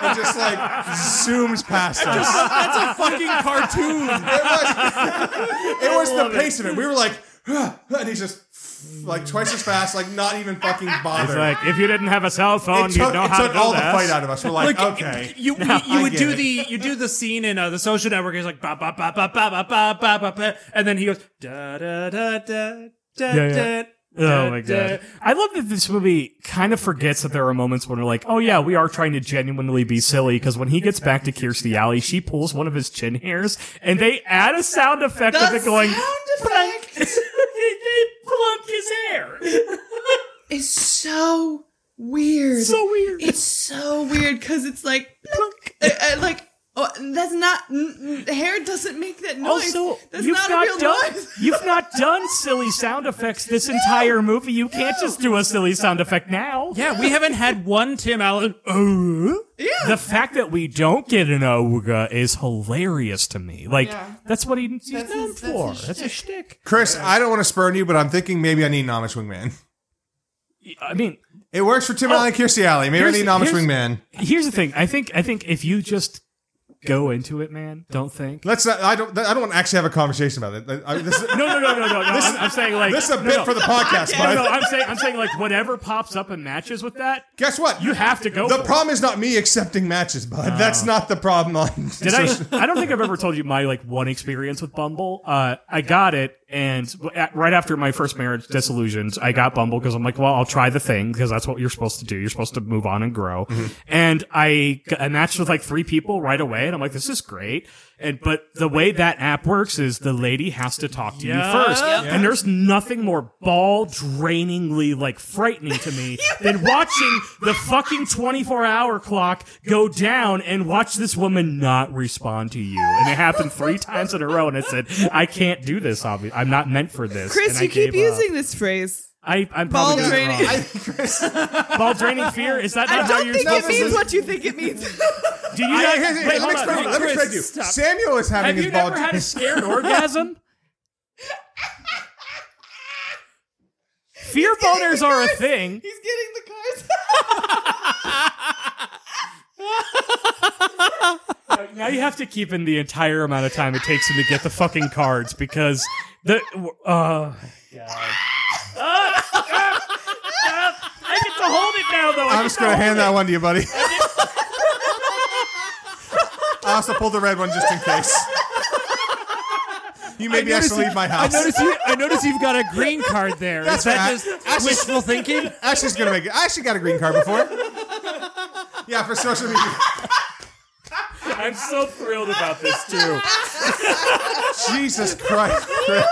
[SPEAKER 1] and just like zooms past us.
[SPEAKER 2] That's a fucking cartoon.
[SPEAKER 1] It was, it was the pace of it. We were like, "Huh," and he's just like twice as fast, like not even fucking bothered.
[SPEAKER 3] It's like if you didn't have a cell phone,
[SPEAKER 1] it
[SPEAKER 3] you'd
[SPEAKER 1] took,
[SPEAKER 3] know
[SPEAKER 1] it
[SPEAKER 3] how to
[SPEAKER 1] took
[SPEAKER 3] do
[SPEAKER 1] all
[SPEAKER 3] this.
[SPEAKER 1] the fight out of us. We're like,
[SPEAKER 2] Like,
[SPEAKER 1] okay.
[SPEAKER 2] You, you, you would
[SPEAKER 1] get
[SPEAKER 2] do
[SPEAKER 1] it.
[SPEAKER 2] the you do the scene in uh, the social network is like ba ba ba ba ba ba ba ba ba ba and then he goes da da da da da
[SPEAKER 3] Yeah, yeah.
[SPEAKER 2] da
[SPEAKER 3] Oh my
[SPEAKER 2] da,
[SPEAKER 3] god! I love that this movie kind of forgets that there are moments when we're like, "Oh yeah, we are trying to genuinely be silly." Because when he gets back to Kirstie Alley, she pulls one of his chin hairs, and they add a sound effect of
[SPEAKER 4] The
[SPEAKER 3] it going.
[SPEAKER 4] sound effect
[SPEAKER 3] they, they plunk his hair.
[SPEAKER 4] is so weird.
[SPEAKER 3] so weird.
[SPEAKER 4] It's so weird because it's like, uh, uh, like oh, that's not n- n- hair doesn't make that noise.
[SPEAKER 3] Also,
[SPEAKER 4] that's
[SPEAKER 3] you've
[SPEAKER 4] not,
[SPEAKER 3] not,
[SPEAKER 4] a real
[SPEAKER 3] done
[SPEAKER 4] noise.
[SPEAKER 3] you've not done silly sound effects this entire movie. You can't just do a silly sound effect now. Uh,
[SPEAKER 2] yeah we haven't had one Tim Allen oh
[SPEAKER 3] The fact that we don't get an Ouga is hilarious to me. Like
[SPEAKER 4] Yeah.
[SPEAKER 3] that's what he, he's
[SPEAKER 4] That's
[SPEAKER 3] known
[SPEAKER 4] his- that's
[SPEAKER 3] for.
[SPEAKER 4] his
[SPEAKER 3] That's a shtick.
[SPEAKER 1] Chris, I don't want to spurn you, but I'm thinking maybe I need an Amish wingman.
[SPEAKER 3] I mean,
[SPEAKER 1] It works for Tim Allen and Kirstie Alley. Maybe I
[SPEAKER 3] Oh, here's-
[SPEAKER 1] need an Amish
[SPEAKER 3] here's-
[SPEAKER 1] wingman.
[SPEAKER 3] here's the thing. I think I think if you just go into it, man, don't think.
[SPEAKER 1] Let's. Not, I don't. I don't want to actually have a conversation about it. I- this is,
[SPEAKER 3] No, no, no, no, no, no. I'm, I'm saying like
[SPEAKER 1] this is a
[SPEAKER 3] no,
[SPEAKER 1] bit
[SPEAKER 3] no.
[SPEAKER 1] for the podcast,
[SPEAKER 3] No, no,
[SPEAKER 1] bud.
[SPEAKER 3] I'm saying I'm saying like whatever pops up and matches with that,
[SPEAKER 1] Guess what?
[SPEAKER 3] you have to go.
[SPEAKER 1] the
[SPEAKER 3] for it.
[SPEAKER 1] problem is not me accepting matches, bud. That's not the problem. On
[SPEAKER 3] Did I? I don't think I've ever told you my like one experience with Bumble. Uh, I got it, and w- at- right after my first marriage disillusioned, I got Bumble because I'm like, well, I'll try the thing because that's what you're supposed to do. You're supposed to move on and grow. And I, g- I matched with like three people right away, and I'm like, this is great. And but the way that app works is the lady has to talk to you first, and there's nothing more ball drainingly like frightening to me than watching the fucking 24 hour clock go down and watch this woman not respond to you. And it happened three times in a row, and I said, I can't do this. Obvi- I'm not meant for this.
[SPEAKER 4] Chris,
[SPEAKER 3] and
[SPEAKER 4] you
[SPEAKER 3] I
[SPEAKER 4] keep
[SPEAKER 3] gave up.
[SPEAKER 4] using this phrase.
[SPEAKER 3] I, I'm probably
[SPEAKER 4] Ball
[SPEAKER 3] doing it
[SPEAKER 4] draining.
[SPEAKER 3] wrong. Ball draining fear. Is that not
[SPEAKER 4] I
[SPEAKER 3] how
[SPEAKER 4] don't
[SPEAKER 3] you're
[SPEAKER 4] think it
[SPEAKER 3] supposed
[SPEAKER 4] means
[SPEAKER 3] to?
[SPEAKER 4] what you think it means.
[SPEAKER 3] Do you?
[SPEAKER 1] Yeah,
[SPEAKER 3] not-
[SPEAKER 1] here's- here, let me
[SPEAKER 3] wait, hold on.
[SPEAKER 1] explain.
[SPEAKER 3] Wait,
[SPEAKER 1] Let me
[SPEAKER 3] Chris,
[SPEAKER 1] explain to you.
[SPEAKER 3] stop.
[SPEAKER 1] Samuel is having
[SPEAKER 3] Have
[SPEAKER 1] his
[SPEAKER 3] you
[SPEAKER 1] ball.
[SPEAKER 3] never had a scared orgasm? Fear boners are a
[SPEAKER 4] He's
[SPEAKER 3] thing.
[SPEAKER 4] getting the cards.
[SPEAKER 3] Now you have to keep in the entire amount of time it takes him to get the fucking cards because the uh God. I get to hold it now though. I
[SPEAKER 1] I'm
[SPEAKER 3] get
[SPEAKER 1] just
[SPEAKER 3] to
[SPEAKER 1] gonna
[SPEAKER 3] hold
[SPEAKER 1] hand
[SPEAKER 3] it.
[SPEAKER 1] that one to you, buddy. I also pulled the red one just in case. You maybe have to leave my
[SPEAKER 2] I
[SPEAKER 1] house.
[SPEAKER 2] notice you I notice you've got a green card there Is
[SPEAKER 1] That's
[SPEAKER 2] that
[SPEAKER 1] right.
[SPEAKER 2] just wishful thinking
[SPEAKER 1] Ashley's gonna make it. I actually got a green card before. Yeah, for social media.
[SPEAKER 3] I'm so thrilled about this too.
[SPEAKER 1] Jesus Christ, Chris.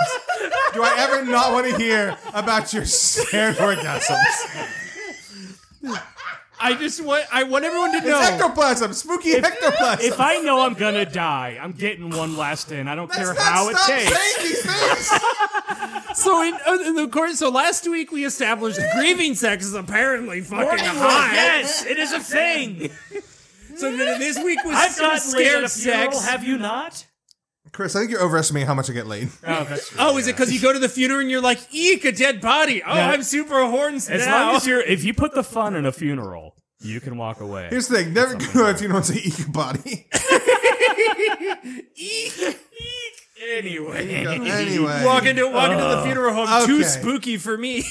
[SPEAKER 1] Do I ever not want to hear about your shared orgasms?
[SPEAKER 3] I just want I want everyone to
[SPEAKER 1] It's
[SPEAKER 3] know.
[SPEAKER 1] ectoplasm, spooky ectoplasm.
[SPEAKER 3] If I know I'm gonna die, I'm getting one last in. I don't
[SPEAKER 1] Let's
[SPEAKER 3] care
[SPEAKER 1] not
[SPEAKER 3] how it
[SPEAKER 1] stop
[SPEAKER 3] tastes.
[SPEAKER 1] saying these things.
[SPEAKER 2] So in, uh, in the course, so last week we established grieving sex is apparently fucking high.
[SPEAKER 3] Yes, it is a thing.
[SPEAKER 2] So then this week was
[SPEAKER 3] I've
[SPEAKER 2] so
[SPEAKER 3] gotten
[SPEAKER 2] scared
[SPEAKER 3] scared of sex.
[SPEAKER 2] sex.
[SPEAKER 3] Have you not?
[SPEAKER 1] Chris, I think you're overestimating how much I get laid.
[SPEAKER 2] Oh, is it because you go to the funeral and you're like, eek, a dead body? Oh,
[SPEAKER 3] Yeah.
[SPEAKER 2] I'm super horns
[SPEAKER 3] As
[SPEAKER 2] now.
[SPEAKER 3] long as you're, if you put the fun in a funeral, you can walk away.
[SPEAKER 1] Here's the thing: never go if you don't say eek body.
[SPEAKER 3] anyway.
[SPEAKER 1] anyway,
[SPEAKER 2] walk into walk into the funeral home, too
[SPEAKER 1] okay.
[SPEAKER 2] spooky for me.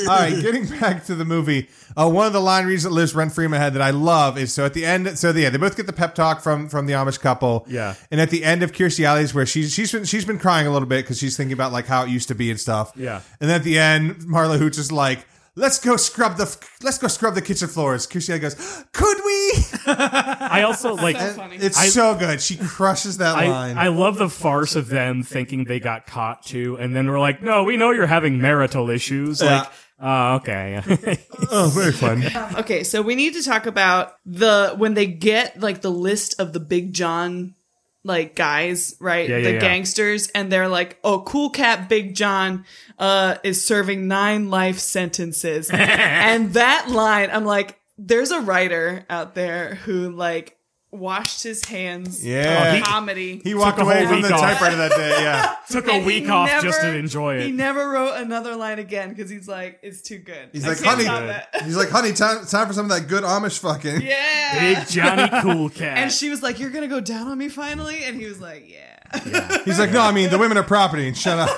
[SPEAKER 1] All right, getting back to the movie. Uh, one of the line reads that lives rent free in my head that I love is so at the end. So yeah, they both get the pep talk from from the Amish couple.
[SPEAKER 3] Yeah.
[SPEAKER 1] and at the end of Kirstie Alley's, where she's she's been she's been crying a little bit because she's thinking about like how it used to be and stuff.
[SPEAKER 3] Yeah.
[SPEAKER 1] and then at the end, Marla Hooch is like. Let's go scrub the let's go scrub the kitchen floors. Kirstie Alley goes, "Could we?"
[SPEAKER 3] I also like.
[SPEAKER 4] funny.
[SPEAKER 1] It's
[SPEAKER 3] I-
[SPEAKER 1] so good. She crushes that line.
[SPEAKER 3] I, I love the farce of them thinking they got caught too, and then we're like, "No, we know you're having marital issues." Like, oh, okay.
[SPEAKER 1] oh, very fun.
[SPEAKER 4] Okay, so we need to talk about the when they get like the list of the Big John like guys, right?
[SPEAKER 3] Yeah, yeah,
[SPEAKER 4] the
[SPEAKER 3] yeah.
[SPEAKER 4] gangsters, and they're like, "Oh, cool cat Big John uh, is serving nine life sentences," and that line, I'm like, "There's a writer out there who like washed his hands
[SPEAKER 1] Yeah.
[SPEAKER 4] of
[SPEAKER 1] Oh, he-
[SPEAKER 4] comedy."
[SPEAKER 1] He walked
[SPEAKER 3] a
[SPEAKER 1] away
[SPEAKER 3] whole
[SPEAKER 1] from the
[SPEAKER 3] week off.
[SPEAKER 1] typewriter that day. Yeah,
[SPEAKER 3] Took a
[SPEAKER 4] and he
[SPEAKER 3] week off just to
[SPEAKER 4] never-
[SPEAKER 3] enjoy
[SPEAKER 4] He
[SPEAKER 3] it.
[SPEAKER 4] never wrote another line again because he's like, "It's too good."
[SPEAKER 1] he's
[SPEAKER 4] I
[SPEAKER 1] like,
[SPEAKER 4] can't
[SPEAKER 1] "Honey,"
[SPEAKER 4] stop it."
[SPEAKER 1] he's like, "Honey, time time for some of that good Amish fucking."
[SPEAKER 4] Yeah.
[SPEAKER 3] Big Johnny Cool Cat.
[SPEAKER 4] And she was like, "You're gonna go down on me finally," and he was like, "Yeah."
[SPEAKER 1] He's like, no, I mean the women are property. And shut up.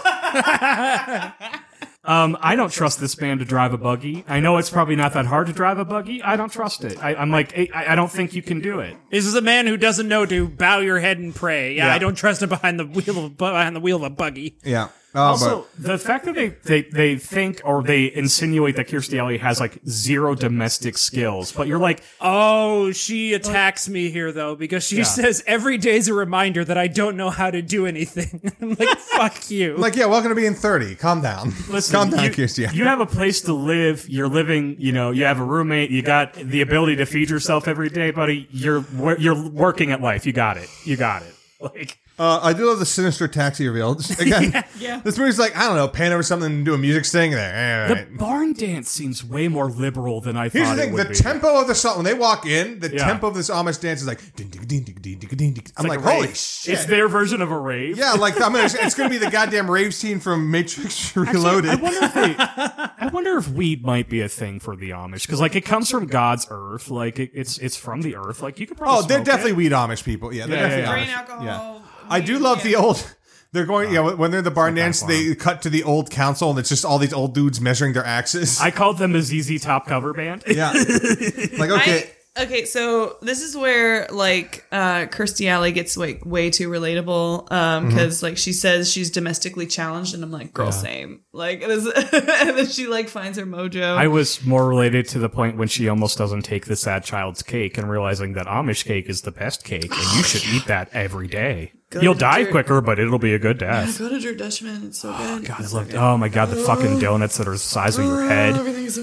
[SPEAKER 3] Um, I don't trust this man to drive a buggy. I know it's probably not that hard to drive a buggy. I don't trust it. I, I'm like, I, I don't think you can do it.
[SPEAKER 2] This is a man who doesn't know to bow your head and pray. Yeah,
[SPEAKER 3] Yeah.
[SPEAKER 2] I don't trust him behind the wheel of, behind the wheel of a buggy.
[SPEAKER 1] Yeah. Oh,
[SPEAKER 3] Also, the fact that they, they, they think or they insinuate that Kirstie Alley has like zero domestic skills, but you're like,
[SPEAKER 2] Oh, she attacks me here though because she says every day's a reminder that I don't know how to do anything. I'm like, fuck you.
[SPEAKER 1] but like, yeah, welcome to being thirty. Calm down.
[SPEAKER 3] listen,
[SPEAKER 1] Calm down,
[SPEAKER 3] you,
[SPEAKER 1] Kirstie.
[SPEAKER 3] you have a place to live. You're living, you know, you have a roommate. You got the ability to feed yourself every day, buddy. You're, wor- you're working at life. You got it. You got it. Like,
[SPEAKER 1] Uh, I do love the sinister taxi reveal again. This movie's like I don't know, pan over something and do a music sting there. All
[SPEAKER 3] The
[SPEAKER 1] right.
[SPEAKER 3] barn dance seems way more liberal than I
[SPEAKER 1] Here's
[SPEAKER 3] thought
[SPEAKER 1] the
[SPEAKER 3] it
[SPEAKER 1] thing:
[SPEAKER 3] would
[SPEAKER 1] the
[SPEAKER 3] be.
[SPEAKER 1] tempo of the song when they walk in, the
[SPEAKER 3] Yeah.
[SPEAKER 1] tempo of this Amish dance is like. Ding, ding, ding, ding, ding, ding, ding, ding. I'm like,
[SPEAKER 3] a rave.
[SPEAKER 1] holy shit!
[SPEAKER 3] It's their version of a rave.
[SPEAKER 1] yeah, like I'm gonna, it's gonna be the goddamn rave scene from Matrix
[SPEAKER 3] Actually,
[SPEAKER 1] Reloaded.
[SPEAKER 3] I wonder if they, I wonder if weed might be a thing for the Amish because like it comes from God's earth, like it, it's it's from the earth. Like you could
[SPEAKER 1] Oh,
[SPEAKER 3] probably
[SPEAKER 1] they're
[SPEAKER 3] smoke
[SPEAKER 1] definitely
[SPEAKER 3] it.
[SPEAKER 1] weed Amish people. Yeah, they're
[SPEAKER 3] Yeah, yeah,
[SPEAKER 1] definitely
[SPEAKER 3] yeah.
[SPEAKER 1] Amish.
[SPEAKER 4] Alcohol,
[SPEAKER 1] Yeah. I do love the old. They're going, yeah. When they're in the barn dance, they cut to the old council, and it's just all these old dudes measuring their axes.
[SPEAKER 3] I called them the ZZ Top cover band.
[SPEAKER 1] yeah, like okay,
[SPEAKER 4] I, okay, so this is where like uh Kirstie Alley gets like way too relatable um because like she says she's domestically challenged, and I'm like, girl, same. Like, it is, and then she like finds her mojo.
[SPEAKER 3] I was more related to the point when she almost doesn't take the sad child's cake and realizing that Amish cake is the best cake and you should eat that every day. You'll
[SPEAKER 4] to
[SPEAKER 3] die
[SPEAKER 4] dirt.
[SPEAKER 3] quicker, but it'll be a good death.
[SPEAKER 4] Go to your Dutchman. It's so good.
[SPEAKER 3] God, I love. Oh my God, the fucking donuts that are the size of your head.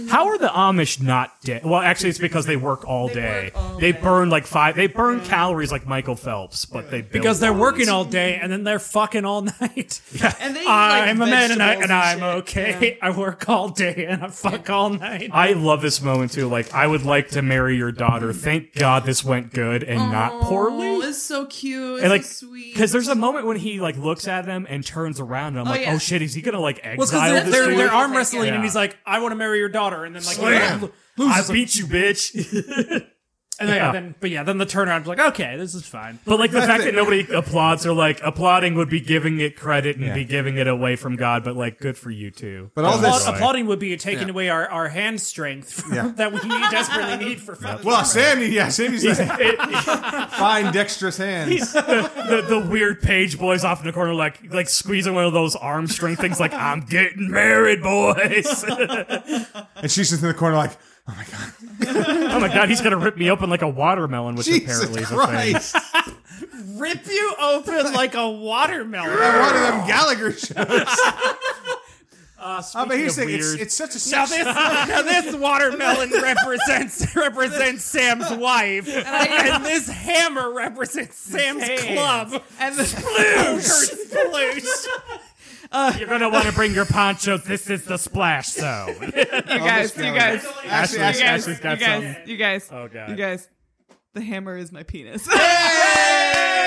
[SPEAKER 3] How are the Amish not dead? Well, actually, it's because they work all day. They burn like five. They burn calories like Michael Phelps, but they build
[SPEAKER 2] Because they're
[SPEAKER 3] bodies.
[SPEAKER 2] working all day and then they're fucking all night.
[SPEAKER 4] And they eat, like,
[SPEAKER 2] I'm a man and, I,
[SPEAKER 4] vegetables
[SPEAKER 2] and I'm
[SPEAKER 4] shit.
[SPEAKER 2] okay. I work all day and I fuck all night.
[SPEAKER 3] I love this moment too. Like, I would like to marry your daughter. Thank God this went good and not
[SPEAKER 4] Oh,
[SPEAKER 3] poorly.
[SPEAKER 4] it's so cute. It's
[SPEAKER 3] And like,
[SPEAKER 4] so sweet.
[SPEAKER 3] because there's a moment when he like looks at them and turns around, and I'm like,
[SPEAKER 4] yeah.
[SPEAKER 3] oh shit, is he gonna like exile
[SPEAKER 2] Well, because
[SPEAKER 3] this
[SPEAKER 2] they're, they're,
[SPEAKER 3] dude?
[SPEAKER 2] they're arm wrestling
[SPEAKER 3] Yeah.
[SPEAKER 2] and he's like, I want to marry your daughter. And then, like,
[SPEAKER 1] Slam.
[SPEAKER 3] I beat you, bitch.
[SPEAKER 2] And then,
[SPEAKER 3] Yeah.
[SPEAKER 2] then, but yeah, then the turnaround was like, okay, this is fine.
[SPEAKER 3] But like the fact that nobody applauds or like applauding would be giving it credit and be giving it away from God, but like good for you too.
[SPEAKER 1] but all
[SPEAKER 2] Applaud,
[SPEAKER 1] this.
[SPEAKER 2] applauding would be taking away our, our hand strength
[SPEAKER 1] Yeah.
[SPEAKER 2] that we need, desperately need for fun.
[SPEAKER 1] Well, Sammy, yeah, Sammy's fine, dexterous hands.
[SPEAKER 3] the, the weird page boys off in the corner, like like squeezing one of those arm string things, like I'm getting married, boys.
[SPEAKER 1] And she's just in the corner, like,
[SPEAKER 3] oh my god, he's gonna rip me open like a watermelon, which
[SPEAKER 1] Jesus
[SPEAKER 3] apparently is a thing.
[SPEAKER 1] Christ!
[SPEAKER 2] Rip you open like a watermelon.
[SPEAKER 1] One of them Gallagher shows.
[SPEAKER 3] Uh,
[SPEAKER 1] Oh, but
[SPEAKER 3] speaking
[SPEAKER 1] here's the
[SPEAKER 3] of
[SPEAKER 1] thing. It's,
[SPEAKER 3] weird-
[SPEAKER 1] it's such a
[SPEAKER 9] Now
[SPEAKER 1] sex.
[SPEAKER 9] this, now this watermelon represents represents Sam's wife, and this hammer represents Sam's club.
[SPEAKER 4] And the,
[SPEAKER 9] Sploosh, sploosh.
[SPEAKER 3] You're gonna want to bring your ponchos. This is the splash zone.
[SPEAKER 1] Oh,
[SPEAKER 4] you guys, you guys,
[SPEAKER 1] Ashley,
[SPEAKER 4] you
[SPEAKER 1] Ashley,
[SPEAKER 4] guys,
[SPEAKER 3] Ashley's got
[SPEAKER 4] you guys,
[SPEAKER 3] something.
[SPEAKER 4] you guys,
[SPEAKER 3] Oh, God.
[SPEAKER 4] you guys. The hammer is my penis.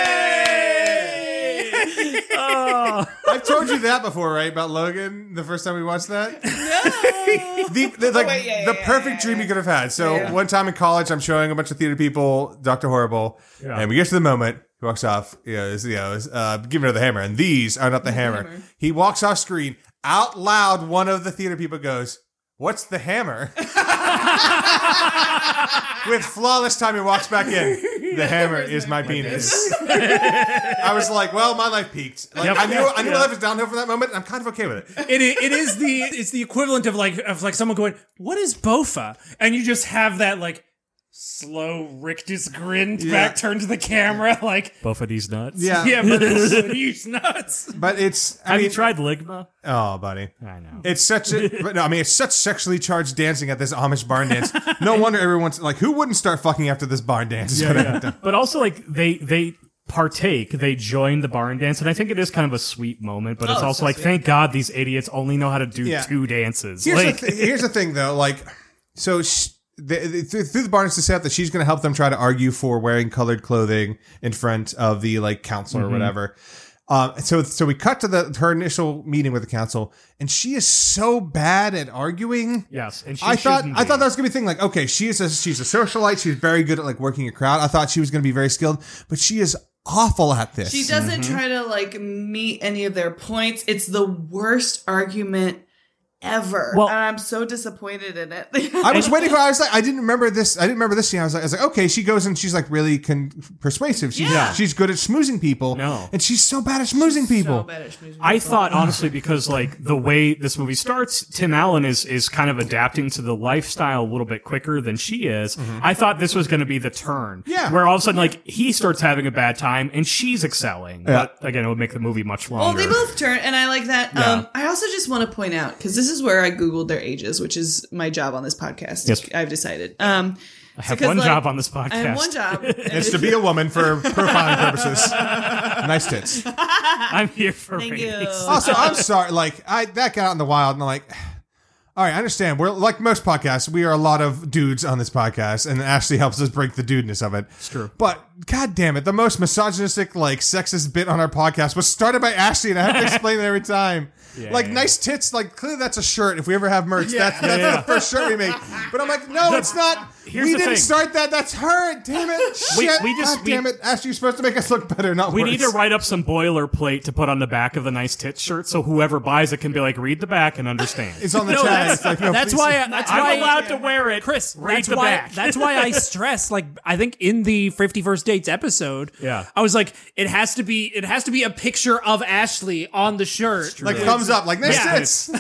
[SPEAKER 3] Oh.
[SPEAKER 1] I've told you that before, right? About Logan, the first time we watched that. the, the- like
[SPEAKER 4] Oh, wait, yeah, yeah,
[SPEAKER 1] the
[SPEAKER 4] yeah,
[SPEAKER 1] perfect
[SPEAKER 4] yeah,
[SPEAKER 1] dream you could have had. So
[SPEAKER 4] Yeah.
[SPEAKER 1] one time in college, I'm showing a bunch of theater people Doctor Horrible, and we get to the moment. He walks off. You know, is, you know, is, uh, giving her the hammer, and these are not the hammer.
[SPEAKER 4] hammer.
[SPEAKER 1] He walks off screen. Out loud, one of the theater people goes, "What's the hammer?" With flawless time, he walks back in. The hammer is my penis. I was like, well, my life peaked. Like, I knew, I knew my life was downhill from that moment, and I'm kind of okay with it.
[SPEAKER 9] It, i- it is the it's the equivalent of like of like someone going, "What is Bofa?" and you just have that like slow rictus grin back turned to the camera, like,
[SPEAKER 3] Both of these nuts.
[SPEAKER 9] "Yeah, but he's nuts."
[SPEAKER 1] but it's. I
[SPEAKER 3] Have
[SPEAKER 1] mean,
[SPEAKER 3] you tried Ligma?
[SPEAKER 1] Oh, buddy.
[SPEAKER 3] I know.
[SPEAKER 1] It's such a, but no, I mean, it's such sexually charged dancing at this Amish barn dance. No wonder everyone's like, who wouldn't start fucking after this barn dance? Is what I have done.
[SPEAKER 3] But also, like they they partake, they join the barn dance, and I think it is kind of a sweet moment. But it's also like, thank God these idiots only know how to do
[SPEAKER 1] Yeah.
[SPEAKER 3] two dances.
[SPEAKER 1] Here's,
[SPEAKER 3] like,
[SPEAKER 1] the th- here's the thing, though. Like, so sh- the, the, through, through the barn, it's set that she's going to help them try to argue for wearing colored clothing in front of the like council
[SPEAKER 3] Mm-hmm.
[SPEAKER 1] or whatever. Um, so so we cut to the her initial meeting with the council, and she is so bad at arguing.
[SPEAKER 3] yes, and she
[SPEAKER 1] I thought
[SPEAKER 3] shouldn't
[SPEAKER 1] I
[SPEAKER 3] be.
[SPEAKER 1] thought that was gonna be a thing. Like, okay, she is a she's a socialite. She's very good at like working a crowd. I thought she was gonna be very skilled, but she is awful at this.
[SPEAKER 4] She doesn't
[SPEAKER 3] Mm-hmm.
[SPEAKER 4] try to like meet any of their points. It's the worst argument ever.
[SPEAKER 3] Well-
[SPEAKER 4] and I'm so disappointed in it.
[SPEAKER 1] I was waiting for. I was like, I didn't remember this. I didn't remember this scene. I was like, I was like, okay, she goes and she's like really con- persuasive. She's
[SPEAKER 4] Yeah.
[SPEAKER 1] she's good at schmoozing people.
[SPEAKER 3] No.
[SPEAKER 1] and she's so bad at schmoozing people.
[SPEAKER 4] So bad at schmoozing
[SPEAKER 3] I
[SPEAKER 4] people.
[SPEAKER 3] thought honestly because like the way this movie starts, Tim Allen is is kind of adapting to the lifestyle a little bit quicker than she is.
[SPEAKER 2] Mm-hmm.
[SPEAKER 3] I thought this was going to be the turn,
[SPEAKER 1] Yeah.
[SPEAKER 3] where all of a sudden like he starts having a bad time and she's excelling. But again, it would make the movie much
[SPEAKER 4] Well,
[SPEAKER 3] longer.
[SPEAKER 4] they both turn, and I like that. Um, I also just want to point out because this is where I googled their ages, which is my job on this podcast.
[SPEAKER 3] Yes.
[SPEAKER 4] I've decided. Um,
[SPEAKER 3] I have
[SPEAKER 4] because,
[SPEAKER 3] one
[SPEAKER 4] like,
[SPEAKER 3] job on this
[SPEAKER 4] I have
[SPEAKER 3] podcast.
[SPEAKER 4] one job.
[SPEAKER 1] It's to be a woman for profiling purposes. nice tits.
[SPEAKER 3] I'm here for
[SPEAKER 4] Thank you. Oh,
[SPEAKER 3] ratings.
[SPEAKER 1] Also, I'm sorry. Like I that got out in the wild, and I'm like. All right, I understand. We're like most podcasts. We are a lot of dudes on this podcast, and Ashley helps us break the dudeness of it. It's
[SPEAKER 3] true.
[SPEAKER 1] But god damn it, the most misogynistic, like sexist bit on our podcast was started by Ashley, and I have to explain it every time. like nice tits, like clearly that's a shirt. If we ever have merch, that's, that's the first shirt we make. But I'm like, no, it's not.
[SPEAKER 3] here's
[SPEAKER 1] we
[SPEAKER 3] the
[SPEAKER 1] didn't
[SPEAKER 3] thing.
[SPEAKER 1] start that. That's her. Damn it.
[SPEAKER 3] We-
[SPEAKER 1] Shit.
[SPEAKER 3] we just-
[SPEAKER 1] god
[SPEAKER 3] we-
[SPEAKER 1] damn it, Ashley, you're supposed to make us look better, not
[SPEAKER 3] We
[SPEAKER 1] worse.
[SPEAKER 3] need to write up some boilerplate to put on the back of the nice tits shirt, so whoever buys it can be like, read the back and understand.
[SPEAKER 1] It's on the tag. It's like, no,
[SPEAKER 9] That's
[SPEAKER 1] please.
[SPEAKER 9] why. That's
[SPEAKER 3] I'm
[SPEAKER 9] why
[SPEAKER 3] allowed to wear it.
[SPEAKER 2] Chris,
[SPEAKER 3] read
[SPEAKER 2] that's
[SPEAKER 3] the
[SPEAKER 2] why,
[SPEAKER 3] back.
[SPEAKER 2] that's why I stress, like, I think in the 51st Dates episode,
[SPEAKER 3] Yeah.
[SPEAKER 2] I was like, it has to be, it has to be a picture of Ashley on the shirt.
[SPEAKER 1] Like thumbs up, like nice
[SPEAKER 2] Yeah.
[SPEAKER 1] tits.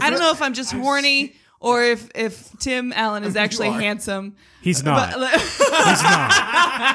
[SPEAKER 4] I don't know if I'm just horny or if if Tim Allen is actually handsome.
[SPEAKER 3] He's not.
[SPEAKER 4] Because
[SPEAKER 3] He's not.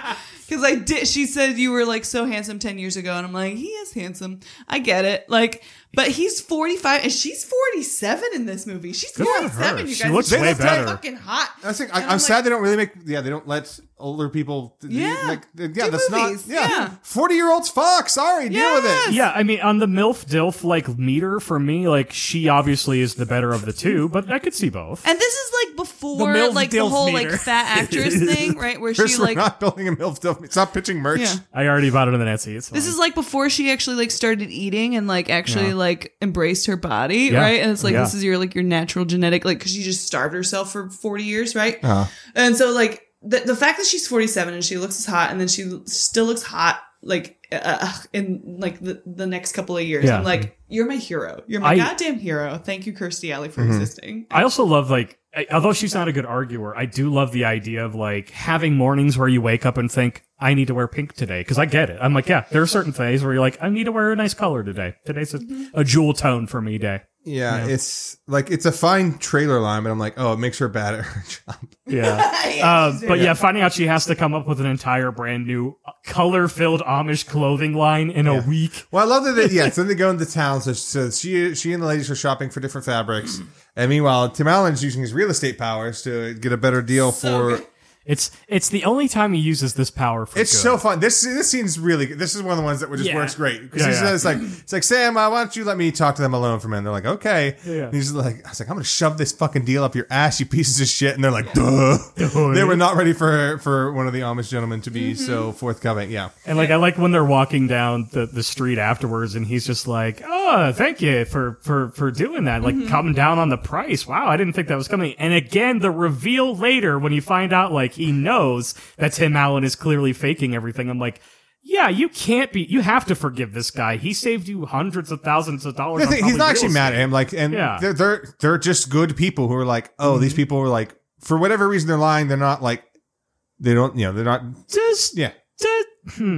[SPEAKER 4] I did. She said you were like so handsome ten years ago, and I'm like, he is handsome. I get it. Like, but he's 45 and she's 47 in this movie. She's
[SPEAKER 3] for
[SPEAKER 4] 47.
[SPEAKER 3] her.
[SPEAKER 4] You
[SPEAKER 3] She
[SPEAKER 4] guys,
[SPEAKER 3] looks
[SPEAKER 4] She's
[SPEAKER 1] way better.
[SPEAKER 4] Fucking hot.
[SPEAKER 1] I think I,
[SPEAKER 4] And
[SPEAKER 1] I'm,
[SPEAKER 4] I'm like-
[SPEAKER 1] sad they don't really make. Yeah, they don't let older people.
[SPEAKER 4] Yeah.
[SPEAKER 1] like yeah,
[SPEAKER 4] Do
[SPEAKER 1] that's
[SPEAKER 4] movies.
[SPEAKER 1] not. Yeah,
[SPEAKER 4] Yeah.
[SPEAKER 1] forty year olds fuck. Sorry, deal with it.
[SPEAKER 3] Yeah, I mean, on the MILF DILF like meter for me, like she obviously is the better of the two, but I could see both.
[SPEAKER 4] And this is like before
[SPEAKER 9] milf
[SPEAKER 4] like the
[SPEAKER 9] dilf
[SPEAKER 4] whole
[SPEAKER 9] meter.
[SPEAKER 4] like fat actress thing, right? Where
[SPEAKER 1] Chris,
[SPEAKER 4] she
[SPEAKER 1] we're
[SPEAKER 4] like
[SPEAKER 1] not building a milf. Duff. Stop pitching merch.
[SPEAKER 4] Yeah.
[SPEAKER 3] I already bought it on the Etsy. It's
[SPEAKER 4] this
[SPEAKER 3] fine.
[SPEAKER 4] is like before she actually like started eating and like actually
[SPEAKER 3] Yeah.
[SPEAKER 4] like embraced her body,
[SPEAKER 3] Yeah.
[SPEAKER 4] right? And it's like
[SPEAKER 3] Yeah.
[SPEAKER 4] this is your like your natural genetic like cuz she just starved herself for 40 years, right?
[SPEAKER 3] Uh-huh.
[SPEAKER 4] And so like the the fact that she's 47 and she looks as hot and then she still looks hot like uh, in like the, the next couple of years.
[SPEAKER 3] Yeah.
[SPEAKER 4] I'm like you're my hero. You're my
[SPEAKER 3] I- Mm-hmm.
[SPEAKER 4] goddamn hero. Thank you Kirstie Alley for existing.
[SPEAKER 3] I also love like, I- although she's not a good arguer, I do love the idea of like having mornings where you wake up and think, I need to wear pink today because I get it.
[SPEAKER 4] Mm-hmm.
[SPEAKER 3] I'm like, yeah, there are certain things where you're like, I need to wear a nice color today. Today's a, a jewel tone for me day.
[SPEAKER 1] Yeah, it's like it's a fine trailer line, but I'm like, oh, it makes her bad at her job.
[SPEAKER 3] Yeah. Uh, but yeah, finding out she has to come up with an entire brand new color filled Amish clothing line in a week.
[SPEAKER 1] Well, I love that. They, yeah, so then they go into town. So, so she she and the ladies are shopping for different fabrics, and meanwhile, Tim Allen's using his real estate powers to get a better deal for.
[SPEAKER 3] It's it's the only time he uses this power for
[SPEAKER 1] It's
[SPEAKER 3] good.
[SPEAKER 1] so fun. This this scene's really. good. This is one of the ones that just
[SPEAKER 2] Yeah.
[SPEAKER 1] works great because
[SPEAKER 3] Yeah,
[SPEAKER 1] he
[SPEAKER 3] yeah.
[SPEAKER 1] says like it's like Sam, I why don't you let me talk to them alone for a minute? They're like, okay. And he's like, I was like, I'm gonna shove this fucking deal up your ass, you pieces of shit. And they're like, duh. they were not ready for for one of the Amish gentlemen to be so forthcoming. Yeah.
[SPEAKER 3] And like I like when they're walking down the, the street afterwards and he's just like, Oh, thank you for for for doing that.
[SPEAKER 1] Mm-hmm.
[SPEAKER 3] Like coming down on the price. Wow, I didn't think that was coming. And again, the reveal later when you find out like he knows that Tim Allen is clearly faking everything. I'm like, Yeah, you can't be you have to forgive this guy. He saved you hundreds of thousands of dollars.
[SPEAKER 1] The
[SPEAKER 3] on
[SPEAKER 1] thing- he's
[SPEAKER 3] probably
[SPEAKER 1] not
[SPEAKER 3] real
[SPEAKER 1] actually
[SPEAKER 3] estate.
[SPEAKER 1] mad at him. Like, and
[SPEAKER 3] Yeah. Mm-hmm.
[SPEAKER 1] they're they're they're just good people who are like, oh, these people are like, for whatever reason, they're lying. They're not like, they don't, you know, they're not.
[SPEAKER 3] Does
[SPEAKER 1] Yeah.
[SPEAKER 3] do, hmm,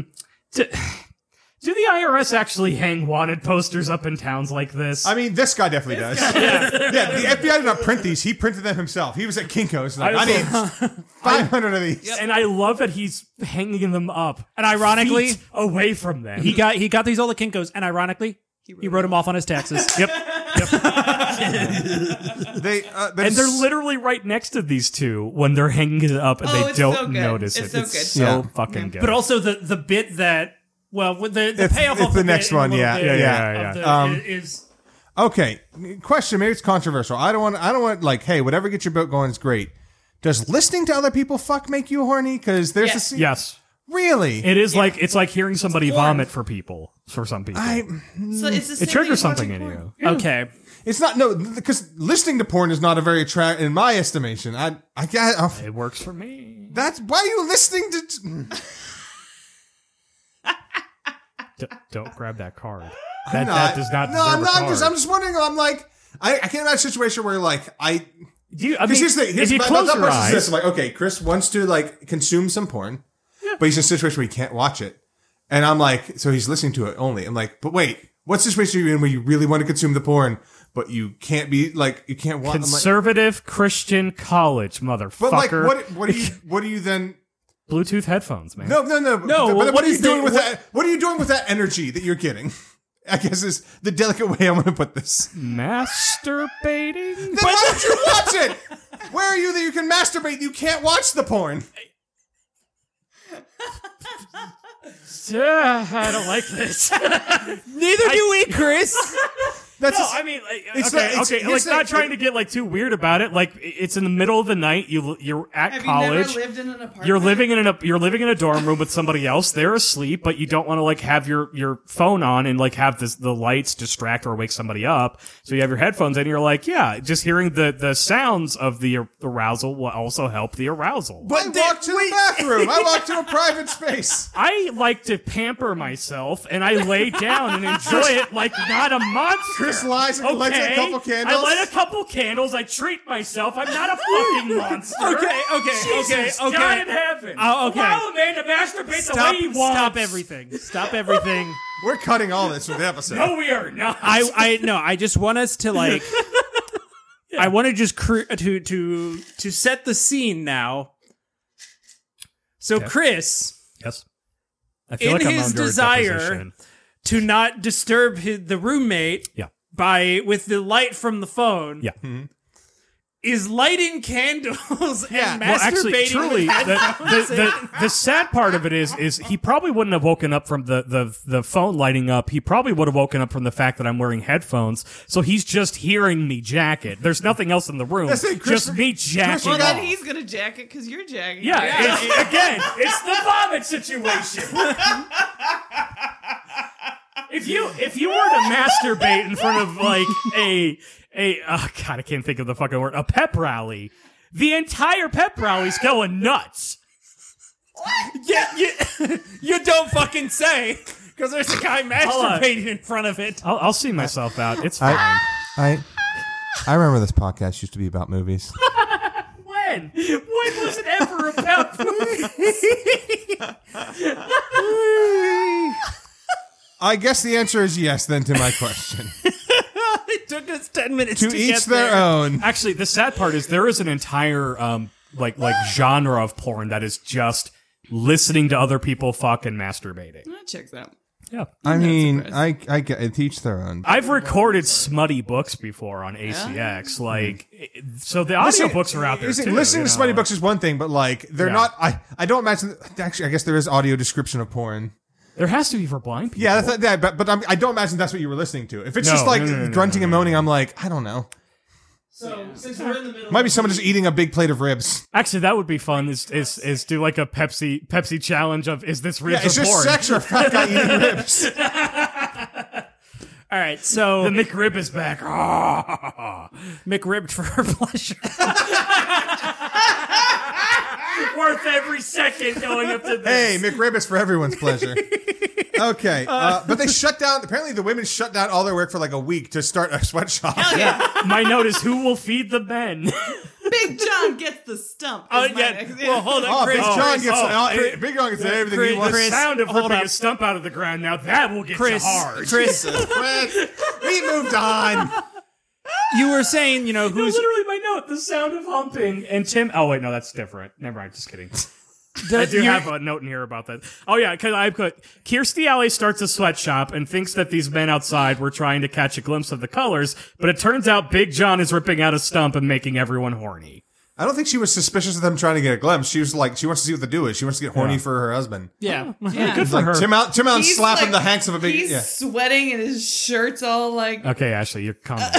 [SPEAKER 3] do, do the IRS actually hang wanted posters up in towns like this?
[SPEAKER 1] I mean, this guy definitely does. yeah. the FBI did not print these. He printed them himself. He was at Kinko's. Like, I,
[SPEAKER 3] I
[SPEAKER 1] need
[SPEAKER 3] just-
[SPEAKER 1] 500 of these.
[SPEAKER 3] and I love that he's hanging them up.
[SPEAKER 2] And ironically,
[SPEAKER 3] feet away from them.
[SPEAKER 2] he got he got these all the Kinkos, and ironically, he wrote, them off on his taxes. yep.
[SPEAKER 1] They, uh,
[SPEAKER 3] and they're literally right next to these two when they're hanging it up, and
[SPEAKER 4] Oh,
[SPEAKER 3] they
[SPEAKER 4] it's
[SPEAKER 3] don't
[SPEAKER 4] so good.
[SPEAKER 3] notice
[SPEAKER 4] It's
[SPEAKER 3] it.
[SPEAKER 4] so
[SPEAKER 3] it's
[SPEAKER 4] good.
[SPEAKER 3] so
[SPEAKER 1] Yeah.
[SPEAKER 3] fucking good.
[SPEAKER 2] But also the the bit that well with the, the
[SPEAKER 1] It's-
[SPEAKER 2] payoff
[SPEAKER 1] it's
[SPEAKER 2] of
[SPEAKER 1] the
[SPEAKER 2] bit
[SPEAKER 1] next
[SPEAKER 2] in a
[SPEAKER 1] one,
[SPEAKER 2] little
[SPEAKER 1] yeah,
[SPEAKER 2] bit
[SPEAKER 1] yeah, Um,
[SPEAKER 3] yeah,
[SPEAKER 2] of
[SPEAKER 3] yeah.
[SPEAKER 2] the- is
[SPEAKER 1] Okay, question. Maybe it's controversial. I don't want. I don't want like, hey, whatever gets your boat going is great. Does listening to other people fuck make you horny? Because there's a
[SPEAKER 4] Yes.
[SPEAKER 1] scene-
[SPEAKER 3] yes,
[SPEAKER 1] really.
[SPEAKER 3] it is like it's like hearing somebody
[SPEAKER 4] porn.
[SPEAKER 3] vomit for people for some people.
[SPEAKER 1] I,
[SPEAKER 4] So it's the same
[SPEAKER 3] Mm. it triggers
[SPEAKER 4] thing as
[SPEAKER 3] something in
[SPEAKER 4] watching porn.
[SPEAKER 3] you.
[SPEAKER 2] okay.
[SPEAKER 1] it's not no because listening to porn is not a very attract in my estimation. I I got oh,
[SPEAKER 3] It works for me.
[SPEAKER 1] that's why are you listening to?
[SPEAKER 3] D- don't grab that card.
[SPEAKER 1] I'm
[SPEAKER 3] That, that does not.
[SPEAKER 1] No, I'm
[SPEAKER 3] deserve a
[SPEAKER 1] not. I'm
[SPEAKER 3] card.
[SPEAKER 1] just I'm just wondering. I'm like I, I can't imagine a situation where like I
[SPEAKER 3] Do you, I mean,
[SPEAKER 1] Because here's the thing. Here's
[SPEAKER 3] if you
[SPEAKER 1] my- my
[SPEAKER 3] close
[SPEAKER 1] thought
[SPEAKER 3] your
[SPEAKER 1] process is
[SPEAKER 3] eyes,
[SPEAKER 1] this, I'm like, okay, Chris wants to like consume some porn, but he's in a situation where he can't watch it. And I'm like, so he's listening to it only. I'm like, but wait, what situation are you in where you really want to consume the porn, but you can't be like, you can't watch? Like,
[SPEAKER 3] conservative Christian college, motherfucker.
[SPEAKER 1] but like, what? What do you? What do you then?
[SPEAKER 3] Bluetooth headphones, man.
[SPEAKER 1] No, no, no,
[SPEAKER 2] No,
[SPEAKER 1] But,
[SPEAKER 2] what
[SPEAKER 1] what are you
[SPEAKER 2] is the-
[SPEAKER 1] doing with
[SPEAKER 2] what-
[SPEAKER 1] that? What are you doing with that energy that you're getting? I guess is the delicate way I'm going to put this. Then
[SPEAKER 3] masturbating.
[SPEAKER 1] why don't you watch it? Where are you that you can masturbate? You can't watch the porn.
[SPEAKER 3] Uh, I don't like this.
[SPEAKER 2] Neither do we, Chris.
[SPEAKER 1] That's
[SPEAKER 3] No,
[SPEAKER 1] just-
[SPEAKER 3] I mean, like,
[SPEAKER 1] It's not-
[SPEAKER 3] okay,
[SPEAKER 1] it's-
[SPEAKER 3] okay,
[SPEAKER 1] you're
[SPEAKER 3] like
[SPEAKER 1] saying-
[SPEAKER 3] not trying to get like too weird about it. Like it's in the middle of the night. You you're at
[SPEAKER 4] Have you
[SPEAKER 3] college.
[SPEAKER 4] never lived in an apartment?
[SPEAKER 3] you're living in an you're living in a dorm room with somebody else. They're asleep, but you don't want to like have your your phone on and like have this the lights distract or wake somebody up. So you have your headphones and you're like, yeah, just hearing the the sounds of the arousal will also help the arousal.
[SPEAKER 1] I walked to the bathroom. I walked to a private space.
[SPEAKER 3] I like to pamper myself and I lay down and enjoy it like not a monster.
[SPEAKER 1] Chris lies and lights a couple candles.
[SPEAKER 3] I light a couple candles. I treat myself. I'm not a fucking monster.
[SPEAKER 2] Okay, okay,
[SPEAKER 3] Jesus,
[SPEAKER 2] okay, okay.
[SPEAKER 3] God in heaven.
[SPEAKER 2] Oh, okay.
[SPEAKER 3] Wow, man, to masturbate
[SPEAKER 2] Stop,
[SPEAKER 3] the way he wants.
[SPEAKER 2] stop everything. Stop everything.
[SPEAKER 1] We're cutting all this from the episode.
[SPEAKER 3] No, we are not.
[SPEAKER 2] I I no, I just want us to like I want to just cr- to to to set the scene now. So Chris
[SPEAKER 3] yes. I
[SPEAKER 2] feel in like I'm his under a desire- deposition. to not disturb his, the roommate
[SPEAKER 3] Yeah.
[SPEAKER 2] by with the light from the phone.
[SPEAKER 3] Yeah. Mm-hmm.
[SPEAKER 2] Is lighting candles and masturbating
[SPEAKER 3] Well, actually, truly,
[SPEAKER 2] with
[SPEAKER 3] the,
[SPEAKER 2] headphones
[SPEAKER 3] the,
[SPEAKER 2] in?
[SPEAKER 3] the, the sad part of it is, is he probably wouldn't have woken up from the, the, the phone lighting up. He probably would have woken up from the fact that I'm wearing headphones. So he's just hearing me jacket. There's nothing else in the room.
[SPEAKER 1] That's it, Chris-
[SPEAKER 3] just me jacking
[SPEAKER 4] Well,
[SPEAKER 3] off.
[SPEAKER 4] then Oh, he's gonna jack it because you're jacking.
[SPEAKER 3] Yeah,
[SPEAKER 4] it.
[SPEAKER 3] It's, again, it's the vomit situation. if you if you were to masturbate in front of like a a oh god, I can't think of the fucking word a pep rally, the entire pep rally's going nuts.
[SPEAKER 2] yeah, you, you don't fucking say because there's a guy
[SPEAKER 3] on.
[SPEAKER 2] masturbating in front of it.
[SPEAKER 3] I'll, I'll see myself out. It's fine.
[SPEAKER 1] I, I, I remember this podcast used to be about movies.
[SPEAKER 3] when when was it ever about
[SPEAKER 1] I guess the answer is yes. Then to my question,
[SPEAKER 2] It took us it's ten minutes
[SPEAKER 1] to
[SPEAKER 2] to,
[SPEAKER 1] each
[SPEAKER 2] get
[SPEAKER 1] their
[SPEAKER 2] there.
[SPEAKER 1] own.
[SPEAKER 3] Actually, the sad part is there is an entire um like like genre of porn that is just listening to other people fuck and masturbating.
[SPEAKER 4] That checks out.
[SPEAKER 3] Yeah.
[SPEAKER 1] I mean, I, I get each their own.
[SPEAKER 3] I've recorded smutty books before on ACX, like it- so the audiobooks are out there.
[SPEAKER 1] Listen-
[SPEAKER 3] too,
[SPEAKER 1] listening
[SPEAKER 3] you
[SPEAKER 1] to
[SPEAKER 3] know,
[SPEAKER 1] smutty
[SPEAKER 3] like-
[SPEAKER 1] books is one thing, but like they're
[SPEAKER 3] Yeah.
[SPEAKER 1] not. I I don't imagine. Actually, I guess there is audio description of porn.
[SPEAKER 3] There has to be for blind people.
[SPEAKER 1] Yeah, that's yeah but but I'm, I don't imagine that's what you were listening to. If it's
[SPEAKER 3] No,
[SPEAKER 1] just like
[SPEAKER 3] no, no, no, no,
[SPEAKER 1] grunting
[SPEAKER 3] no,
[SPEAKER 1] and
[SPEAKER 3] no,
[SPEAKER 1] moaning, I'm like, I don't know.
[SPEAKER 2] So since we're in the middle,
[SPEAKER 1] Might be someone just eating a big plate of ribs.
[SPEAKER 3] Actually, that would be fun. Is is is do like a Pepsi Pepsi challenge of is this real
[SPEAKER 1] Yeah, it's
[SPEAKER 3] porn?
[SPEAKER 1] just sex or fat guy eating ribs.
[SPEAKER 2] all right. So
[SPEAKER 3] The McRib is back.
[SPEAKER 2] McRibbed for her pleasure.
[SPEAKER 3] Worth every second going up to this.
[SPEAKER 1] Hey, McRib is for everyone's pleasure. Okay, uh, but they shut down. Apparently, the women shut down all their work for like a week to start a sweatshop.
[SPEAKER 3] My note is who will feed the men.
[SPEAKER 4] Big John gets the stump.
[SPEAKER 2] Oh
[SPEAKER 4] is my
[SPEAKER 2] yeah.
[SPEAKER 4] next-
[SPEAKER 2] Well, hold on,
[SPEAKER 1] Oh,
[SPEAKER 2] Chris.
[SPEAKER 1] Big John
[SPEAKER 2] Chris,
[SPEAKER 1] gets
[SPEAKER 3] oh,
[SPEAKER 1] oh, Big John gets everything he
[SPEAKER 2] Chris-
[SPEAKER 1] wants.
[SPEAKER 2] Chris-
[SPEAKER 3] the sound of
[SPEAKER 2] hold
[SPEAKER 3] ripping
[SPEAKER 2] up.
[SPEAKER 3] a stump out of the ground. Now that will get
[SPEAKER 2] Chris,
[SPEAKER 3] you hard.
[SPEAKER 2] Chris,
[SPEAKER 1] we moved on.
[SPEAKER 2] you were saying, you know,
[SPEAKER 3] No,
[SPEAKER 2] who's
[SPEAKER 3] literally my note. The sound of humping and Tim. Oh wait, no, that's different. Never mind. Just kidding. I do have a note in here about that. Oh yeah, because I put Kirstie Alley starts a sweatshop and thinks that these men outside were trying to catch a glimpse of the colors, but it turns out Big John is ripping out a stump and making everyone horny.
[SPEAKER 1] I don't think she was suspicious of them trying to get a glimpse. She was like, she wants to see what the do is. She wants to get horny for her husband.
[SPEAKER 2] yeah.
[SPEAKER 4] Yeah.
[SPEAKER 3] Good for her.
[SPEAKER 1] Tim out, Tim out,
[SPEAKER 4] He's
[SPEAKER 1] slapping
[SPEAKER 4] like-
[SPEAKER 1] the hanks of a big.
[SPEAKER 4] He's
[SPEAKER 1] Yeah. Oh.
[SPEAKER 4] sweating and his shirt's all like.
[SPEAKER 3] okay, Ashley, you're calm. down.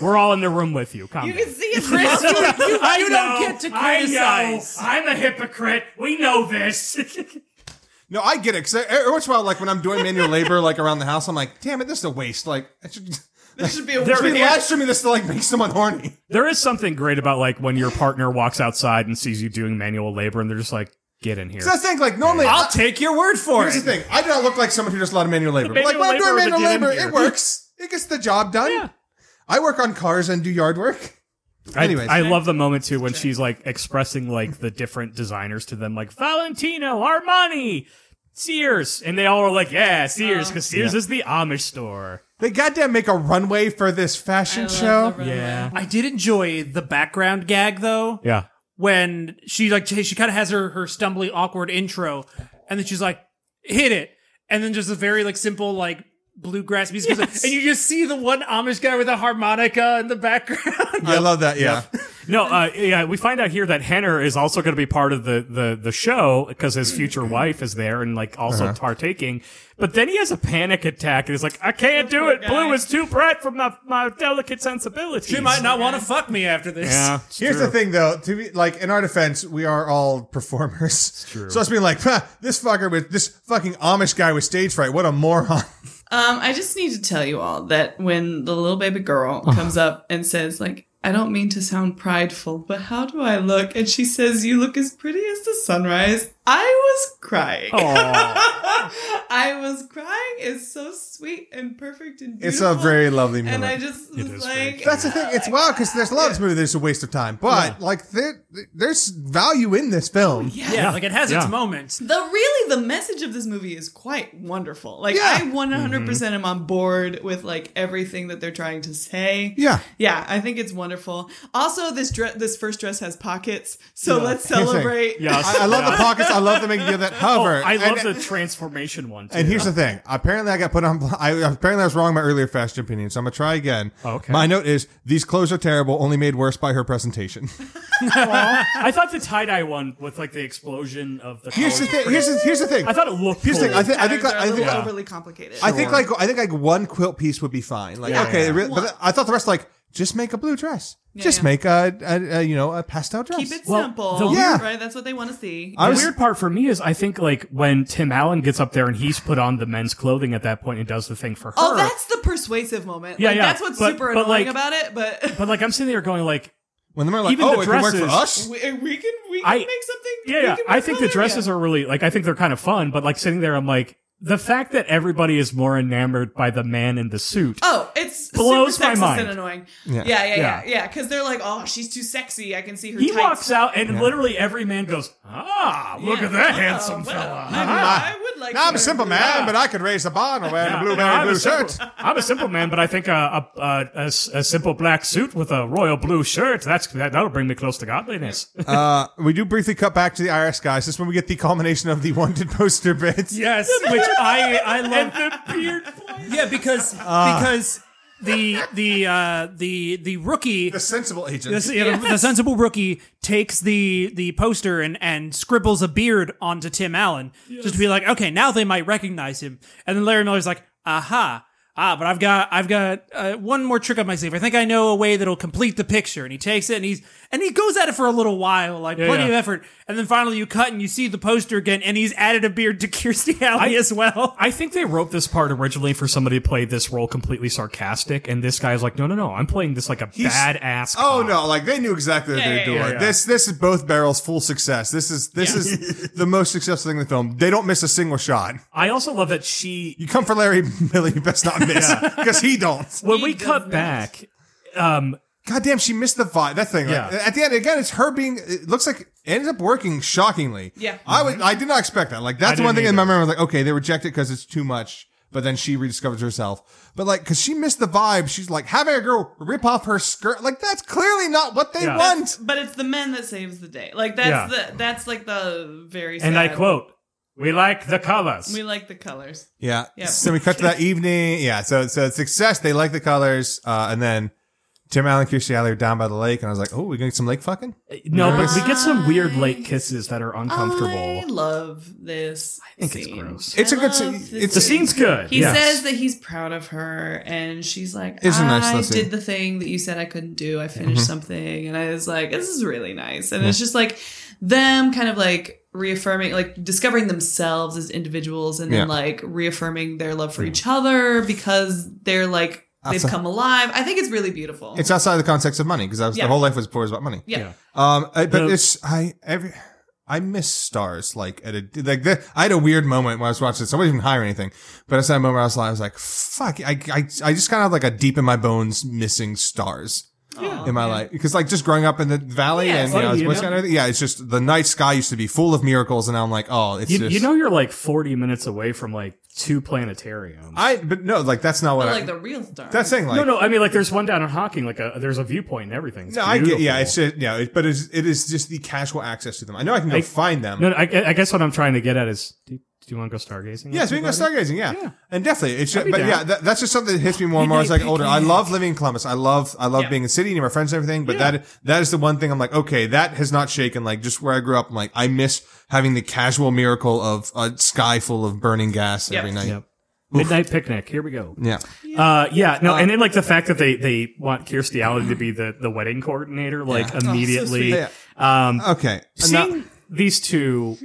[SPEAKER 3] we're all in the room with you. Calm
[SPEAKER 4] You
[SPEAKER 3] down.
[SPEAKER 4] can see his
[SPEAKER 2] Chris, you, you-
[SPEAKER 3] I
[SPEAKER 2] you
[SPEAKER 3] know,
[SPEAKER 2] don't get to
[SPEAKER 3] I know.
[SPEAKER 2] criticize.
[SPEAKER 3] I'm a hypocrite. We know this.
[SPEAKER 1] No, I get it. Cause I- every once in a while, like when I'm doing manual labor, like around the house, I'm like, damn it, this is a waste. Like, I should,
[SPEAKER 4] This should be a
[SPEAKER 1] there should be
[SPEAKER 4] weird-
[SPEAKER 1] live streaming this to like make someone horny.
[SPEAKER 3] There is something great about like when your partner walks outside and sees you doing manual labor and they're just like, get in here.
[SPEAKER 1] So that's the thing. Like normally,
[SPEAKER 2] I'll
[SPEAKER 1] I-
[SPEAKER 2] take your word for
[SPEAKER 1] here's the
[SPEAKER 2] it.
[SPEAKER 1] thing. I do not look like someone who does a lot of manual labor. But like
[SPEAKER 3] manual
[SPEAKER 1] when I'm doing
[SPEAKER 3] labor of
[SPEAKER 1] manual
[SPEAKER 3] a
[SPEAKER 1] labor,
[SPEAKER 3] dead
[SPEAKER 1] it
[SPEAKER 3] end
[SPEAKER 1] works. It gets the job done. I work on cars and do yard work.
[SPEAKER 3] I,
[SPEAKER 1] Anyways.
[SPEAKER 3] I love the moment too when she's like expressing like the different designers to them, like Valentino, Armani, Sears, and they all are like, yeah, Sears, because Sears is the Amish store.
[SPEAKER 1] They goddamn make a runway for this
[SPEAKER 4] I
[SPEAKER 1] fashion
[SPEAKER 4] love
[SPEAKER 1] show.
[SPEAKER 4] the runway.
[SPEAKER 2] I did enjoy the background gag though.
[SPEAKER 3] Yeah.
[SPEAKER 2] when she like she kind of has her her stumbly awkward intro and then she's like hit it and then just a very like simple like bluegrass music goes in, and you just see the one Amish guy with a harmonica in the background
[SPEAKER 1] I love that. Yeah.
[SPEAKER 3] No, uh, yeah, we find out here that Henner is also going to be part of the the the show because his future wife is there and like also partaking. But then he has a panic attack and he's like, "I can't do it. Blue is too bright for my my delicate sensibilities."
[SPEAKER 2] she might not want to fuck me after this
[SPEAKER 3] Yeah, it's
[SPEAKER 1] Here's
[SPEAKER 3] true.
[SPEAKER 1] the thing, though. To be like, in our defense, we are all performers. So it's being like, "Huh, this fucker with this fucking Amish guy with stage fright. What a moron!
[SPEAKER 4] Um, I just need to tell you all that when the little baby girl
[SPEAKER 1] Oh.
[SPEAKER 4] comes up and says, like, I don't mean to sound prideful, but how do I look? And she says, You look as pretty as the sunrise. I was crying.
[SPEAKER 1] Oh.
[SPEAKER 4] I was crying. It's so sweet and perfect and
[SPEAKER 1] It's
[SPEAKER 4] beautiful.
[SPEAKER 1] a very lovely
[SPEAKER 4] And I
[SPEAKER 1] moment.
[SPEAKER 4] just was like,
[SPEAKER 1] That's the thing. It's wild because there's a lot of this movie that's a waste of time, but like there, there's value in this film.
[SPEAKER 3] Oh,
[SPEAKER 2] yeah, like it has its
[SPEAKER 3] Yeah.
[SPEAKER 2] moments
[SPEAKER 4] the really the message of this movie is quite wonderful. Like
[SPEAKER 1] Yeah. Mm-hmm.
[SPEAKER 4] I 100% percent am on board with like everything that they're trying to say.
[SPEAKER 1] Yeah.
[SPEAKER 4] Yeah, I think it's wonderful. Also this dress this first dress has pockets. So let's celebrate.
[SPEAKER 3] Yes.
[SPEAKER 1] I, I love the pockets. I love them making you that
[SPEAKER 3] Oh,
[SPEAKER 1] hover.
[SPEAKER 3] I love
[SPEAKER 1] and,
[SPEAKER 3] the transformation one. Too.
[SPEAKER 1] And here's the thing. Apparently, I got put on. I apparently I was wrong in my earlier fashion opinion, so I'm gonna try again.
[SPEAKER 3] Okay.
[SPEAKER 1] My note is: these clothes are terrible, only made worse by her presentation.
[SPEAKER 3] I thought the tie dye one with like the explosion of the.
[SPEAKER 1] Here's the
[SPEAKER 3] colors
[SPEAKER 1] thing.
[SPEAKER 3] was
[SPEAKER 1] Here's the, here's the thing.
[SPEAKER 3] pretty- I thought it looked.
[SPEAKER 1] Here's the
[SPEAKER 3] cool.
[SPEAKER 1] thing. I think. I think.
[SPEAKER 4] Patterns are
[SPEAKER 1] I
[SPEAKER 4] a
[SPEAKER 1] think.
[SPEAKER 4] little overly complicated.
[SPEAKER 1] I think like I think like one quilt piece would be fine. Like okay, it really- but I thought the rest like just make a blue dress, just
[SPEAKER 4] yeah.
[SPEAKER 1] make a, a, a you know a pastel dress.
[SPEAKER 4] keep it
[SPEAKER 3] Well,
[SPEAKER 4] simple.
[SPEAKER 3] the
[SPEAKER 1] weird-
[SPEAKER 4] right? That's what they want to see.
[SPEAKER 1] I
[SPEAKER 3] the
[SPEAKER 1] was-
[SPEAKER 3] weird part for me is I think like when Tim Allen gets up there and he's put on the men's clothing at that point and does the thing for her.
[SPEAKER 4] oh, that's the persuasive moment.
[SPEAKER 3] Yeah,
[SPEAKER 4] like,
[SPEAKER 3] yeah.
[SPEAKER 4] That's what's
[SPEAKER 3] But-
[SPEAKER 4] super
[SPEAKER 3] but,
[SPEAKER 4] annoying
[SPEAKER 3] like-
[SPEAKER 4] about it, but
[SPEAKER 3] but like I'm sitting there going like
[SPEAKER 1] when they're like,
[SPEAKER 3] Even
[SPEAKER 1] oh,
[SPEAKER 3] the
[SPEAKER 1] it can work for us.
[SPEAKER 3] dresses-
[SPEAKER 4] we, we can we can
[SPEAKER 3] I-
[SPEAKER 4] make something.
[SPEAKER 3] yeah, yeah. I think the dresses are really like I think they're kind of fun, but like sitting there I'm like the fact that everybody is more enamored by the man in the suit.
[SPEAKER 4] Oh, it's
[SPEAKER 3] Blows
[SPEAKER 4] super
[SPEAKER 3] my
[SPEAKER 4] sexist
[SPEAKER 3] mind.
[SPEAKER 4] and annoying. Yeah, yeah, yeah,
[SPEAKER 3] Yeah.
[SPEAKER 4] yeah. Because they're like, oh, she's too sexy. I can see her.
[SPEAKER 3] he
[SPEAKER 4] tights.
[SPEAKER 3] walks out, and literally every man goes, "Ah, look
[SPEAKER 4] Yeah.
[SPEAKER 3] at that
[SPEAKER 4] Oh,
[SPEAKER 3] handsome
[SPEAKER 4] well,
[SPEAKER 3] fella." Ah.
[SPEAKER 4] I, mean, I would like.
[SPEAKER 1] Now I'm
[SPEAKER 4] her-
[SPEAKER 1] a simple man, but I could raise the bar and wear a blueberry
[SPEAKER 3] I'm a
[SPEAKER 1] blue
[SPEAKER 3] simple-
[SPEAKER 1] shirt.
[SPEAKER 3] I'm a simple man, but I think a a, a, a s- a simple black suit with a royal blue shirt that's that, that'll bring me close to godliness.
[SPEAKER 1] Uh, we do briefly cut back to the IRS guys. This is when we get the culmination of the wanted poster bits.
[SPEAKER 9] Yes, which I I love.
[SPEAKER 3] the beard boy.
[SPEAKER 9] Yeah, because
[SPEAKER 3] Ah.
[SPEAKER 9] because the the uh, the the rookie
[SPEAKER 1] The sensible agent.
[SPEAKER 9] This- yeah, the- The sensible rookie takes the the poster and and scribbles a beard onto Tim Allen just to be like, okay, now they might recognize him. And then Larry Miller's like, aha. Ah, but I've got I've got uh, one more trick up my sleeve. I think I know a way that'll complete the picture. And he takes it and he's and he goes at it for a little while, like plenty
[SPEAKER 3] yeah.
[SPEAKER 9] of effort. And then finally you cut and you see the poster again, and he's added a beard to Kirstie Alley as well.
[SPEAKER 3] I think they wrote this part originally for somebody to play this role completely sarcastic, and this guy's like, "No, no, no, I'm playing this like a badass."
[SPEAKER 1] Oh
[SPEAKER 3] cop."
[SPEAKER 1] no! Like they knew exactly what they were
[SPEAKER 4] yeah,
[SPEAKER 1] doing.
[SPEAKER 4] yeah,
[SPEAKER 1] This this is both barrels full success. This is this is the most successful thing in the film. They don't miss a single shot.
[SPEAKER 3] I also love that she
[SPEAKER 1] You come for Larry Miller, you best not miss because he don't.
[SPEAKER 3] when we
[SPEAKER 4] does not.
[SPEAKER 3] cut back.
[SPEAKER 1] Goddamn, she missed the vibe. That thing. like,
[SPEAKER 3] Yeah.
[SPEAKER 1] at the end, again, it's her being. It looks like it ends up working shockingly.
[SPEAKER 4] Yeah.
[SPEAKER 1] I would. I did not expect that. Like that's
[SPEAKER 3] Mm-hmm.
[SPEAKER 1] the
[SPEAKER 3] I
[SPEAKER 1] one
[SPEAKER 3] didn't
[SPEAKER 1] thing in my memory. I was like, okay, they reject it because it's too much. But then she rediscovers herself. But like, because she missed the vibe, she's like having a girl rip off her skirt. Like that's clearly not what they
[SPEAKER 3] Yeah.
[SPEAKER 1] want.
[SPEAKER 4] But it's the men that saves the day. Like that's the that's like the very.
[SPEAKER 3] And I
[SPEAKER 4] sad-
[SPEAKER 3] quote, "We like the colors."
[SPEAKER 4] We like the colors.
[SPEAKER 1] Yeah.
[SPEAKER 4] Yeah.
[SPEAKER 1] So we cut to that evening. Yeah. So so it's success. They like the colors. Uh, and then Tim Allen and Kirstie Alley are down by the lake, and I was like, oh, we gonna get some lake fucking.
[SPEAKER 3] Uh, no, but we get some weird late kisses that are uncomfortable.
[SPEAKER 4] I love this. I
[SPEAKER 3] think it's
[SPEAKER 4] scene.
[SPEAKER 3] gross.
[SPEAKER 1] It's
[SPEAKER 4] I
[SPEAKER 1] a good
[SPEAKER 4] love
[SPEAKER 1] scene.
[SPEAKER 4] this
[SPEAKER 1] It's-
[SPEAKER 3] the scene's good.
[SPEAKER 4] He
[SPEAKER 3] yes.
[SPEAKER 4] says that he's proud of her, and she's like,
[SPEAKER 1] It's a nice
[SPEAKER 4] "I
[SPEAKER 1] little scene.
[SPEAKER 4] did the thing that you said I couldn't do. I finished
[SPEAKER 1] Mm-hmm.
[SPEAKER 4] something," and I was like, "This is really nice." And it's just like them kind of like reaffirming, like discovering themselves as individuals, and
[SPEAKER 1] Yeah. Mm.
[SPEAKER 4] then like reaffirming their love for each other because they're like
[SPEAKER 1] That's a-
[SPEAKER 4] they've come alive. I think it's really beautiful.
[SPEAKER 1] It's outside the context of money because I was
[SPEAKER 4] Yeah.
[SPEAKER 1] the whole life was poor about money.
[SPEAKER 4] yeah.
[SPEAKER 1] Um, I, but
[SPEAKER 3] The-
[SPEAKER 1] it's I every I miss stars like at a like the, I had a weird moment when I was watching this. I wasn't even high or anything, but I saw a moment where I was like, I was like, fuck, I I, I just kind of have like a deep in my bones missing stars. in my life, because like just growing up in the valley
[SPEAKER 4] Yeah,
[SPEAKER 1] and
[SPEAKER 4] it's
[SPEAKER 1] you know,
[SPEAKER 3] like,
[SPEAKER 1] I was
[SPEAKER 3] you
[SPEAKER 1] Boy
[SPEAKER 3] know-
[SPEAKER 1] Scout and everything, yeah, it's just the night sky used to be full of miracles, and now I'm like, oh, it's
[SPEAKER 3] You,
[SPEAKER 1] just
[SPEAKER 3] you know you're like 40 minutes away from like two planetariums.
[SPEAKER 1] I but no, like that's not what
[SPEAKER 4] But,
[SPEAKER 1] I
[SPEAKER 4] like the real star.
[SPEAKER 1] that's saying like
[SPEAKER 3] no, no, I mean like there's one down in Hawking, like a, there's a viewpoint and everything. It's
[SPEAKER 1] no, I get yeah,
[SPEAKER 3] beautiful.
[SPEAKER 1] it's just, yeah, it, but it's, it is just the casual access to them. I know I can go find them.
[SPEAKER 3] No, no, I, I guess what I'm trying to get at is, do, do you want to go stargazing?
[SPEAKER 1] Yes, we can go stargazing. Yeah. and definitely, it's just,
[SPEAKER 3] be
[SPEAKER 1] but
[SPEAKER 3] down.
[SPEAKER 1] yeah, that, that's just something that hits me more and more as I get older. I love living in Columbus. I love, I love being in the city and my friends and everything. But that that is the one thing I'm like, okay, that has not shaken. Like just where I grew up, I'm like, I miss having the casual miracle of a sky full of burning gas
[SPEAKER 4] Yep.
[SPEAKER 1] every night.
[SPEAKER 3] Yep. Midnight picnic. Here we go.
[SPEAKER 1] Yeah,
[SPEAKER 3] Uh, yeah, no, and then like the fact that they they want Kirstie Alley to be the the wedding coordinator, like immediately.
[SPEAKER 1] sweet.
[SPEAKER 3] Um,
[SPEAKER 1] okay. And now-
[SPEAKER 3] seeing these two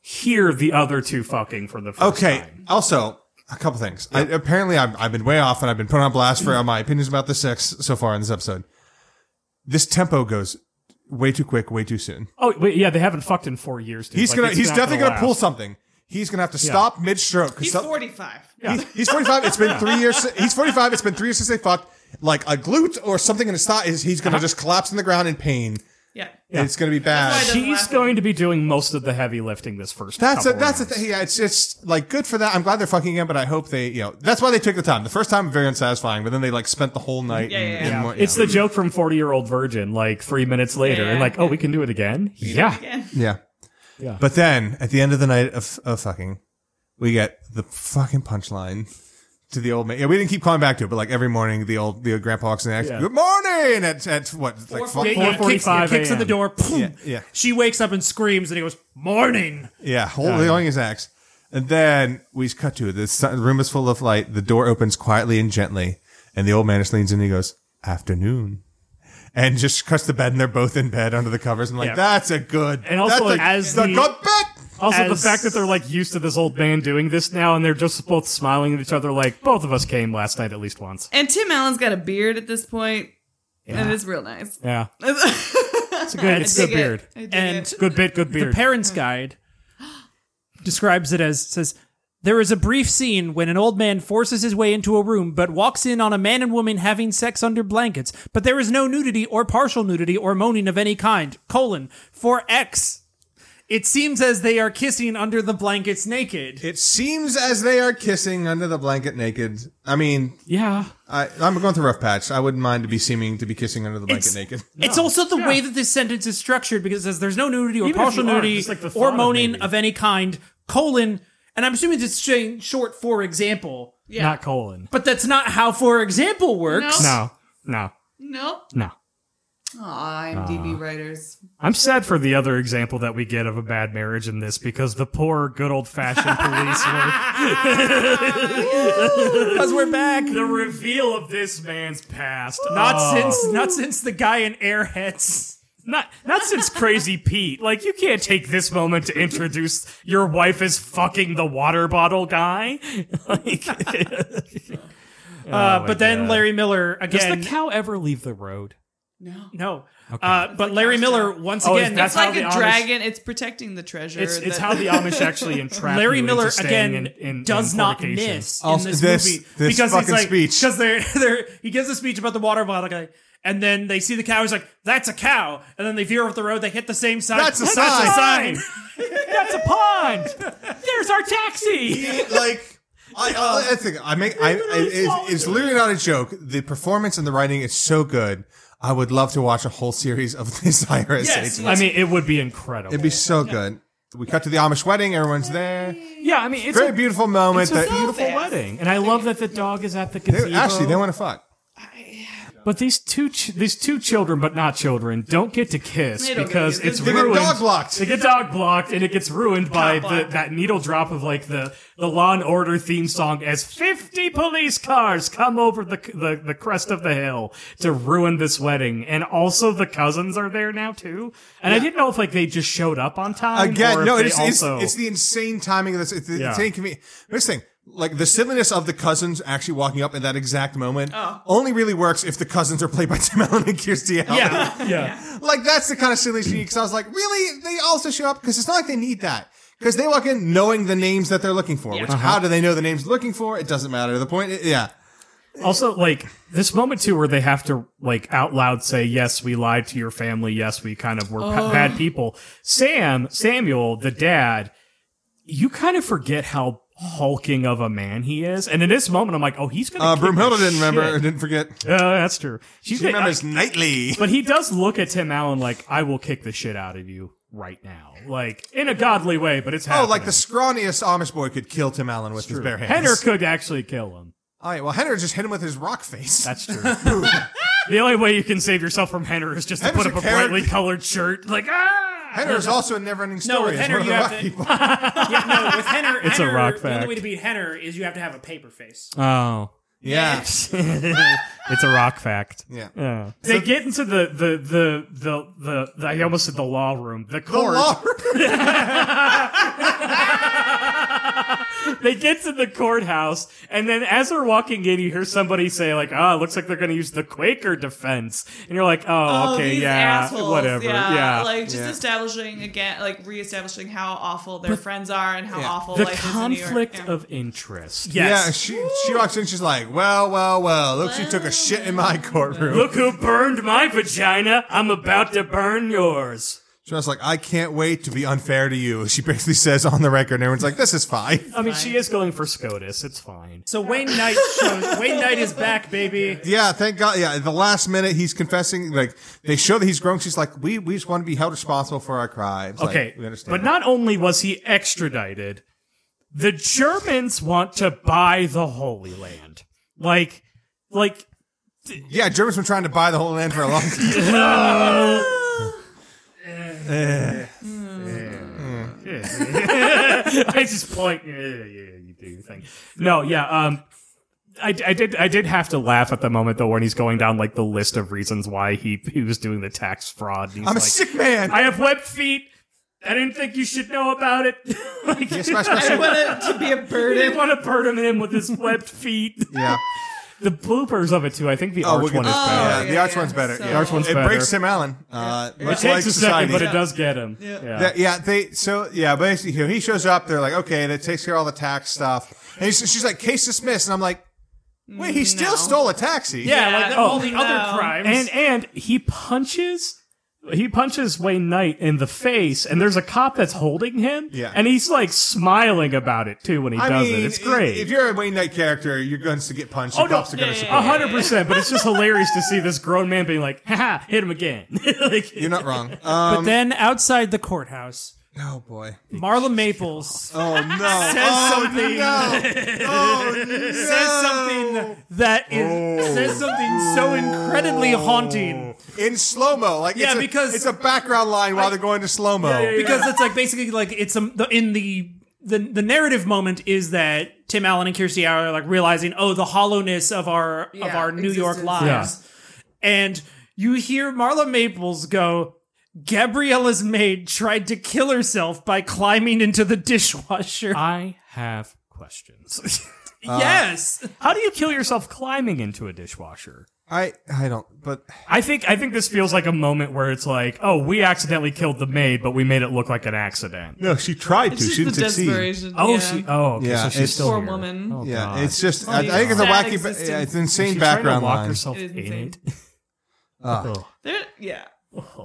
[SPEAKER 3] hear the other two fucking for the first
[SPEAKER 1] Okay.
[SPEAKER 3] time.
[SPEAKER 1] Also, a couple things. I, apparently, I've, I've been way off, and I've been put on blast for my opinions about the sex so far in this episode. This tempo goes way too quick, way too soon.
[SPEAKER 3] Oh wait, yeah, they haven't fucked in four years. Dude.
[SPEAKER 1] He's
[SPEAKER 3] Like,
[SPEAKER 1] gonna.
[SPEAKER 3] it's
[SPEAKER 1] He's
[SPEAKER 3] not
[SPEAKER 1] definitely gonna,
[SPEAKER 3] last.
[SPEAKER 1] pull something. He's gonna have to stop mid-stroke. 'cause
[SPEAKER 4] he's
[SPEAKER 1] some-
[SPEAKER 4] forty five.
[SPEAKER 1] he's- he's 45. It's been three years. si- He's 45. It's been three years since they fucked. Like a glute or something in his thigh is he's
[SPEAKER 3] Uh-huh.
[SPEAKER 1] gonna just collapse on the ground in pain.
[SPEAKER 4] Yeah.
[SPEAKER 1] It's gonna be
[SPEAKER 4] That's
[SPEAKER 1] bad.
[SPEAKER 4] why
[SPEAKER 3] She's
[SPEAKER 4] Laugh.
[SPEAKER 3] going to be doing most of the heavy lifting this first.
[SPEAKER 1] That's a
[SPEAKER 3] couple
[SPEAKER 1] that's a
[SPEAKER 3] rounds.
[SPEAKER 1] thing. Yeah, it's just like good for that. I'm glad they're fucking again, but I hope they you know that's why they took the time. The first time very unsatisfying, but then they like spent the whole night.
[SPEAKER 4] Yeah,
[SPEAKER 1] in-
[SPEAKER 4] yeah,
[SPEAKER 1] in
[SPEAKER 4] yeah.
[SPEAKER 1] more-
[SPEAKER 3] It's the joke from Forty Year Old Virgin, like three minutes later,
[SPEAKER 4] Yeah.
[SPEAKER 3] and like, oh, we can do it again. Yeah,
[SPEAKER 4] Again.
[SPEAKER 1] Yeah.
[SPEAKER 3] Yeah.
[SPEAKER 1] But then at the end of the night of, of fucking, we get the fucking punchline to the old man. Yeah, we didn't keep calling back to it, but like every morning, the old the old grandpa walks in the next,
[SPEAKER 3] Yeah.
[SPEAKER 1] good morning at, at what, like four,
[SPEAKER 9] Yeah,
[SPEAKER 1] four,
[SPEAKER 9] yeah,
[SPEAKER 1] yeah.
[SPEAKER 9] kicks-
[SPEAKER 3] 4:45
[SPEAKER 9] kicks in the
[SPEAKER 3] a.m..
[SPEAKER 9] door. Boom.
[SPEAKER 1] Yeah, yeah.
[SPEAKER 9] She wakes up and screams, and he goes, "Morning."
[SPEAKER 1] holding on his axe. And then we cut to it. The sun- room is full of light. The door opens quietly and gently, and the old man just leans in and he goes, afternoon. And just cuts the bed, and they're both in bed under the covers. I'm like,
[SPEAKER 3] Yeah.
[SPEAKER 1] that's a good.
[SPEAKER 3] And also,
[SPEAKER 1] that's a-
[SPEAKER 3] as
[SPEAKER 1] the
[SPEAKER 3] the-
[SPEAKER 1] good bit.
[SPEAKER 3] Also, the
[SPEAKER 9] As-
[SPEAKER 3] fact that they're like used to this old man doing this now, and they're just both smiling at each other, like both of us came last night at least once.
[SPEAKER 4] And Tim Allen's got a beard at this point, and it's real nice.
[SPEAKER 3] Yeah,
[SPEAKER 4] it's
[SPEAKER 3] it's a good, it's a good
[SPEAKER 4] dig it.
[SPEAKER 3] beard.
[SPEAKER 4] I dig
[SPEAKER 9] And
[SPEAKER 4] it.
[SPEAKER 3] Good bit, good beard.
[SPEAKER 9] Parents Guide describes it as says
[SPEAKER 2] There is a brief scene when an old man forces his way into a room but walks in on a man and woman having sex under blankets, but there is no nudity or partial nudity or moaning of any kind. Colon. For X. It seems as they are kissing under the blankets naked.
[SPEAKER 1] It seems as they are kissing under the blanket naked. I mean,
[SPEAKER 3] Yeah.
[SPEAKER 1] I, I'm going through a rough patch. I wouldn't mind to be seeming to be kissing under the blanket naked.
[SPEAKER 2] It's also the way that this sentence is structured because it says there's no nudity or
[SPEAKER 3] Even if
[SPEAKER 2] partial
[SPEAKER 3] you are,
[SPEAKER 2] nudity
[SPEAKER 3] just like the
[SPEAKER 2] or
[SPEAKER 3] thought of
[SPEAKER 2] moaning
[SPEAKER 3] maybe.
[SPEAKER 2] of any kind, colon, and I'm assuming it's saying short for example,
[SPEAKER 3] Not colon.
[SPEAKER 2] but that's not how for example works.
[SPEAKER 4] No.
[SPEAKER 3] No. No.
[SPEAKER 4] Nope.
[SPEAKER 3] No.
[SPEAKER 4] Aw, IMDb writers.
[SPEAKER 3] I'm sad for the other example that we get of a bad marriage in this because the poor, good old fashioned police work.
[SPEAKER 2] Because we're back.
[SPEAKER 3] The reveal of this man's past. Oh.
[SPEAKER 2] Not
[SPEAKER 3] Not
[SPEAKER 2] since not since the guy in airheads.
[SPEAKER 3] Not not since Crazy Pete. Like you can't take this moment to introduce your wife as fucking the water bottle guy. Like, Oh,
[SPEAKER 2] Uh, but then Larry Miller again.
[SPEAKER 3] cow ever leave the road?
[SPEAKER 4] No.
[SPEAKER 2] no. Uh, but Larry Miller once
[SPEAKER 3] Oh, is
[SPEAKER 2] again.
[SPEAKER 3] that-
[SPEAKER 4] It's
[SPEAKER 3] how
[SPEAKER 4] like
[SPEAKER 3] the
[SPEAKER 4] a
[SPEAKER 3] Amish-
[SPEAKER 4] dragon. It's protecting the treasure.
[SPEAKER 3] It's it's
[SPEAKER 4] that-
[SPEAKER 3] how the Amish actually entrap
[SPEAKER 2] Larry
[SPEAKER 3] you into
[SPEAKER 2] Miller
[SPEAKER 3] staying
[SPEAKER 2] again
[SPEAKER 3] in- in- in
[SPEAKER 2] does not
[SPEAKER 3] fornication.
[SPEAKER 2] miss
[SPEAKER 1] Also,
[SPEAKER 2] in this,
[SPEAKER 1] this-
[SPEAKER 2] movie
[SPEAKER 1] this
[SPEAKER 2] because
[SPEAKER 1] fucking
[SPEAKER 2] he's like
[SPEAKER 1] speech.
[SPEAKER 2] because they're, they're he gives a speech about the water bottle guy and then they see the cow he's like that's a cow and then they veer off the road they hit the same sign
[SPEAKER 1] That's a
[SPEAKER 2] that's
[SPEAKER 1] sign."
[SPEAKER 2] a sign
[SPEAKER 3] That's a pond. There's our taxi.
[SPEAKER 1] like I, I, I think I make I, I it's, it's literally not a joke. The performance and the writing is so good. I would love to watch a whole series of this IRS
[SPEAKER 2] Yes,
[SPEAKER 1] agent.
[SPEAKER 3] I mean, it would be incredible.
[SPEAKER 1] It'd be so good. We cut to the Amish wedding. Everyone's there.
[SPEAKER 3] yeah, I mean, it's
[SPEAKER 1] Very
[SPEAKER 3] a,
[SPEAKER 1] beautiful moment.
[SPEAKER 3] it's a
[SPEAKER 1] That
[SPEAKER 3] beautiful wedding, and I love that the dog is at the
[SPEAKER 1] they,
[SPEAKER 3] gazebo.
[SPEAKER 1] actually they want to fuck.
[SPEAKER 3] But these two, ch- these two children, but not children, don't get to kiss
[SPEAKER 4] They don't get
[SPEAKER 3] because
[SPEAKER 4] to kiss.
[SPEAKER 3] it's
[SPEAKER 1] They get
[SPEAKER 3] ruined.
[SPEAKER 1] dog blocked.
[SPEAKER 3] They get dog blocked, and it gets ruined by the, that needle drop of like the, the Law and Order theme song as fifty police cars come over the, c- the the crest of the hill to ruin this wedding. And also the cousins are there now too. And I didn't know if like they just showed up on time Or
[SPEAKER 1] Again,
[SPEAKER 3] if
[SPEAKER 1] no,
[SPEAKER 3] they
[SPEAKER 1] it's, it's,
[SPEAKER 3] also,
[SPEAKER 1] it's the insane timing of this. It's the
[SPEAKER 3] Yeah.
[SPEAKER 1] insane conven- Here's the thing. Like the silliness of the cousins actually walking up at that exact moment
[SPEAKER 3] Oh.
[SPEAKER 1] only really works if the cousins are played by Tim Allen and Kirstie Alley.
[SPEAKER 3] yeah, yeah.
[SPEAKER 1] Like that's the kind of silly shit. Because I was like, really? They also show up because it's not like they need that. Because they walk in knowing the names that they're looking for. Which
[SPEAKER 3] Uh-huh.
[SPEAKER 1] how do they know the names they're looking for? It doesn't matter. The point, yeah.
[SPEAKER 3] Also, like this moment too, where they have to like out loud say, "Yes, we lied to your family. Yes, we kind of were pa- bad people." Sam, Samuel, the dad, you kind of forget how hulking of a man he is, and in this moment, I'm like, "Oh, he's gonna."
[SPEAKER 1] Uh,
[SPEAKER 3] kick
[SPEAKER 1] Broomhilda
[SPEAKER 3] the
[SPEAKER 1] didn't remember.
[SPEAKER 3] shit.
[SPEAKER 1] Didn't forget.
[SPEAKER 3] Uh, that's true. She's
[SPEAKER 1] She
[SPEAKER 3] gonna-
[SPEAKER 1] remembers nightly.
[SPEAKER 3] but he does look at Tim Allen like, "I will kick the shit out of you right now," like in a godly way, but it's
[SPEAKER 1] Oh,
[SPEAKER 3] happening.
[SPEAKER 1] like the scrawniest Amish boy could kill Tim Allen with his bare hands.
[SPEAKER 3] Henner could actually kill him.
[SPEAKER 1] All right. Well, Henner just hit him with his rock face.
[SPEAKER 3] That's true. the only way you can save yourself from Henner is just to
[SPEAKER 1] Henner's
[SPEAKER 3] put up
[SPEAKER 1] a
[SPEAKER 3] a
[SPEAKER 1] character.
[SPEAKER 3] brightly colored shirt. Like, ah!
[SPEAKER 1] Henner is also a never-ending story.
[SPEAKER 2] with
[SPEAKER 1] It's one
[SPEAKER 2] Henner
[SPEAKER 1] of the
[SPEAKER 2] you have
[SPEAKER 1] rock
[SPEAKER 2] to-
[SPEAKER 1] people.
[SPEAKER 2] yeah no with Henner
[SPEAKER 3] It's a
[SPEAKER 2] Henner,
[SPEAKER 3] rock
[SPEAKER 2] the only
[SPEAKER 3] fact.
[SPEAKER 2] way to beat Henner is you have to have a paper face
[SPEAKER 3] Oh.
[SPEAKER 1] Yeah.
[SPEAKER 3] It's a rock fact.
[SPEAKER 1] Yeah.
[SPEAKER 3] Yeah. They get into the, the, the, the, the, the, I almost said the law room,
[SPEAKER 1] The
[SPEAKER 3] the court.
[SPEAKER 1] law-
[SPEAKER 3] They get to the courthouse, and then as they're walking in, you hear somebody say, like, oh, it looks like they're going to use the Quaker defense. And you're like, oh,
[SPEAKER 4] Oh,
[SPEAKER 3] okay,
[SPEAKER 4] these
[SPEAKER 3] yeah,
[SPEAKER 4] assholes.
[SPEAKER 3] whatever.
[SPEAKER 4] Yeah,
[SPEAKER 3] Yeah.
[SPEAKER 4] like just
[SPEAKER 1] Yeah.
[SPEAKER 4] establishing again, like reestablishing how awful their friends are and how awful
[SPEAKER 3] the
[SPEAKER 4] life
[SPEAKER 3] conflict
[SPEAKER 4] is in New York.
[SPEAKER 3] of interest.
[SPEAKER 1] Yeah,
[SPEAKER 2] yes
[SPEAKER 1] she she walks in. She's like, "Well, well, well. Looks you took a shit in my courtroom."
[SPEAKER 3] Look who burned my vagina. I'm about to burn yours.
[SPEAKER 1] She was like, "I can't wait to be unfair to you." She basically says on the record, and everyone's like, "This is fine."
[SPEAKER 3] I mean, she is going for SCOTUS. It's fine.
[SPEAKER 2] so Wayne Knight shows Wayne Knight is back baby
[SPEAKER 1] Yeah, thank God. Yeah, at the last minute he's confessing. Like they show that he's grown. She's like, "We we just want to be held responsible for our crimes." Like,
[SPEAKER 3] Okay,
[SPEAKER 1] we understand.
[SPEAKER 3] but not only was he extradited, the Germans want to buy the Holy Land. Like, like
[SPEAKER 1] yeah, Germans been trying to buy the whole land for a long time.
[SPEAKER 3] I just point. Yeah, yeah, you do your thing. No, yeah. Um, I, I did. I did have to laugh at the moment though when he's going down like the list of reasons why he he was doing the tax fraud. and he's
[SPEAKER 1] I'm a
[SPEAKER 3] like,
[SPEAKER 1] sick man.
[SPEAKER 3] I have webbed feet. I didn't think you should know about it. like,
[SPEAKER 1] Yes, my special-
[SPEAKER 4] I want it to be a
[SPEAKER 3] I didn't
[SPEAKER 4] burden.
[SPEAKER 3] want to burden him with his webbed feet.
[SPEAKER 1] yeah.
[SPEAKER 3] the bloopers of it too. I think the
[SPEAKER 1] Oh,
[SPEAKER 3] arch
[SPEAKER 1] we're
[SPEAKER 3] one
[SPEAKER 1] gonna-
[SPEAKER 3] is better.
[SPEAKER 1] yeah,
[SPEAKER 4] yeah,
[SPEAKER 1] the arch
[SPEAKER 4] yeah.
[SPEAKER 1] one's better.
[SPEAKER 4] So-
[SPEAKER 1] yeah.
[SPEAKER 4] The arch
[SPEAKER 3] one's
[SPEAKER 1] it
[SPEAKER 3] better.
[SPEAKER 1] breaks Tim Allen. Uh,
[SPEAKER 3] It
[SPEAKER 1] much
[SPEAKER 3] takes
[SPEAKER 1] like
[SPEAKER 3] a
[SPEAKER 1] society.
[SPEAKER 3] second, but it does get him. Yeah.
[SPEAKER 1] That- yeah, they so yeah, basically you know, he shows up, they're like, okay, that takes care of all the tax stuff. And he's, she's like, case dismissed, and I'm like, wait, he still
[SPEAKER 4] no.
[SPEAKER 1] stole a taxi.
[SPEAKER 2] Yeah,
[SPEAKER 4] Yeah,
[SPEAKER 2] like the-
[SPEAKER 4] oh.
[SPEAKER 2] all the other
[SPEAKER 4] No.
[SPEAKER 2] crimes.
[SPEAKER 3] And and he punches he punches Wayne Knight in the face, and there's a cop that's holding him.
[SPEAKER 1] Yeah.
[SPEAKER 3] And he's like smiling about it too when he
[SPEAKER 1] I
[SPEAKER 3] does
[SPEAKER 1] mean,
[SPEAKER 3] it. It's great.
[SPEAKER 1] If you're a Wayne Knight character, your guns to get punched. Oh,
[SPEAKER 3] no.
[SPEAKER 1] cops are gonna
[SPEAKER 4] Yeah,
[SPEAKER 1] support
[SPEAKER 3] A
[SPEAKER 1] you.
[SPEAKER 3] hundred percent, but it's just hilarious to see this grown man being like, "Ha ha, hit him again!" like,
[SPEAKER 1] You're not wrong. Um,
[SPEAKER 2] but then outside the courthouse,
[SPEAKER 1] oh boy.
[SPEAKER 2] Marla Maples
[SPEAKER 1] Oh no.
[SPEAKER 2] says
[SPEAKER 1] oh,
[SPEAKER 2] something.
[SPEAKER 1] No. Oh no.
[SPEAKER 2] Says something that is says something so incredibly haunting
[SPEAKER 1] in slow mo. Like
[SPEAKER 2] Yeah,
[SPEAKER 1] it's a,
[SPEAKER 2] because-
[SPEAKER 1] it's a background line while they're going to slow mo.
[SPEAKER 2] because it's like basically like it's um, the, in the, the the narrative moment is that Tim Allen and Kirstie Alley are like realizing oh the hollowness of our of
[SPEAKER 4] Yeah,
[SPEAKER 2] our New York
[SPEAKER 4] existence.
[SPEAKER 2] lives, and you hear Marla Maples go. Gabriella's maid tried to kill herself by climbing into the dishwasher.
[SPEAKER 3] I have questions.
[SPEAKER 2] yes,
[SPEAKER 3] How do you kill yourself climbing into a dishwasher?
[SPEAKER 1] I I don't. But
[SPEAKER 3] I think I think this feels like a moment where it's like, oh, we accidentally killed the maid, but we made it look like an accident.
[SPEAKER 1] no, she tried to.
[SPEAKER 4] It's just
[SPEAKER 1] she didn't
[SPEAKER 4] the
[SPEAKER 1] succeed.
[SPEAKER 4] desperation.
[SPEAKER 3] Oh,
[SPEAKER 4] yeah.
[SPEAKER 3] she. Oh, okay,
[SPEAKER 1] Yeah,
[SPEAKER 3] so
[SPEAKER 1] it's-
[SPEAKER 3] she's still
[SPEAKER 4] Poor
[SPEAKER 3] here.
[SPEAKER 4] woman.
[SPEAKER 3] Oh,
[SPEAKER 1] Yeah,
[SPEAKER 3] God.
[SPEAKER 1] it's just.
[SPEAKER 4] Oh,
[SPEAKER 1] I, I think it's a
[SPEAKER 4] sad
[SPEAKER 1] wacky. Ba- yeah, it's
[SPEAKER 4] existence.
[SPEAKER 1] an
[SPEAKER 3] Is
[SPEAKER 1] insane
[SPEAKER 3] she trying to
[SPEAKER 1] background
[SPEAKER 3] lock
[SPEAKER 1] line.
[SPEAKER 3] herself
[SPEAKER 4] It is
[SPEAKER 3] in
[SPEAKER 4] insane.
[SPEAKER 3] it? Ugh.
[SPEAKER 4] There- yeah.
[SPEAKER 1] Uh,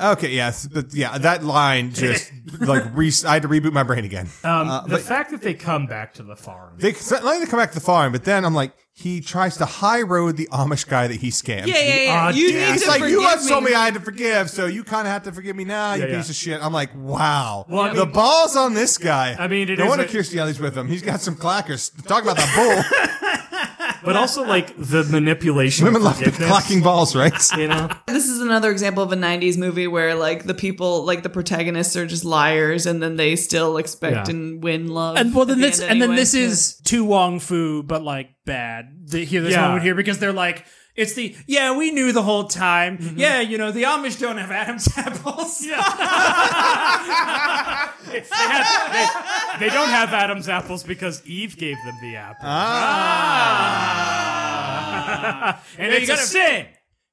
[SPEAKER 1] Okay, yes, but yeah, that line just like re- I had to reboot my brain again.
[SPEAKER 3] Um, the fact that they come back to the farm.
[SPEAKER 1] They not only they come back to the farm, but then I'm like, he tries to high road the Amish guy that he scammed.
[SPEAKER 4] Yeah, yeah, yeah.
[SPEAKER 3] Uh,
[SPEAKER 4] you
[SPEAKER 3] yeah.
[SPEAKER 4] need
[SPEAKER 1] It's
[SPEAKER 4] to
[SPEAKER 1] like
[SPEAKER 4] forgive
[SPEAKER 1] you
[SPEAKER 4] me.
[SPEAKER 1] so me I had to forgive, so you kind of have to forgive me now, you
[SPEAKER 3] Yeah, yeah.
[SPEAKER 1] piece of shit. I'm like, wow,
[SPEAKER 3] I
[SPEAKER 1] the
[SPEAKER 3] mean-
[SPEAKER 1] balls on this guy.
[SPEAKER 3] I mean, it
[SPEAKER 1] no
[SPEAKER 3] is
[SPEAKER 1] wonder
[SPEAKER 3] a-
[SPEAKER 1] Kirstielli's with him. He's got some clackers. Talk about that bull.
[SPEAKER 3] but also like the manipulation.
[SPEAKER 1] Women
[SPEAKER 3] of
[SPEAKER 1] love the
[SPEAKER 3] forgiveness,
[SPEAKER 1] clacking balls, right?
[SPEAKER 3] You know,
[SPEAKER 4] This is another example of a 90s movie where like the people, like the protagonists are just liars and then they still expect
[SPEAKER 3] Yeah.
[SPEAKER 4] and win love.
[SPEAKER 2] and well then
[SPEAKER 4] at the
[SPEAKER 2] this
[SPEAKER 4] end
[SPEAKER 2] and then
[SPEAKER 4] anyway.
[SPEAKER 2] this is Tu Wong Fu, but like bad. The, here, this
[SPEAKER 3] Yeah.
[SPEAKER 2] moment here because they're like, it's the yeah, we knew the whole time. Yeah, you know the Amish don't have Adam's apples.
[SPEAKER 3] they, have- they- they don't have Adam's apples because Eve gave them the apple. Ah. and
[SPEAKER 2] you
[SPEAKER 3] it's
[SPEAKER 2] gotta-
[SPEAKER 3] a sin.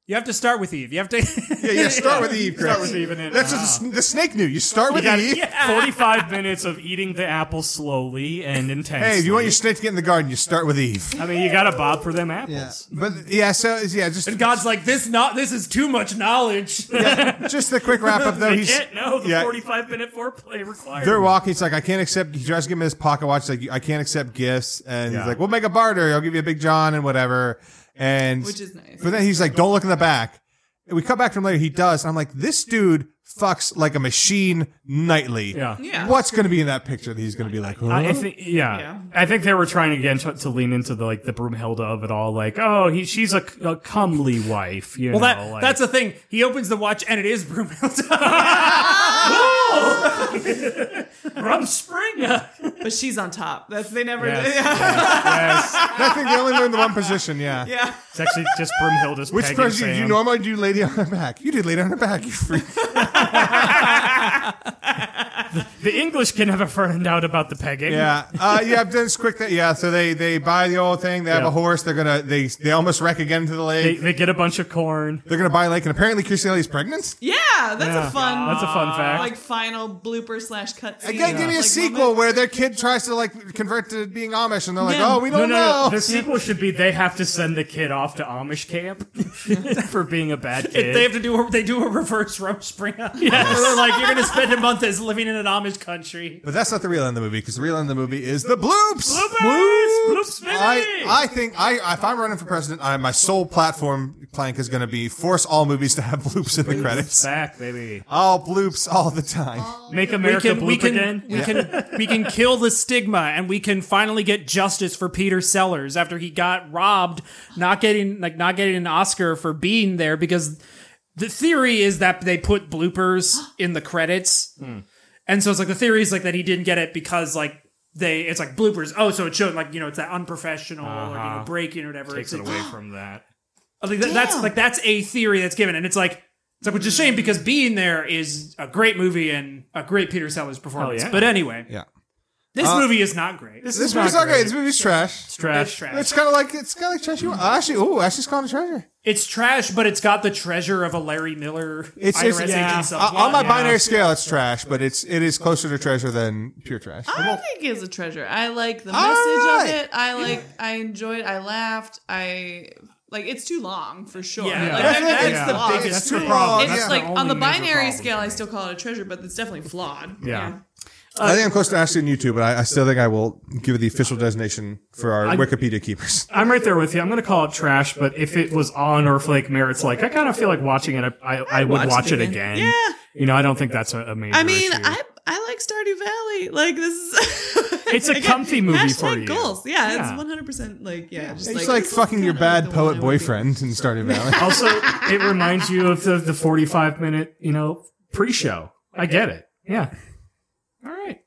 [SPEAKER 2] you have to start with Eve. You have to.
[SPEAKER 1] yeah, yeah. Start with Eve, Chris.
[SPEAKER 3] Start with Eve and then-
[SPEAKER 1] That's what the, the snake knew. You start
[SPEAKER 3] You
[SPEAKER 1] with
[SPEAKER 3] got
[SPEAKER 1] Eve.
[SPEAKER 3] 45 minutes of eating the apple slowly and intensely.
[SPEAKER 1] Hey, if you want your snake to get in the garden, you start with Eve.
[SPEAKER 3] I mean, you got to bob for them apples.
[SPEAKER 1] But yeah, so yeah, just
[SPEAKER 2] and God's like this. Not this is too much knowledge.
[SPEAKER 1] yeah, just the quick wrap up though.
[SPEAKER 3] I
[SPEAKER 1] He's
[SPEAKER 3] can't know the
[SPEAKER 1] yeah.
[SPEAKER 3] 45 minute foreplay required.
[SPEAKER 1] they're walking. He's like, I can't accept. He tries to give him his pocket watch. He's like, I can't accept gifts. And
[SPEAKER 3] Yeah.
[SPEAKER 1] he's like, we'll make a barter. I'll give you a big John and whatever. And
[SPEAKER 4] Which is nice.
[SPEAKER 1] But then he's like, don't look in the back. And we come back from later. He does. And I'm like, this dude fucks like a machine nightly.
[SPEAKER 3] Yeah.
[SPEAKER 4] Yeah.
[SPEAKER 1] What's going to be in that picture that he's going to be like, huh?
[SPEAKER 3] I, I think, yeah.
[SPEAKER 4] Yeah.
[SPEAKER 3] I think they were trying again to, to lean into the like the Broomhilda of it all, like, oh, he, she's a, a comely wife. You
[SPEAKER 2] well,
[SPEAKER 3] know,
[SPEAKER 2] that
[SPEAKER 3] like,
[SPEAKER 2] that's the thing. He opens the watch and it is Brumhilda.
[SPEAKER 3] from Springer.
[SPEAKER 4] But she's on top. That's they never.
[SPEAKER 3] Yes.
[SPEAKER 4] Yeah.
[SPEAKER 3] yes,
[SPEAKER 1] I think they only learned the one position. Yeah.
[SPEAKER 4] yeah.
[SPEAKER 3] it's actually just Broomhilda's.
[SPEAKER 1] Which
[SPEAKER 3] peg and
[SPEAKER 1] person do you
[SPEAKER 3] Sam.
[SPEAKER 1] normally do lady on her back? You did lady on her back, you freak.
[SPEAKER 3] The English can have a friend out about the pegging.
[SPEAKER 1] Yeah, uh, yeah. I've done this quick. Thing. Yeah, so they they buy the old thing. They have
[SPEAKER 3] Yeah.
[SPEAKER 1] a horse. They're gonna they they almost wreck again to the
[SPEAKER 3] They,
[SPEAKER 1] lake.
[SPEAKER 3] they get a bunch of corn.
[SPEAKER 1] They, are gonna buy a lake, and apparently Chrissy is pregnant.
[SPEAKER 4] Yeah. That's
[SPEAKER 3] Yeah.
[SPEAKER 4] a fun.
[SPEAKER 3] That's a fun fact.
[SPEAKER 4] Like final blooper slash cutscene.
[SPEAKER 1] Again, give me a
[SPEAKER 4] Like,
[SPEAKER 1] sequel
[SPEAKER 4] moment.
[SPEAKER 1] where their kid tries to like convert to being Amish, and they're like,
[SPEAKER 4] Yeah.
[SPEAKER 1] "Oh, we
[SPEAKER 3] No,
[SPEAKER 1] don't
[SPEAKER 3] no, no.
[SPEAKER 1] know."
[SPEAKER 3] The sequel should be they have to send the kid off to Amish camp for being a bad kid.
[SPEAKER 2] they have to do a, they do a reverse Rumspringa. Yes. They're like you're gonna spend a month as living in an Amish country.
[SPEAKER 1] But that's not the real end of the movie because the real end of the movie is the bloops.
[SPEAKER 3] Bloopers! Bloops, baby!
[SPEAKER 1] I, I think I if I'm running for president, I, my sole platform plank is going to be force all movies to have bloops in the credits.
[SPEAKER 3] Back, baby.
[SPEAKER 1] All bloops all the time.
[SPEAKER 4] Oh.
[SPEAKER 3] Make
[SPEAKER 2] we
[SPEAKER 3] America
[SPEAKER 2] can
[SPEAKER 3] bloop
[SPEAKER 2] we can
[SPEAKER 3] again.
[SPEAKER 2] we can we can kill the stigma and we can finally get justice for Peter Sellers after he got robbed, not getting like not getting an Oscar for being there because the theory is that they put bloopers in the credits.
[SPEAKER 3] Hmm.
[SPEAKER 2] And so it's like the theory is like that he didn't get it because like they it's like bloopers. Oh, so it showed like you know it's that unprofessional or you know breaking or whatever.
[SPEAKER 3] Uh-huh. Takes
[SPEAKER 2] It's-
[SPEAKER 3] it away from that.
[SPEAKER 2] I think that, that's
[SPEAKER 4] Damn.
[SPEAKER 2] like that's a theory that's given, and it's like it's like which is a shame because being there is a great movie and a great Peter Sellers performance.
[SPEAKER 3] yeah.
[SPEAKER 2] But anyway,
[SPEAKER 1] Yeah. Uh,
[SPEAKER 2] This movie is not great. This,
[SPEAKER 1] This movie's not great. This movie's trash.
[SPEAKER 2] trash. trash.
[SPEAKER 1] It's kind of like it's kind of like trash.
[SPEAKER 4] Mm-hmm.
[SPEAKER 1] You Ashley, ooh, Ashley's calling treasure.
[SPEAKER 2] It's trash, but it's got the treasure of a Larry Miller
[SPEAKER 1] It's
[SPEAKER 2] IRS
[SPEAKER 1] just
[SPEAKER 2] agent subplot.
[SPEAKER 1] Uh, on my
[SPEAKER 2] Yeah.
[SPEAKER 1] binary scale, it's trash, but it's it is closer to treasure than pure trash.
[SPEAKER 4] I think it's a treasure. I like the message
[SPEAKER 1] All right.
[SPEAKER 4] of it. I like. I enjoyed. I laughed. I like. It's too long for sure.
[SPEAKER 2] Yeah.
[SPEAKER 4] Like,
[SPEAKER 2] Yeah.
[SPEAKER 4] that-
[SPEAKER 1] That's
[SPEAKER 4] that's
[SPEAKER 1] yeah.
[SPEAKER 4] the
[SPEAKER 1] That's
[SPEAKER 4] biggest
[SPEAKER 1] that's the
[SPEAKER 4] flaw.
[SPEAKER 1] problem.
[SPEAKER 4] It's
[SPEAKER 1] That's
[SPEAKER 4] like
[SPEAKER 1] the
[SPEAKER 4] on the
[SPEAKER 1] only major
[SPEAKER 4] binary
[SPEAKER 1] problem.
[SPEAKER 4] scale, I still call it a treasure, but it's definitely flawed.
[SPEAKER 10] Yeah.
[SPEAKER 1] I think I'm close to Ashley and you too, but I, I still think I will give it the official designation for our Wikipedia keepers.
[SPEAKER 3] I'm right there with you. I'm going to call it trash, but if it was on or Flake Merritt's, like I kind of feel like watching it. I, I, I would
[SPEAKER 4] watch
[SPEAKER 3] watch
[SPEAKER 4] it
[SPEAKER 3] it again.
[SPEAKER 4] Yeah.
[SPEAKER 3] You know, I don't think that's a, a major
[SPEAKER 4] I mean,
[SPEAKER 3] issue.
[SPEAKER 4] I I like Stardew Valley. Like this is
[SPEAKER 3] It's a comfy movie
[SPEAKER 4] hashtag
[SPEAKER 3] for you.
[SPEAKER 4] Goals. Yeah,
[SPEAKER 3] Yeah.
[SPEAKER 4] it's one hundred percent like yeah. Just
[SPEAKER 1] It's
[SPEAKER 4] like,
[SPEAKER 1] like,
[SPEAKER 4] this is
[SPEAKER 1] fucking your
[SPEAKER 4] kinda
[SPEAKER 1] bad
[SPEAKER 4] like the one
[SPEAKER 1] poet
[SPEAKER 4] I would be-
[SPEAKER 1] boyfriend in Stardew Valley.
[SPEAKER 3] also, it reminds you of the, the 45 minute, you know, pre-show. I get it. Yeah. All right.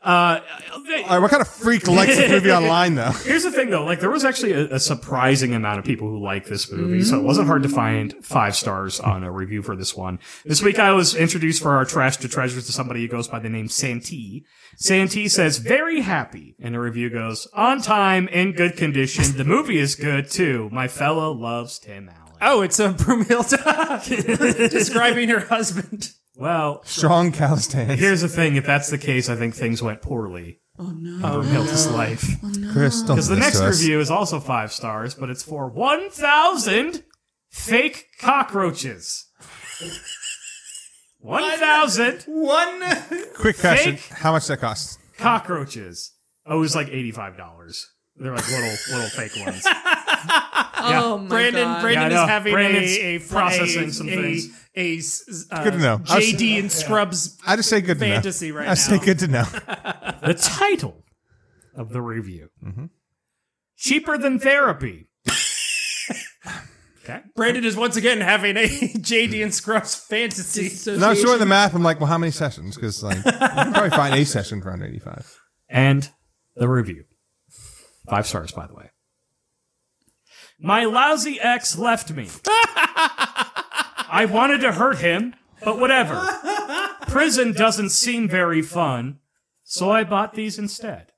[SPEAKER 3] Uh,
[SPEAKER 1] All right, what kind of freak likes this movie online though?
[SPEAKER 3] here's the thing though. Like there was actually a, a surprising amount of people who liked this movie. So it wasn't hard to find five stars on a review for this one. This week I was introduced for our trash to treasures to somebody who goes by the name Santee. Santee says, very happy. And the review goes, on time, in good condition. The movie is good too. My fellow loves Tim Allen.
[SPEAKER 2] Oh, it's
[SPEAKER 3] uh,
[SPEAKER 2] a Brumilda describing her husband.
[SPEAKER 3] Well,
[SPEAKER 1] Strong calloused hands.
[SPEAKER 3] Here's the thing: if that's the case, I think things went poorly
[SPEAKER 4] Oh no.
[SPEAKER 3] for Milton's life.
[SPEAKER 1] Chris, don't
[SPEAKER 3] Because the next review is also five stars, but it's for one thousand fake cockroaches. One thousand
[SPEAKER 1] Quick question:
[SPEAKER 3] Fake.
[SPEAKER 1] How much that cost?
[SPEAKER 3] cockroaches. Oh, it was like eighty-five dollars. They're like little little fake ones.
[SPEAKER 4] Oh my
[SPEAKER 2] Brandon,
[SPEAKER 4] god.
[SPEAKER 2] Brandon
[SPEAKER 3] Yeah, I
[SPEAKER 2] is
[SPEAKER 3] know.
[SPEAKER 2] having
[SPEAKER 3] Brandon's
[SPEAKER 2] a, a
[SPEAKER 3] processing
[SPEAKER 2] a,
[SPEAKER 3] some
[SPEAKER 2] a,
[SPEAKER 3] things.
[SPEAKER 2] A, s- uh,
[SPEAKER 1] Good to know. I was-
[SPEAKER 2] JD and Scrubs.
[SPEAKER 1] I just say good
[SPEAKER 2] Fantasy
[SPEAKER 1] to know.
[SPEAKER 2] right
[SPEAKER 1] I say
[SPEAKER 2] now.
[SPEAKER 1] good to know.
[SPEAKER 3] the title of the review: cheaper than therapy. okay.
[SPEAKER 2] Brandon is once again having a JD and Scrubs fantasy.
[SPEAKER 4] Dissociation.
[SPEAKER 1] No, I'm doing the math. I'm like, well, how many sessions? Because like, you can probably find a session for under 85.
[SPEAKER 3] and the review. Five stars, by the way. My lousy ex left me. I wanted to hurt him, but whatever. Prison doesn't seem very fun, so I bought these instead.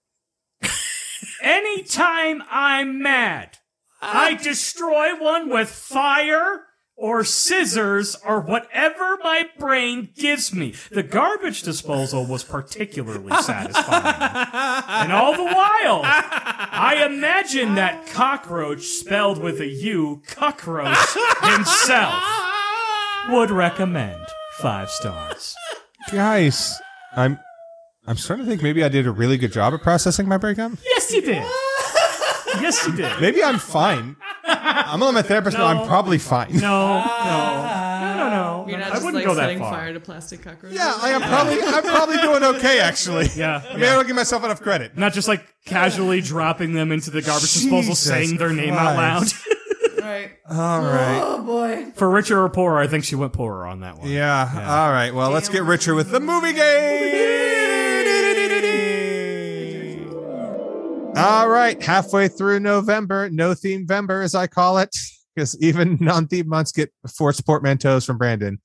[SPEAKER 3] Anytime I'm mad, I destroy one with fire or scissors or whatever my brain gives me. The garbage disposal was particularly satisfying. and all the while, I imagine that cockroach spelled with a U, cockroach himself, would recommend five stars.
[SPEAKER 1] Guys, I'm I'm starting to think maybe I did a really good job at processing my breakup.
[SPEAKER 3] Yes, you did. Yes, you did.
[SPEAKER 1] Maybe I'm fine. I'm not my therapist, but I'm probably fine.
[SPEAKER 3] No, no, no, no, no.
[SPEAKER 4] You're not
[SPEAKER 3] I
[SPEAKER 4] just like
[SPEAKER 3] wouldn't go that
[SPEAKER 4] setting
[SPEAKER 3] far.
[SPEAKER 4] fire to plastic cockroaches.
[SPEAKER 1] Yeah, I am probably I'm probably doing okay actually.
[SPEAKER 3] Yeah.
[SPEAKER 1] I mean, I don't give myself enough credit.
[SPEAKER 3] Not just like casually dropping them into the garbage disposal,
[SPEAKER 1] Jesus
[SPEAKER 3] saying their name out loud.
[SPEAKER 1] Christ.
[SPEAKER 4] Right.
[SPEAKER 1] All right.
[SPEAKER 4] Oh boy.
[SPEAKER 3] For richer or poorer, I think she went poorer on that one.
[SPEAKER 1] Yeah. All right. Well, let's get richer with the movie game. All right. Halfway through November, no theme Vember, as I call it, because even non theme months get forced portmanteaus from Brandon.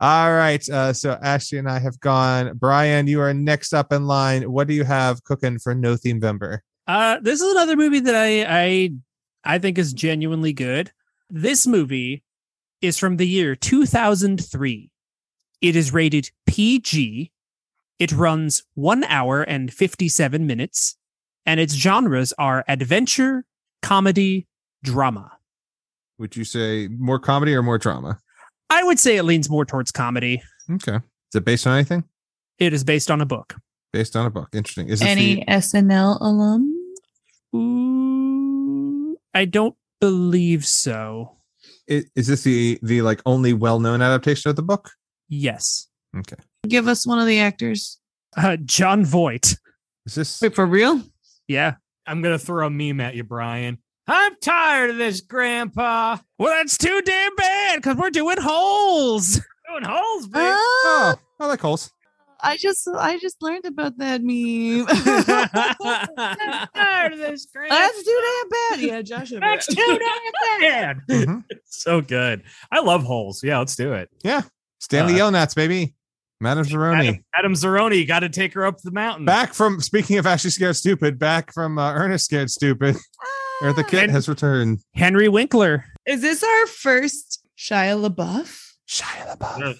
[SPEAKER 1] All right. Uh, so Ashley and I have gone. Brian, you are next up in line. What do you have cooking for no theme Vember?
[SPEAKER 8] Uh, this is another movie that I I I think is genuinely good. This movie is from the year 2003. It is rated PG. It runs 1 hour and 57 minutes and its genres are adventure, comedy, drama.
[SPEAKER 1] Would you say more comedy or more drama?
[SPEAKER 8] I would say it leans more towards comedy.
[SPEAKER 1] Okay. Is it based on anything?
[SPEAKER 8] It is based on a book.
[SPEAKER 1] Based on a book. Interesting. Is it
[SPEAKER 4] Any SNL alum?
[SPEAKER 8] Ooh, I don't believe so.
[SPEAKER 1] the i- is this the the like only well known adaptation of the book?
[SPEAKER 8] Yes.
[SPEAKER 1] Okay.
[SPEAKER 4] Give us one of the actors.
[SPEAKER 8] Uh, John Voight.
[SPEAKER 1] Is this
[SPEAKER 4] Wait for real?
[SPEAKER 8] Yeah.
[SPEAKER 3] I'm gonna throw a meme at you, Brian. I'm tired of this, Grandpa.
[SPEAKER 8] Well, that's too damn bad because we're doing holes.
[SPEAKER 3] Doing holes, baby.
[SPEAKER 4] Oh,
[SPEAKER 1] Oh, I like holes.
[SPEAKER 4] I just I just learned about that meme.
[SPEAKER 8] that's
[SPEAKER 4] tired of this That's too damn bad. Yeah, Josh.
[SPEAKER 8] too damn bad.
[SPEAKER 1] Mhm.
[SPEAKER 3] so good. I love holes. Yeah, let's do it.
[SPEAKER 1] Stanley Yelnats, baby. Madame Zeroni.
[SPEAKER 3] Adam, Adam Zeroni got to take her up the mountain.
[SPEAKER 1] Back from speaking of Ashley Scared Stupid, back from uh, Ernest Scared Stupid,
[SPEAKER 4] Ah.
[SPEAKER 1] Eartha Kitt has returned.
[SPEAKER 8] Henry Winkler.
[SPEAKER 4] Is this our first Shia LaBeouf?
[SPEAKER 1] Shia LaBeouf.
[SPEAKER 3] Yeah.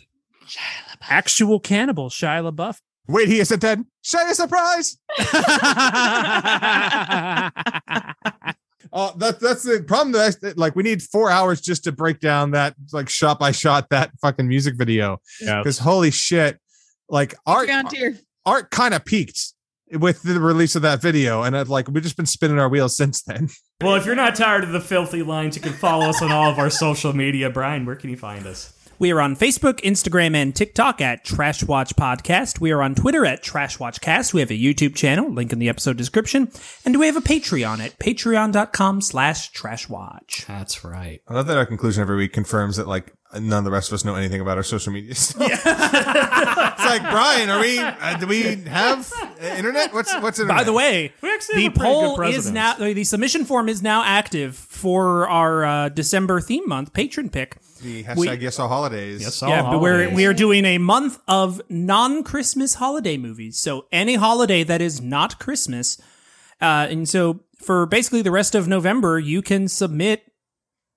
[SPEAKER 4] Shia LaBeouf.
[SPEAKER 8] Actual cannibal, Shia LaBeouf.
[SPEAKER 1] Wait, he isn't dead. Shia surprise. Uh, that, that's the problem. That, that, like, we need four hours just to break down that, like, shot by shot, that fucking music video.
[SPEAKER 3] Yeah.
[SPEAKER 1] Because holy shit, like, art,
[SPEAKER 4] Frontier.
[SPEAKER 1] art kind of peaked with the release of that video. And I'd, like, we've just been spinning our wheels since then.
[SPEAKER 3] Well, if you're not tired of the filthy lines, you can follow us on all of our social media. Brian, where can you find us?
[SPEAKER 2] We are on Facebook, Instagram, and TikTok at Trash Watch Podcast. We are on Twitter at Trash Watch Cast. We have a YouTube channel, link in the episode description. And we have a Patreon at patreon.com slash trashwatch.
[SPEAKER 3] That's right.
[SPEAKER 1] I love that our conclusion every week confirms that, like, none of the rest of us know anything about our social media stuff. it's like, Brian, are we, uh, do we have uh, internet? What's, what's internet?
[SPEAKER 2] By the way,
[SPEAKER 3] We actually
[SPEAKER 2] the
[SPEAKER 3] have a pretty good
[SPEAKER 2] poll is
[SPEAKER 3] president.
[SPEAKER 2] now the submission form is now active for our uh, December theme month patron pick.
[SPEAKER 1] the hashtag
[SPEAKER 2] we-
[SPEAKER 1] yes all holidays.
[SPEAKER 3] Yes,
[SPEAKER 2] yeah,
[SPEAKER 3] all
[SPEAKER 2] but we're
[SPEAKER 3] holidays.
[SPEAKER 2] we are doing a month of non-Christmas holiday movies. So any holiday that is not Christmas, uh, and so for basically the rest of November, you can submit.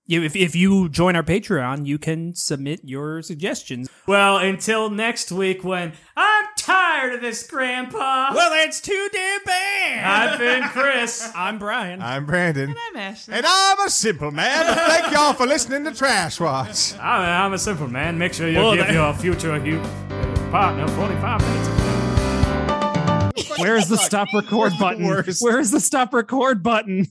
[SPEAKER 2] you- If if you join our Patreon, you can submit your suggestions.
[SPEAKER 3] Well, until next week when I'm tired of this, Grandpa.
[SPEAKER 2] Well, that's too damn bad.
[SPEAKER 3] I've been Chris.
[SPEAKER 2] I'm Brian.
[SPEAKER 1] I'm Brandon.
[SPEAKER 4] I'm Ashley.
[SPEAKER 1] And I'm a simple man. But thank y'all for listening to Trash Watch.
[SPEAKER 3] I'm, I'm a simple man. Make sure you
[SPEAKER 2] Well,
[SPEAKER 3] give
[SPEAKER 2] that-
[SPEAKER 3] your future you uh, partner 45 minutes.
[SPEAKER 8] Where's the stop record button?
[SPEAKER 1] worst.
[SPEAKER 8] Where's the stop record button?